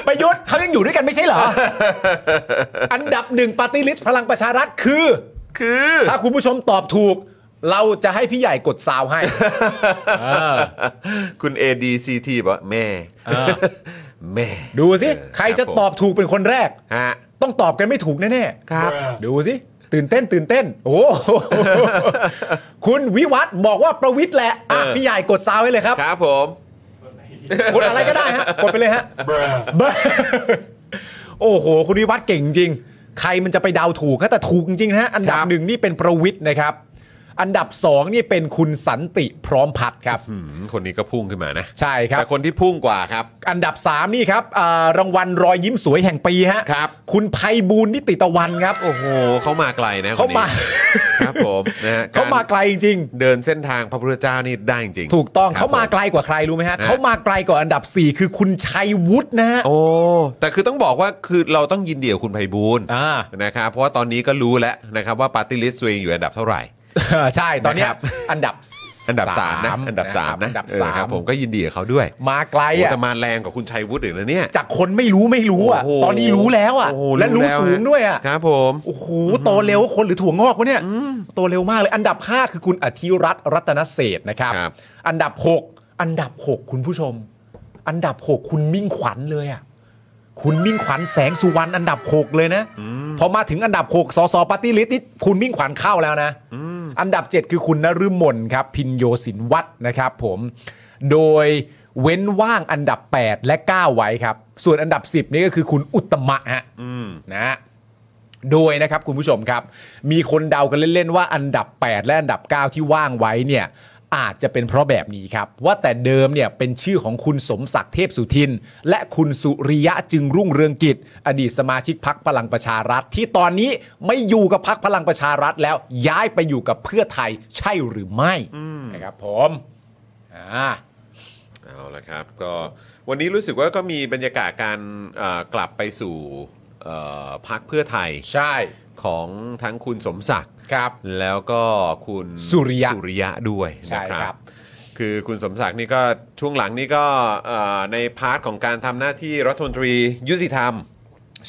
ประยุทธ์เขายังอยู่ด้วยกันไม่ใช่เหรอ อันดับหนึ่งปาร์ตี้ลิสต์พลังประชารัฐคือ คือ ถ้าคุณผู้ชมตอบถูก เราจะให้พี่ใหญ่กดซาวให้ เออ คุณ ADCT บอกว่าแม่ เออ แม่ ดูสิ เออ ใครจะ ผม ตอบถูกเป็นคนแรก ฮะ ต้องตอบกันไม่ถูกแน่ๆ ครับ ดูสิ ตื่นเต้นตื่นเต้น โอ้โห คุณวิวัฒน์บอกว่าประวิทย์แหละอ่ะ เออ พี่ใหญ่กดซาวไว้เลยครับ ครับผม กดอะไรก็ได้ฮะ กดไปเลยฮะเบอร์โอ้โห คุณวิวัฒน์เก่งจริง ใครมันจะไปเดาถูกฮะแต่ถูกจริงนะฮะ อันดับ ครับ หนึ่งนี่เป็นประวิทย์นะครับ อันดับสองนี่เป็นคุณสันติพร้อมพัฒน์ครับ อืมคนนี้ก็พุ่งขึ้นมานะ ใช่ครับ แต่คนที่พุ่งกว่าครับ อันดับ 3 นี่ครับอ่ารางวัลรอยยิ้มสวยแห่งปีฮะ ครับ คุณไพบูลย์นิติตะวันครับ โอ้โหเขามาไกลนะคนนี้ เขามา ครับผมนะฮะ เขามาไกลจริง เดินเส้นทางพระพุทธเจ้านี่ได้จริง ถูกต้อง ครับ เขามา ผ ไกลกว่าใครรู้ไหมฮะ นะ เขามาไกลกว่าอันดับ 4 คือคุณชัยวุฒินะฮะ โอ้แต่คือต้องบอกว่าคือเราต้องยินเดียวคุณไพบูลย์ อ่า นะครับเพราะว่าตอนนี้ก็รู้แล้วนะครับว่าปาร์ตี้ลิสต์ตัวเองอยู่อันดับเท่าไหร่ ใช่ตอนเนี้ย นะครับ อันดับ อันดับสามนะอันดับสามนะ อันดับ เออ สา ค ม รับผมก็ยินดีกับเขาด้วย มาไกล โอ้ อ่ะ แต่มาแรงกว่าคุณชัยวุฒิอีกนะเนี่ย จากคนไม่รู้ไม่รู้อ่ะ โโห ตอนนี้รู้แล้วอ่ะ โโห และรู้สูงด้วยอ่ะ ครับผม โอ้โหโตเร็วกว่าคนหรือถั่วงอกวะเนี่ยโตเร็วมากเลย อันดับ 5 คือคุณอธิรัตน์รัตนเศรษฐ์นะครับ ครับ อันดับ 6 อันดับ 6 คุณผู้ชม อันดับ 6 คุณมิ่งขวัญเลยอ่ะคุณมิ่งขวัญแสงสุวรรณอันดับ 6 เลยนะพอมาถึงอันดับ 6สสปาร์ตี้ลิสต์นี่คุณมิ่งขวัญเข้าแล้วนะ อันดับ 7 คือคุณนฤมลครับ พินโยสินวัตรนะครับผมโดยเว้นว่างอันดับ 8 และ 9 ไว้ครับ ส่วนอันดับ 10 นี่ก็คือคุณอุตตมะฮะ อืม นะ โดยนะครับคุณผู้ชมครับ มีคนเดากันเล่นๆว่าอันดับ 8 และอันดับ 9 ที่ว่างไว้เนี่ยอาจจะเป็นเพราะแบบนี้ครับ ว่าแต่เดิมเนี่ยเป็นชื่อของคุณสมศักดิ์เทพสุทิน และคุณสุริยะจึงรุ่งเรืองกิจ อดีตสมาชิกพักพลังประชารัฐ ที่ตอนนี้ไม่อยู่กับพักพลังประชารัฐแล้วย้ายไปอยู่กับเพื่อไทยใช่หรือไม่นะครับผมอ่า เอาละครับก็วันนี้รู้สึกว่าก็มีบรรยากาศการเอ่อกลับไปสู่เอ่อพักเพื่อไทย ใช่ ของทั้งคุณสมศักดิ์ ครับ แล้วก็คุณ สุริยะ สุริยะด้วย ใช่ นะค ครั รับ บ คือคุณสมศักดิ์นี่ก็ช่วงหลังนี่ก็เอ่อในพาร์ทของการทำหน้าที่รัฐมนตรียุติธรรม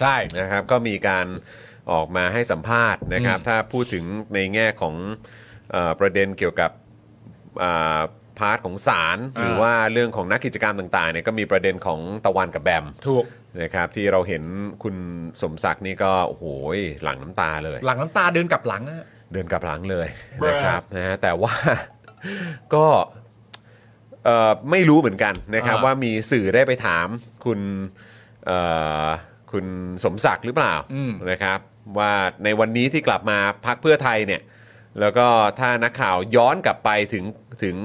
ใช่ นะครับก็มีการออกมาให้สัมภาษณ์นะครับ อืม ถ้าพูดถึงในแง่ของเออประเด็นเกี่ยวกับอ่าพาร์ทของศาล อ่า หรือว่าเรื่องของนักกิจกรรมต่างๆเนี่ยก็มีประเด็นของตะวันกับแบม ถูก นะครับที่เราเห็นคุณสมศักดิ์นี่ก็โอ้โหหลังน้ำตาเลย หลังน้ำตาเดินกลับหลังอะ เดินกลับหลังเลย แบรนด์ นะครับนะฮะแต่ว่า ก็เอ่อไม่รู้เหมือนกันนะครับ อ่า ว่ามีสื่อได้ไปถามคุณเอ่อคุณสมศักดิ์หรือเปล่า อืม นะครับ ว่าในวันนี้ที่กลับมาพักเพื่อไทยเนี่ย แล้วก็ถ้านักข่าวย้อนกลับไปถึงถึง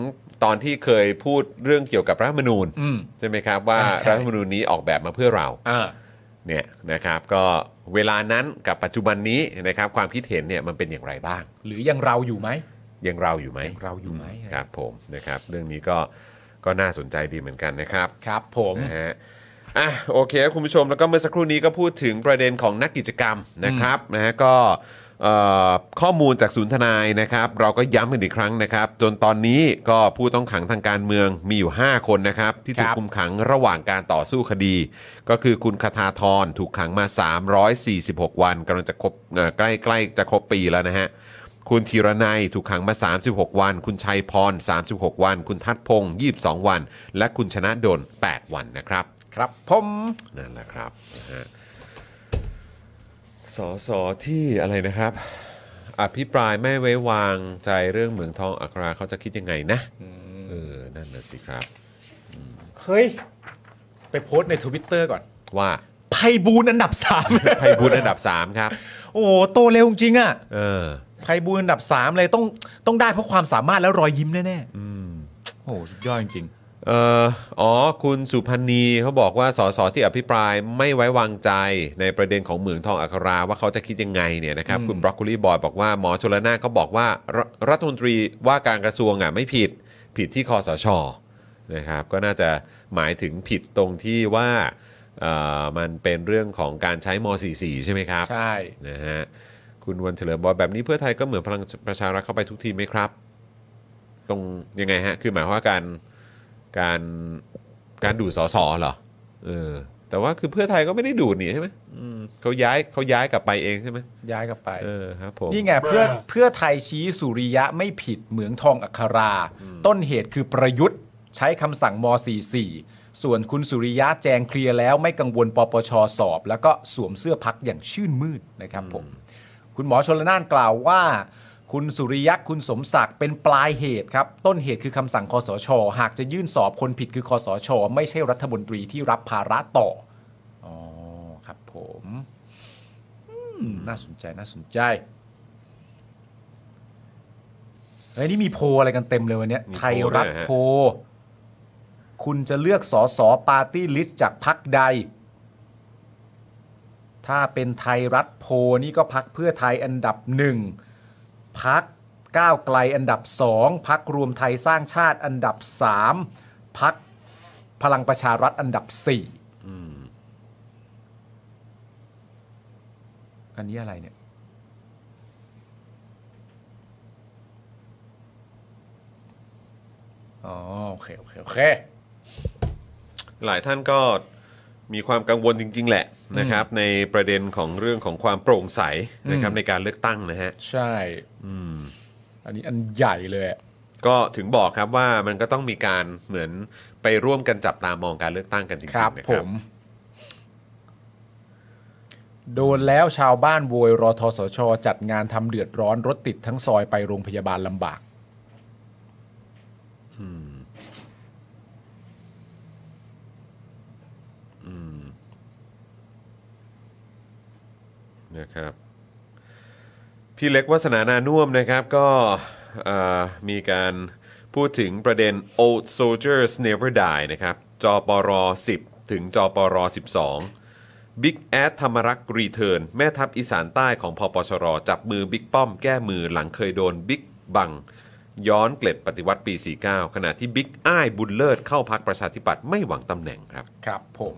ตอนที่เคยพูดเรื่องเกี่ยวกับรัฐธรรมนูญ อืม ใช่ไหมครับ ว่า ใช่ใช่ รัฐธรรมนูญนี้ออกแบบมาเพื่อเรา อ่า เนี่ยนะครับก็เวลานั้นกับปัจจุบันนี้นะครับความคิดเห็นเนี่ยมันเป็นอย่างไรบ้าง หรือยังเราอยู่ไหม ยังเราอยู่ไหม ยังเราอยู่ไหม ครับผมนะครับ เรื่องนี้ก็ก็น่าสนใจดีเหมือนกันนะครับ ครับผม นะฮะอ่ะโอเคครับคุณผู้ชมแล้วก็เมื่อสักครู่นี้ก็พูดถึงประเด็นของนักกิจกรรมนะครับนะฮะก็เอ่อข้อมูลจากศูนย์ทนายนะครับ เราก็ย้ำกันอีกครั้งนะครับ จนตอนนี้ก็ผู้ต้องขังทางการเมืองมีอยู่ 5 คนนะครับ ที่ถู ค ก รับ คุมขังระหว่างการต่อสู้คดี ก็คือคุณคทาธรถูกขังมา 346 วันกำลังจะครบเอ่อใกล้ใกล้จะครบปีแล้วนะฮะ คุณธีรนัยถูกขังมา 36 วัน คุณชัยพร 36 วัน คุณทัดพงศ์22 วัน และคุณชนะโดน 8 วันนะครับ ครับผม นั่นแหละครับนะฮะสอสอที่อะไรนะครับ อภิปรายไม่ไว้วางใจเรื่องเหมืองทองอัคราเขาจะคิดยังไงนะเออ นั่นน่ะสิครับ เฮ้ย ไปโพสต์ในทวิตเตอร์ก่อน ว่า ไพบูลย์อันดับสาม ไพบุญอันดับ 3 ครับ โอ้โหโตเร็วจริงอะ เออ ไพบูลย์อันดับสามเลยต้องต้องได้เพราะความสามารถแล้วรอยยิ้มแน่ๆโอ้โหสุดยอดจริง เอ่ออ๋อ คุณสุพันธ์นีเขาบอกว่าสสที่อภิปรายไม่ไว้วางใจในประเด็นของเหมืองทองอัคราว่าเขาจะคิดยังไงเนี่ยนะครับ คุณบรอกโคลีบอยบอกว่าหมอชลนานเขาบอกว่ารัฐรัฐมนตรีว่าการกระทรวงอ่ะไม่ผิดผิดที่คอสชนะครับ ก็น่าจะหมายถึงผิดตรงที่ว่าเอ่อมันเป็นเรื่องของการใช้ม .44 ใช่ไหมครับ ใช่ นะฮะคุณวันเฉลิมบอกแบบนี้เพื่อไทยก็เหมือนพลังประชารัฐเข้าไปทุกทีมไหมครับ ตรงยังไงฮะ คือหมายความว่าการการการดูดสอสอเหรอเออแต่ว่าคือเพื่อไทยก็ไม่ได้ดูดนี่ใช่ไหมอืมเขาย้ายเขาย้ายกลับไปเองใช่ไหม ย้ายกลับไป เออครับผม นี่ไงเพื่อเพื่อไทยชี้สุริยะไม่ผิดเหมืองทองอัครา ต้นเหตุคือประยุทธ์ใช้คำสั่งม .44 ส่วนคุณสุริยะแจงเคลียร์แล้วไม่กังวลปปชสอบ แล้วก็สวมเสื้อพักอย่างชื่นมืดนะครับผม คุณหมอชนละนานกล่าวว่า คุณสุริยะคุณสมศักดิ์เป็นปลายเหตุครับ ต้นเหตุคือคำสั่งคอสช หากจะยื่นสอบคนผิดคือคอสช ไม่ใช่รัฐมนตรีที่รับภาระต่ออ๋อครับผมอืมน่าสนใจน่าสนใจ เฮ้ยนี่มีโพลอะไรกันเต็มเลยวันเนี้ย มี ไท โพล ย ด้วยเหอฮะ รัฐโพลคุณจะเลือกสอสอปาร์ตี้ลิสต์จากพักใด ถ้าเป็นไทยรัฐโพลนี่ก็พักเพื่อไทยอันดับหนึ่งพักก้าวไกลอันดับสองพักรวมไทยสร้างชาติอันดับสามพักพลังประชารัฐอันดับสี่อันนี้อะไรเนี่ย อ๋อโอเคโอเคโอเค หลายท่านก็มีความกังวลจริง ๆ แหละนะครับ ในประเด็นของเรื่องของความโปร่งใสนะครับ อืม ในการเลือกตั้งนะฮะ ใช่ อันนี้อันใหญ่เลยอะ ก็ถึงบอกครับว่ามันก็ต้องมีการเหมือนไปร่วมกันจับตามองการเลือกตั้งกันจริงๆ ครับ นะค ผ รับ ม โดนแล้วชาวบ้านโวยรอทสช จัดงานทำเดือดร้อนรถติดทั้งซอยไปโรงพยาบาลลำบาก นะครับ พี่เล็กวัฒนานานุ่วมนะครับก็เอ่อมีการพูดถึงประเด็น old soldiers never die นะครับจปร 10 ถึงจปร 12 Big แอดธรรมรักษ์รีเทิร์นแม่ทัพอีสานใต้ของพปชร จับมือบิ๊กป้อมแก้มือหลังเคยโดนบิ๊กบัง ย้อนเกล็ดปฏิวัติปี 49 ขณะที่บิ๊กอ้ายบุญเลิศเข้าพักประชาธิปัตย์ไม่หวังตำแหน่งครับ ครับผม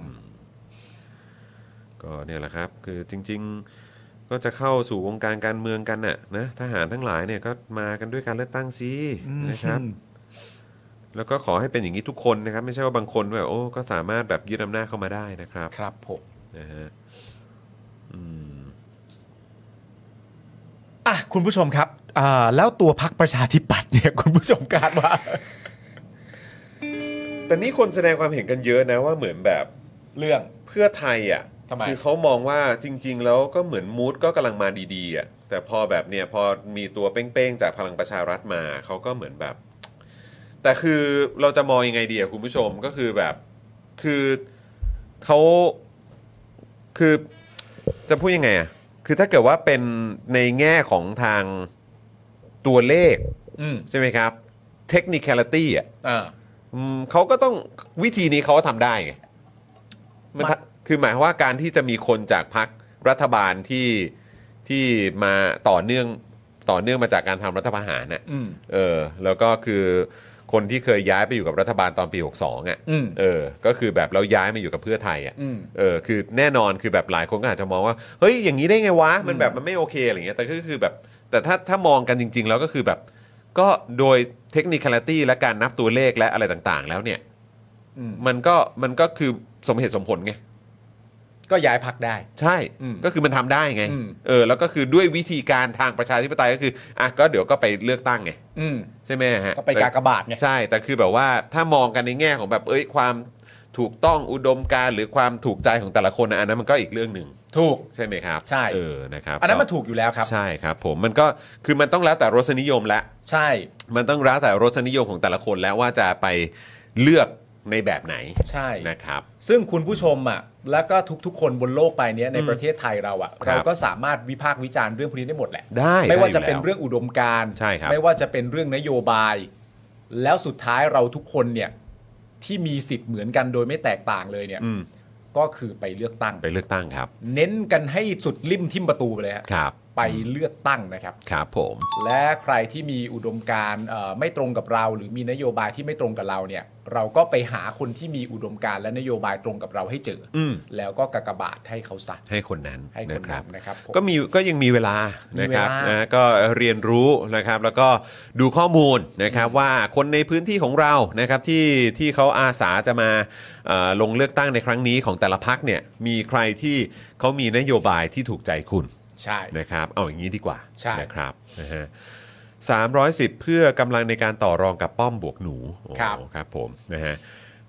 ก็เนี่ยแหละครับคือจริงๆก็จะเข้าสู่วงการการเมืองกันน่ะนะทหารทั้งหลายเนี่ยก็มากันด้วยการเลือกตั้งซีนะครับ แล้วก็ขอให้เป็นอย่างนี้ทุกคนนะครับ ไม่ใช่ว่าบางคนแบบโอ้ก็สามารถแบบยึดอำนาจเข้ามาได้นะครับ ครับผม นะฮะอืม อ่ะคุณผู้ชมครับอ่าแล้วตัวพักประชาธิปัตย์เนี่ย คุณผู้ชมคาดว่า แต่นี่คนแสดงความเห็นกันเยอะนะว่าเหมือนแบบ เรื่อง เพื่อไทยอ่ะ ทำไม คือเขามองว่าจริง ๆ แล้วก็เหมือนมูดก็กำลังมาดีๆอ่ะแต่พอแบบเนี่ยพอมีตัวเป้งๆจากพลังประชารัฐมาเขาก็เหมือนแบบ แต่คือเราจะมองยังไงดีอะคุณผู้ชมก็คือแบบคือเขาคือจะพูดยังไงอะคือถ้าเกิดว่าเป็นในแง่ของทางตัวเลข อืม ใช่ไหมครับเทคนิค a l i t y อ่ะ อ่า อืมเขาก็ต้องวิธีนี้เขาก็ทำได้ไงมัน มัน คือหมายความว่าการที่จะมีคนจากพรรครัฐบาลที่ที่มาต่อเนื่องต่อเนื่องมาจากการทำรัฐประหารน่ะ อืม เออแล้วก็คือคนที่เคยย้ายไปอยู่กับรัฐบาลตอนปี 62 อ่ะ อืม เออ ก็คือแบบเราย้ายมาอยู่กับเพื่อไทยอ่ะ อืม เออคือแน่นอนคือแบบหลายคนก็อาจจะมองว่าเฮ้ยอย่างนี้ได้ไงวะมันแบบมันไม่โอเคอะไรเงี้ยแต่ก็คือแบบแต่ถ้าถ้ามองกันจริง ๆ แล้วก็คือแบบ ก็โดยเทคนิค a l i t y และการนับตัวเลขและอะไรต่างๆ แล้วเนี่ย อืม มันก็มันก็คือสมเหตุสมผลไง ก็ย้ายพักได้ ใช่ อืม ก็คือมันทำได้ไง อืม เออแล้วก็คือด้วยวิธีการทางประชาธิปไตยก็คืออ่ะก็เดี๋ยวก็ไปเลือกตั้งไง อืม ใช่ไหมฮะ ก็ไปกากบาทไง ใช่ แต่คือแบบว่าถ้ามองกันในแง่ของแบบเอ้ยความถูกต้องอุดมการณ์หรือความถูกใจของแต่ละคนนะอันนั้นมันก็อีกเรื่องหนึ่ง ถูก ใช่ไหมครับ ใช่ เออนะครับ อันนั้นมันถูกอยู่แล้วครับ ใช่ครับ ผมมันก็คือมันต้องแล้วแต่รสนิยมและ ใช่ มันต้องแล้วแต่รสนิยมของแต่ละคนแล้วว่าจะไปเลือกในแบบไหน ใช่ นะครับ ซึ่งคุณผู้ชมอ่ะแล้วก็ทุกๆ คนบนโลกใบเนี้ยในประเทศไทยเราอ่ะ ครับ เราก็สามารถวิพากษ์วิจารณ์เรื่องพวกนี้ได้หมดแหละ ได้ ไม่ว่าจะ ได้ยู่ เป็น แล้ว เรื่องอุดมการณ์ ใช่ครับ ไม่ว่าจะเป็นเรื่องนโยบาย แล้วสุดท้ายเราทุกคนเนี่ยที่มีสิทธิ์เหมือนกันโดยไม่แตกต่างเลยเนี่ย อืม ก็คือไปเลือกตั้ง ไปเลือกตั้งครับ เน้นกันให้สุดลิ่มทิมประตูไปเลยฮะ ครับ ไปเลือกตั้งนะครับ ครับผม และใครที่มีอุดมการณ์เอ่อไม่ตรงกับเรา หรือมีนโยบายที่ไม่ตรงกับเราเนี่ย เราก็ไปหาคนที่มีอุดมการณ์และนโยบายตรงกับเราให้เจออ ม แล้วก็กากบาทให้เขาซะ ให้คนนั้น ให้คน นะครั นั้ บ นนะครับผม ก็มีก็ยังมีเวลานะครับ มีเวลาน นะก็เรียนรู้นะครับแล้วก็ดูข้อมูลนะครับว่าคนในพื้นที่ของเรานะครับที่ที่เขาอาสาจะมาเอ่อลงเลือกตั้งในครั้งนี้ของแต่ละพักเนี่ยมีใครที่เขามีนโยบายที่ถูกใจคุณ ใช่ นะครับเอาอย่างนี้ดีกว่า ใช่ นะครับนะฮะสามร้อยสิบเพื่อกำลังในการต่อรองกับป้อมบวกหนูโอ้ ครับ ครับผมนะฮะ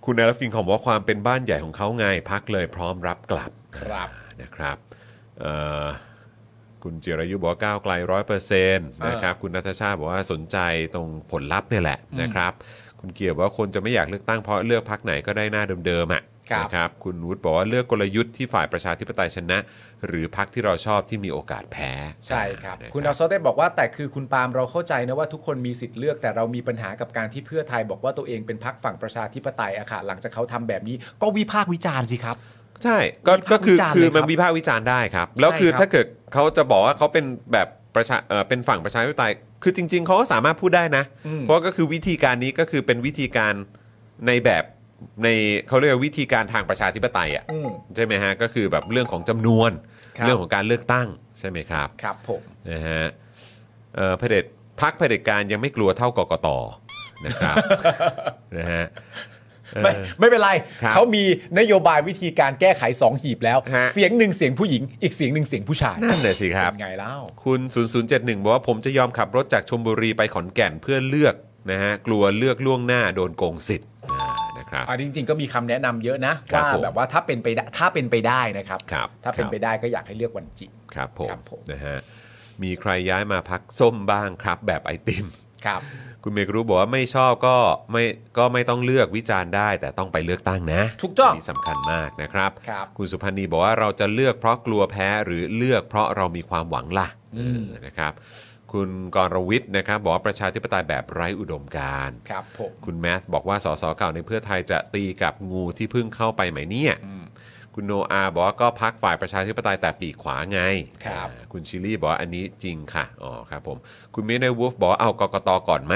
คุณนายรับกินของบอกว่าความเป็นบ้านใหญ่ของเขาไงพักเลยพร้อมรับกลับ ครับ นะครับเอ่อคุณจิรายุบอกว่าก้าวไกลร้อยเปอร์เซ็นต์นะครับ คุณนัทชาติบอกว่าสนใจตรงผลลัพธ์เนี่ยแหละนะครับ คุณเกียรติบอกว่าคนจะไม่อยากเลือกตั้งเพราะเลือกพักไหนก็ได้หน้าเดิมๆอ่ะ ครับ นะครับ คุณวุฒิบอกว่าเลือกกลยุทธ์ที่ฝ่ายประชาธิปไตยชนะ หรือพักที่เราชอบที่มีโอกาสแพ้ ใช่ครับ นะ คุณอาโซได้บอกว่าแต่คือคุณปาล์มเราเข้าใจนะว่าทุกคนมีสิทธิ์เลือกแต่เรามีปัญหากับการที่เพื่อไทยบอกว่าตัวเองเป็นพักฝั่งประชาธิปไตยอะค่ะหลังจากเขาทำแบบนี้ ก็วิพากษ์วิจารณ์สิครับ ใช่ก็ วิพากษ์ ก็คือ วิจารณ์ คือ เลยครับ มันวิพากษ์วิจารณ์ได้ครับ แล้วคือ ใช่ครับ ถ้าเกิดเขาจะบอกว่าเขาเป็นแบบประชาเอ่อเป็นฝั่งประชาธิปไตยคือจริง ๆเขาก็สามารถพูดได้นะ อืม เพราะก็คือวิธีการนี้ก็คือเป็นวิธีการในแบบในเขาเรียกว่าวิธีการทางประชาธิปไตยอ่ะ อืม ใช่ไหมฮะก็คือแบบเรื่องของจำนวน ครับ เรื่องของการเลือกตั้งใช่ไหมครับ ครับผม นะฮะเอ่อเผด็จพักเผด็จการยังไม่กลัวเท่ากกต นะครับ นะฮะ ไม่ไม่เป็นไร ครับ เขามีนโยบายวิธีการแก้ไขสองหีบแล้ว ฮะ เสียงหนึ่งเสียงผู้หญิง อีกเสียงหนึ่งเสียงผู้ชาย นั่นแหละสิครับ เป็นไงเล่า คุณ 0071 บอกว่าผมจะยอมขับรถจากชมบุรีไปขอนแก่นเพื่อเลือกนะฮะกลัวเลือกล่วงหน้าโดนโกงสิทธิ์อ่านะครับ อ่ะจริง ๆ ก็มีคำแนะนำเยอะนะครับ ว่า ผม แบบว่าถ้าเป็นไปได้ถ้าเป็นไปได้นะครับ ครับ ถ้าเป็คนรับ ไปได้ก็อยากให้เลือกวันจริง ครับผม ครับผม นะฮะมีใครย้ายมาพักส้มบ้างครับแบบไอติม ครับ คุณเมกรู้บอกว่าไม่ชอบก็ไม่ก็ไม่ต้องเลือกวิจารณ์ได้ แต่ต้องไปเลือกตั้งนะ ถูกต้อง นนี่สำคัญมากนะครับ ครับ ณสุพันธ์นีบอกว่าเราจะเลือกเพราะกลัวแพ้หรือเลือกเพราะเรามีความหวังล่ะ เออนะครับ คุณกรวิทย์นะครับบอกว่าประชาธิปไตยแบบไร้อุดมการณ์ ครับผม คุณแมทบอกว่าสสเก่าในเพื่อไทยจะตีกับงูที่เพิ่งเข้าไปไหมเนี่ย คุณโนอาบอกว่าก็พักฝ่ายประชาธิปไตยแต่ปีกขวาไง ครับ อ่าคุณชิลลี่บอกว่าอันนี้จริงค่ะ อ๋อครับผม คุณเมนวูฟบอกว่าเอากกตก่อนไหม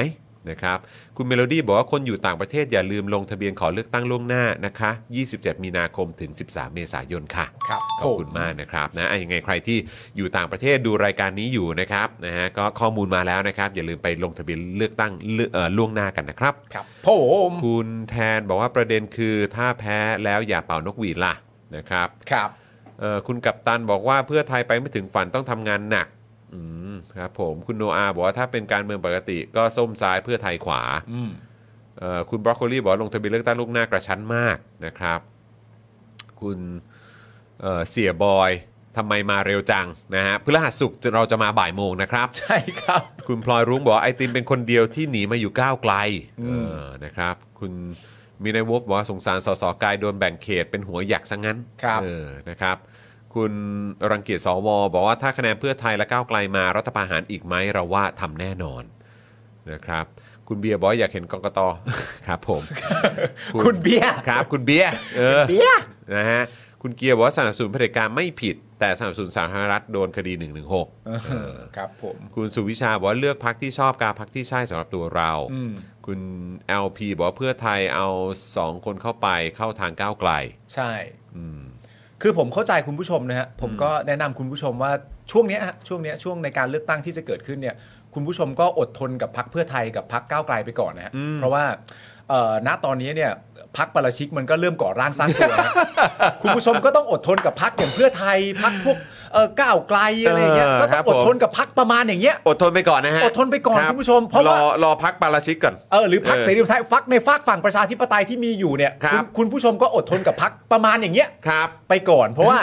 นะครับ คุณเมโลดี้บอกว่าคนอยู่ต่างประเทศอย่าลืมลงทะเบียนขอเลือกตั้งล่วงหน้านะคะ 27 มีนาคมถึง 13 เมษายนค่ะ ครับ ขอบคุณมากนะครับนะอ่ะยังไงใครที่อยู่ต่างประเทศดูรายการนี้อยู่นะครับนะฮะก็ข้อมูลมาแล้วนะครับ อย่าลืมไปลงทะเบียนเลือกตั้งเลือกเอ่อล่วงหน้ากันนะครับ ครับผม คุณแทนบอกว่าประเด็นคือถ้าแพ้แล้วอย่าเป่านกหวีดล่ะนะครับ ครับ เอ่อคุณกัปตันบอกว่าเพื่อไทยไปไม่ถึงฝันต้องทำงานหนักอืมครับผมคุณโนอาบอกว่าถ้าเป็นการเมืองปกติ ก็ส้มซ้ายเพื่อไทยขวา อืม เอ่อคุณบรอกโคลีบอกว่าลงทะเบียนเลือกตั้งล่วงหน้ากระชั้นมากนะครับ คุณเอ่อเสียบอยทำไมมาเร็วจังนะฮะพฤหัสศุกร์เราจะมาบ่ายโมงนะครับ ใช่ครับ คุณพลอยรุ้งบอกว่าไอติมเป็นคนเดียวที่หนีมาอยู่ก้าวไกลเออนะครับ คุณมีนายวบบอกว่าสงสารสสกายโดนแบ่งเขตเป็นหัวหยักซะงั้น ครับ เออนะครับ คุณรังเกียจสวบอกว่าถ้าคะแนนเพื่อไทยและก้าวไกลมารัฐประหารอีกไหมเราว่าทำแน่นอนนะครับ คุณเบียร์บอกว่าอยากเห็นกกต ครับผม คุณเบียร์ ครับคุณเบียร์เออ คุณเบียร์ นะฮะคุณเกียร์บอกว่าสนับสนุนเผด็จการไม่ผิด แต่สนับสนุนสาธารณรัฐโดนคดี1นึ ครับผม คุณสุวิชาบอกว่าเลือกพักที่ชอบการพักที่ใช่สำหรับตัวเรา อืม คุณ LP บอกว่าเพื่อไทยเอา 2 คนเข้าไปเข้าทางก้าวไกล ใช่ อืม คือผมเข้าใจคุณผู้ชมนะฮะ ผมก็แนะนำคุณผู้ชมว่าช่วงเนี้ยฮะช่วงเนี้ยช่วงในการเลือกตั้งที่จะเกิดขึ้นเนี่ย คุณผู้ชมก็อดทนกับพักเพื่อไทยกับพักก้าวไกลไปก่อนนะฮะ อืม เพราะว่าเอ่อณตอนนี้เนี่ยพักปราชิกมันก็เริ่มก่อร่างสร้างตัว นะ คุณผู้ชมก็ต้องอดทนกับพักอย่างเพื่อไทยพักพวกเอ่อก้าวไกลอะไรเงี้ย ก็ต้องอดทนกับพักประมาณอย่างเงี้ย อดทนไปก่อนนะฮะ อดทนไปก่อน รับ คุณผู้ชมเพราะ ร ว่า อรอพักปาราชิกก่อน เออหรือพัก เออ เสรีรวมไทยฟักในฝากฝั่งประชาธิปไตยที่มีอยู่เนี่ย ครับ ณคุณผู้ชมก็อดทนกับพักประมาณอย่างเงี้ย ครับ ไปก่อนเพราะว่า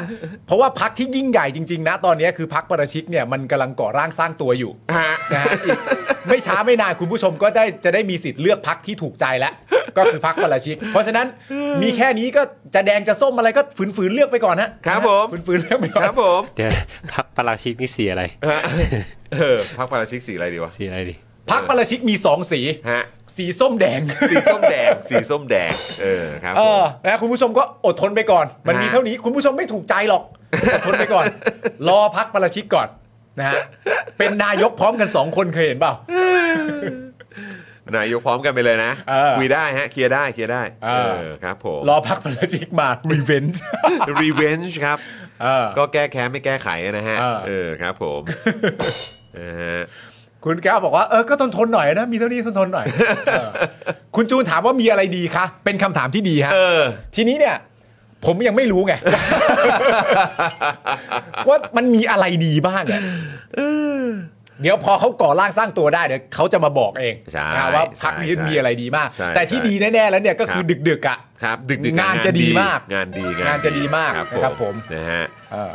เพราะว่าพักที่ยิ่งใหญ่จริง ๆ นะ ตอนนี้คือพักประชิกเนี่ยมันกำลังก่อร่างสร้างตัวอยู่ ฮะ นะฮะอีกไม่ช้าไม่นานคุณผู้ชมก็ได้จะได้มีสิทธิ์เลือกพักที่ถูกใจแล้ว ก็คือพักประชิก เพราะฉะนั้นมีแค่นี้ก็จะแดงจะส้มอะไรก็ฝืนๆเลือกไปก่อนฮะ ครับผม ฝืนๆเลือกไปก่อน ครับผม เดี๋ยว พักประราชิกนี่สีอะไร ฮะเออพักปาราชิกสีอะไรดีวะ สีอะไรดิ พักประชิกมีสองสี ฮะ สีส้มแดง สีส้มแดงสีส้มแดงเออครับ เอ ผม อนะคุณผู้ชมก็อดทนไปก่อน มันมี ฮะ เท่านี้คุณผู้ชมไม่ถูกใจหรอกอดทนไปก่อน รอพักประชิกก่อนนะฮะเป็นนายกพร้อมกันสองคนเคยเห็นเปล่า นายกพร้อมกันไปเลยนะ เออ คุยได้ฮะ เคลียร์ได้เคลียร์ได้ เออ เออครับผม รอพักประชิกมา revenge revenge ครับ เออ ก็แก้แค้นไม่แก้ไขนะฮะ เออ เออครับ ผมนะฮะ คุณแก้วบอกว่าเออก็ทนทนๆหน่อยนะ มีเท่านี้ทนทนๆหน่อยเออคุณจูนถามว่ามีอะไรดีคะ เป็นคำถามที่ดีฮะ เออ ทีนี้เนี่ย ผมยังไม่รู้ไง ว่ามันมีอะไรดีบ้างเนี่ยเดี๋ยวพอเขาก่อร่างสร้างตัวได้เดี๋ยวเขาจะมาบอกเอง ใช่ นะว่าพักนี้ ใช่ มีอะไรดีมาก ใช่ แต่ที่ ใช่ ดีแน่ๆแล้วเนี่ยก็คืครัอบ ดึกๆอ่ะ ครับ ดึกๆ งานจะดีมาก งานดี งานจะดีมากนะครับผม นะฮะ เออ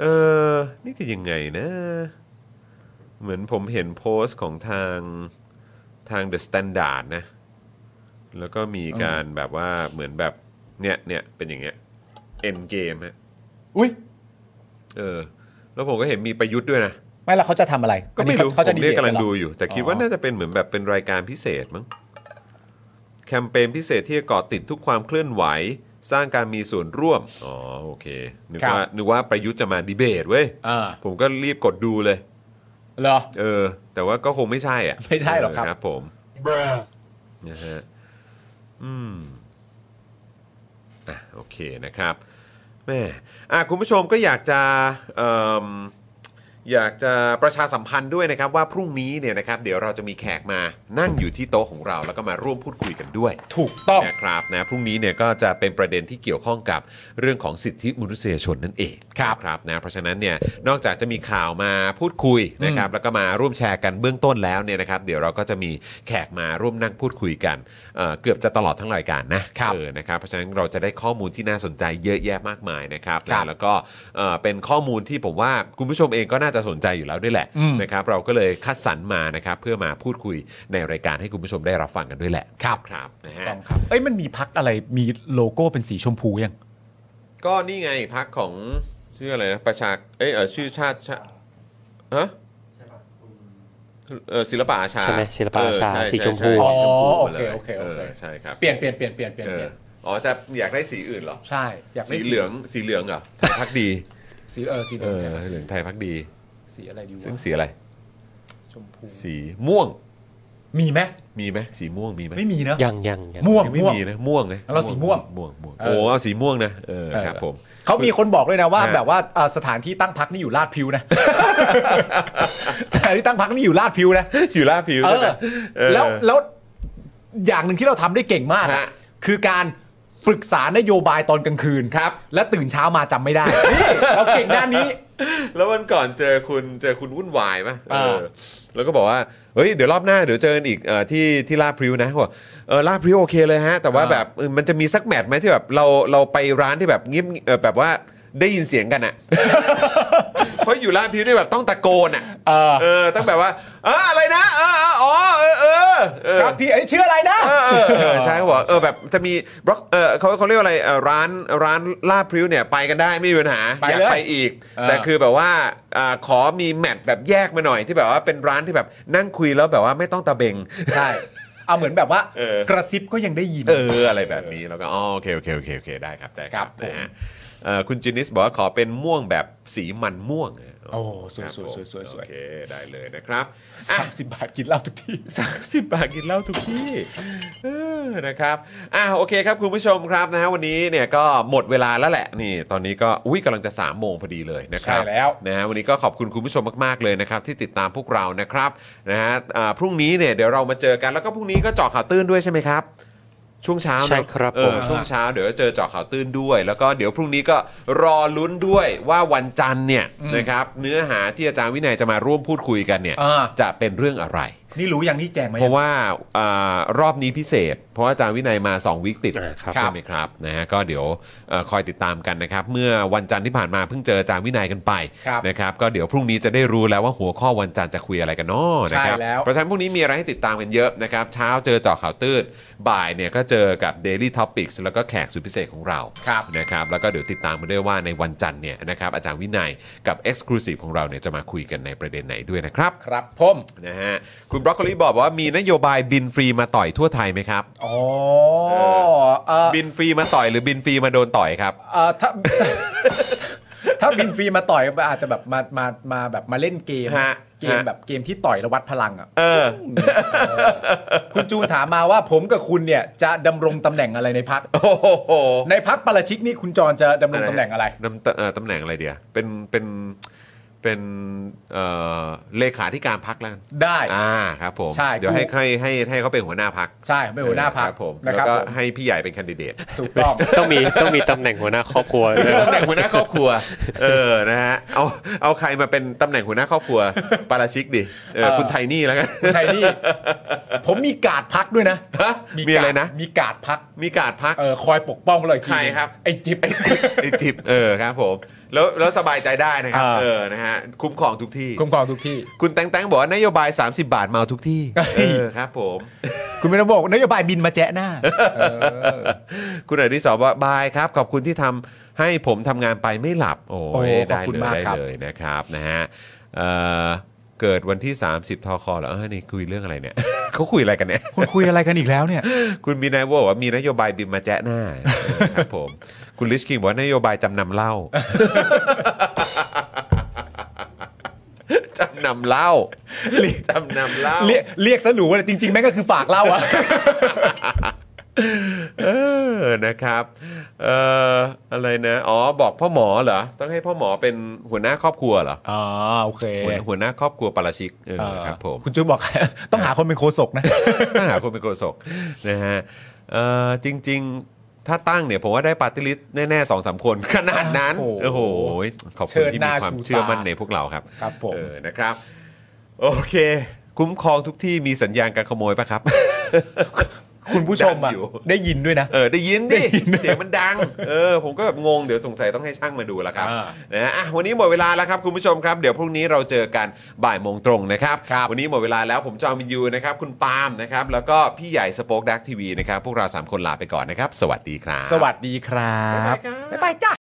เออ นี่คือยังไงนะ เหมือนผมเห็นโพสต์ของทางทาง The Standard นะ แล้วก็มีการแบบว่าเหมือนแบบเนี่ยเนี่ยเป็นอย่างเงี้ย end game ฮะ อุ้ย เออ แล้วผมก็เห็นมีประยุทธ์ด้วยนะ ไม่แล้วเขาจะทำอะไร ก็ไม่รู้ อันผนี้เขามจะดี เนี่ย เบต กำลัง เหรอ ดูอยู่ แต่คิด อ๋อ ว่าน่าจะเป็นเหมือนแบบเป็นรายการพิเศษมั้งแคมเปญพิเศษที่จะเกาะติดทุกความเคลื่อนไหว สร้างการมีส่วนร่วม อ๋อโอเคนึกว่านึกว่าประยุทธ์จะมาดีเบตเว้ย เออ ผมก็รีบกดดูเลย เหรอ เออ แต่ว่าก็คงไม่ใช่อ่ะ ไม่ใช่หรอกครับ เครับผม Bruh. นะฮะ อืม อ่ะ โอเคนะครับ แม่อ่ะคุณผู้ชมก็อยากจะเอิ่มอยากจะประชาสัมพันธ์ด้วยนะครับ ว่าพรุ่งนี้เนี่ยนะครับ เดี๋ยวเราจะมีแขกมานั่งอยู่ที่โต๊ะของเรา แล้วก็มาร่วมพูดคุยกันด้วย ถูกต้อง นะครับนะพรุ่งนี้เนี่ยก็จะเป็นประเด็นที่เกี่ยวข้องกับเรื่องของสิทธิมนุษยชนนั่นเอง ครับ นะครับนะเพราะฉะนั้นเนี่ยนอกจากจะมีข่าวมาพูดคุยนะครับแล้วก็มาร่วมแชร์กันเบื้องต้นแล้วเนี่ยนะครับ เดี๋ยวเราก็จะมีแขกมาร่วมนั่งพูดคุยกันเอ่อเกือบจะตลอดทั้งรายการนะครับ เออนะครับเพราะฉะนั้นเราจะได้ข้อมูลที่น่าสนใจเยอะแยะมากมายนะครับ ครับ นะแล้วก็เอ่อเป็นข้อมูลที่ผมว่าคุณผู้ชมเองก็น่าจะสนใจอยู่แล้วด้วยแหละ อืม นะครับเราก็เลยคัดสรรมานะครับเพื่อมาพูดคุยในรายการให้คุณผู้ชมได้รับฟังกันด้วยแหละครับครับนะฮะ ต้องครับเอ้ยมันมีพักอะไรมีโลโก้เป็นสีชมพูยัง ก็นี่ไงพักของชื่ออะไรนะประชาเอยเออชื่อชาติชา ฮะเออศิลปะอาชา ใช่ไหมศิลปะอาชา เใ สีชมพู ใช่สีชมพู อ๋อ หมดลย โอเคโอเคโอเค ใช่ครับ เปลี่ยนเปลี่ยนเปลี่ยนเปลี่ยนเปลี่ยน เอ เป อ ลี่ยน อ๋อจะอยากได้สีอื่นเหรอ ใช่ อยากได้ สีเหลืองสีเหลืองเหรอ่ะพักดี สีเออสีเห เอ ลือง อเหลืองไทยพักดี สีอะไรดีวะ ซึ่งสีอะไร ชมพู สีม่วง มีไหม มีไหมสีม่วงมีไหม ไม่มีเนอะ ยังยังยัง ม่วง ไม่มีนะม่วงไง เราสีม่วง ม่วงม่วง เออ โอ้เอาสีม่วงนะเออครับผม เขามีคนบอกด้วยนะว่า ฮะ แบบว่าเอ่อสถานที่ตั้งพักนี่อยู่ลาดพริ้ว นะ สถานที่ตั้งพักนี่อยู่ลาดพริ้วนะ อยู่ล่าดผิว เอ ใช่ไหม อ เออ แล้วแล้วอย่างหนึ่งที่เราทำได้เก่งมากอะ ฮะ คือการปรึกษานโยบายตอนกลางคืน ครับ และตื่นเช้ามาจำไม่ได้ นี่เราเก่งด้านนี้ แล้ววันก่อนเจอคุณเจอคุณวุ่นวายป่ะ อ่า เออแล้วก็บอกว่าเฮ้ยเดี๋ยวรอบหน้าเดี๋ยวเจอกันอีกเอ่อที่ที่ลาดพริ้วนะบอกเออลาดพริ้วโอเคเลยฮะ แต่ว่าแบบเออมันจะมีสักแมตช์ไหมที่แบบเราเราไปร้านที่แบบเงียบเอ่อแบบว่าได้ยินเสียง กันอะ เพราะอยู่ลาดพริ้วนี่แบบต้องตะโกนอะ เออ เออต้องแบบว่าเอออะไรนะเออเอออ๋อเออเออเออ ครับพี่เอ้ยชื่ออะไรนะ เออเออเออใช่เขาบอกเออแบบจะมีบล็อกเออเขาเขาเรียกว่าอะไรเอ่อร้านร้านลาบพริ้วเนี่ยไปกันได้ไม่มีปัญหา ไปเลย อยากไปอีก เออ แต่คือแบบว่าอ่าขอมีแมทแบบแยกมาหน่อยที่แบบว่าเป็นร้านที่แบบนั่งคุยแล้วแบบว่าไม่ต้องตะเบง ใช่เอาเหมือนแบบว่า เออ กระซิบก็ยังได้ยิน เอออะไรแบบนี้แล้วก็อ๋อโอเคโอเคโอเคโอเคได้ครับได้ค ครั รับบ ผม นะฮะเอ่อคุณจินิสบอกว่าขอเป็นม่วงแบบสีมันม่วง โอ้สวคยรับ สวยสวยสวยสวย โอเคได้เลยนะครับอ่ะ สามสิบบาทกินเหล้าทุกที่ 30บาทกินเหล้าทุกที่เออนะครับอ่ะโอเคครับคุณผู้ชมครับนะฮะวันนี้เนี่ยก็หมดเวลาแล้วแหละนี่ ตอนนี้ก็อุ้ยกำลังจะ3ามโมงพอดีเลยนะครับ ใช่แล้ว นะฮะวันนี้ก็ขอบคุณคุณผู้ชมมากๆเลยนะครับที่ติดตามพวกเรานะครับนะฮะอ่าพรุ่งนี้เนี่ยเดี๋ยวเรามาเจอกันแล้วก็พรุ่งนี้ก็เจาะข่าวตื้นด้วยใช่ไหมครับ ช่วงเช้าเนอะ ใช่ครับ เอ ผ อ ม ช่วงเช้าเดี๋ยวเจอเจาะข่าวตื้นด้วย แล้วก็เดี๋ยวพรุ่งนี้ก็รอลุ้นด้วยว่าวันจันทร์เนี่ย อืม นะครับเนื้อหาที่อาจารย์วินัยจะมาร่วมพูดคุยกันเนี่ย อ่า จะเป็นเรื่องอะไร นี่รู้ยังนี่แจงไหม เพราะว่าอารอบนี้พิเศษ เพราะว่าอาจารย์วินัยมา 2 วิกติด อ่าครับ ใช่ไหมครับนะฮะก็เดี๋ยวเอ่อคอยติดตามกันนะครับ เมื่อวันจันทร์ที่ผ่านมาเพิ่งเจออาจารย์วินัยกันไป ครับ นะครับก็เดี๋ยวพรุ่งนี้จะได้รู้แล้วว่าหัวข้อวันจันทร์จะคุยอะไรกันเนาะ ใช่ นะครับ แล้ว เพราะฉะนั้นพรุ่งนี้มีอะไรให้ติดตามกันเยอะนะครับ เช้าเจอเจาะข่าวตื้นบ่ายเนี่ยก็เจอกับ Daily Topics แล้วก็แขกสุดพิเศษของเรา ครับ นะครับแล้วก็เดี๋ยวติดตามกันด้วยว่าในวันจันทร์เนี่ยนะครับอาจารย์วินัยกับ Exclusive ของเราเนี่ยจะมาคุยกันในประเด็นไหนด้วยนะครับ ครับผม นะฮะคุณบรอกโคลีบอกว่ามีนโยบายบินฟรีมาต่อยทั่วไทยไหมครับ อ๋อ เอ เออ บินฟรีมาต่อยหรือบินฟรีมาโดนต่อยครับ เออถ้า ถ้าบินฟรีมาต่อยอาจจะแบบมามามาแบบมาเล่นเกม ฮะ เกม ฮะ แบบเกมที่ต่อยระวัดพลังอ่ะ เออ คุณจูนถามมาว่าผมกับคุณเนี่ยจะดำรงตำแหน่งอะไรในพัก โอ้โห ในพักปาราชิกนี่คุณจรจะดำรงตำแหน่งอะไร นำตเอ่อตำแหน่งอะไรเดียวเป็นเป็นเป็นเอ่อเลขาธิการพักแล้วกัน ได้ อ่าครับผม ใช่ เดี๋ยวให้ให้ให้ให้เขาเป็นหัวหน้าพัก ใช่เป็นหัวหน้าพัก ผม นะ แล้ว ครับ ก็ ผม ให้พี่ใหญ่เป็นแคนดิเด ต ถูกต้อง ต้องมีต้องมีตำแหน่งหัวหน้าครอบครัวด้วย ตำแหน่งหัวหน้าครอบครัว เออนะฮะเอาเอาใครมาเป็นตำแหน่งหัวหน้าครอบค รัวปาราชิกดิเอ เอ อ อ คุณไทนี่แล้วกัน ไทยนี่ ผมมีการดพักด้วยนะ ฮะมี กา อะไรนะ มีการดพัก มีการดพัก เออคอยปกป้องเราอีกที ใครครับ ไอ้จิ๊บ ไอทิปเออครับผมแล้วแล้วสบายใจได้นะครับ อ่า เออนะฮะคุ้มของทุกที่ คุ้มครองทุกที่ คุณแตงแตงบอกว่านโยบาย 30 บาทเมาทุกที่ เเอฮ้ย อครับผม คุณไม่ต้องบอกนโยบายบินมาแจ้หน้าเออ คุณอดิศรบอกว่าบายครับ ขอบคุณที่ทำให้ผมทำงานไปไม่หลับ โอ้ โอ้ ย ขอ ได้ บคุ เล ณ ย มาก ได้ ครับ เลยนะครับนะฮะเอ่อเกิดวันที่ 30 ทคเหรอเออนี่คุยเรื่องอะไรเนี่ย เขาคุยอะไรกันเนี่ย คุณคุยอะไรกันอีกแล้วเนี่ย คุณมีนายว่าบอกว่ามีนโยบายบินมาแจ้หน้าเออครับผม คุณลิชคิงบอกว่านโยบายจำนำเหล้า จำนำเหล้าจำนำเหล้า เรียกเรียกสรุว่าจริงๆแม่งก็คือฝากเล่าอะ เออ นะครับ เอ่อ อะไรนะ อ๋อ บอกพ่อหมอเหรอ ต้องให้พ่อหมอเป็นหัวหน้าครอบครัวเหรอ อ๋อโอเค หัวหัวหน้าครอบครัวปาราชิก เออ ครับผม คุณจุ๊บบอก ต้องหาคนเป็นโคศกนะ ถ้า หาคนเป็นโกศกนะฮะ เอ่อ จริง ๆ ถ้าตั้งเนี่ย ผมว่าได้ปาร์ติลิสต์แน่ๆสองสามคน ขนาดนั้น โอ้ โอ้โห โห ขอบคุณที่มีเชิดหน้า ความ ชูตา เชื่อมั่นในพวกเราครับ ครับผม เออ นะครับ โอเค คุ้มครองทุกที่มีสัญญาณการขโมยปะครับ คุณผู้ชม ดันอะอยู่ ได้ยินด้วยนะ เออได้ยิน ได้ ดิ ยิน เสียงมันดัง เออผมก็แบบงงเดี๋ยวสงสัยต้องให้ช่างมาดูแล้วครับ อ่า นะฮะอ่ะวันนี้หมดเวลาแล้วครับคุณผู้ชมครับ เดี๋ยวพรุ่งนี้เราเจอกันบ่ายโมงตรงนะครับ ครับ วันนี้หมดเวลาแล้วผมจอมวินยูนะครับ คุณปาล์มนะครับ แล้วก็พี่ใหญ่สป็อคดักทีวีนะครับ พวกเรา 3 คนลาไปก่อนนะครับ สวัสดีครับ สวัสดีครับ ๊ายบายครับ บ๊ายบายจ้ะ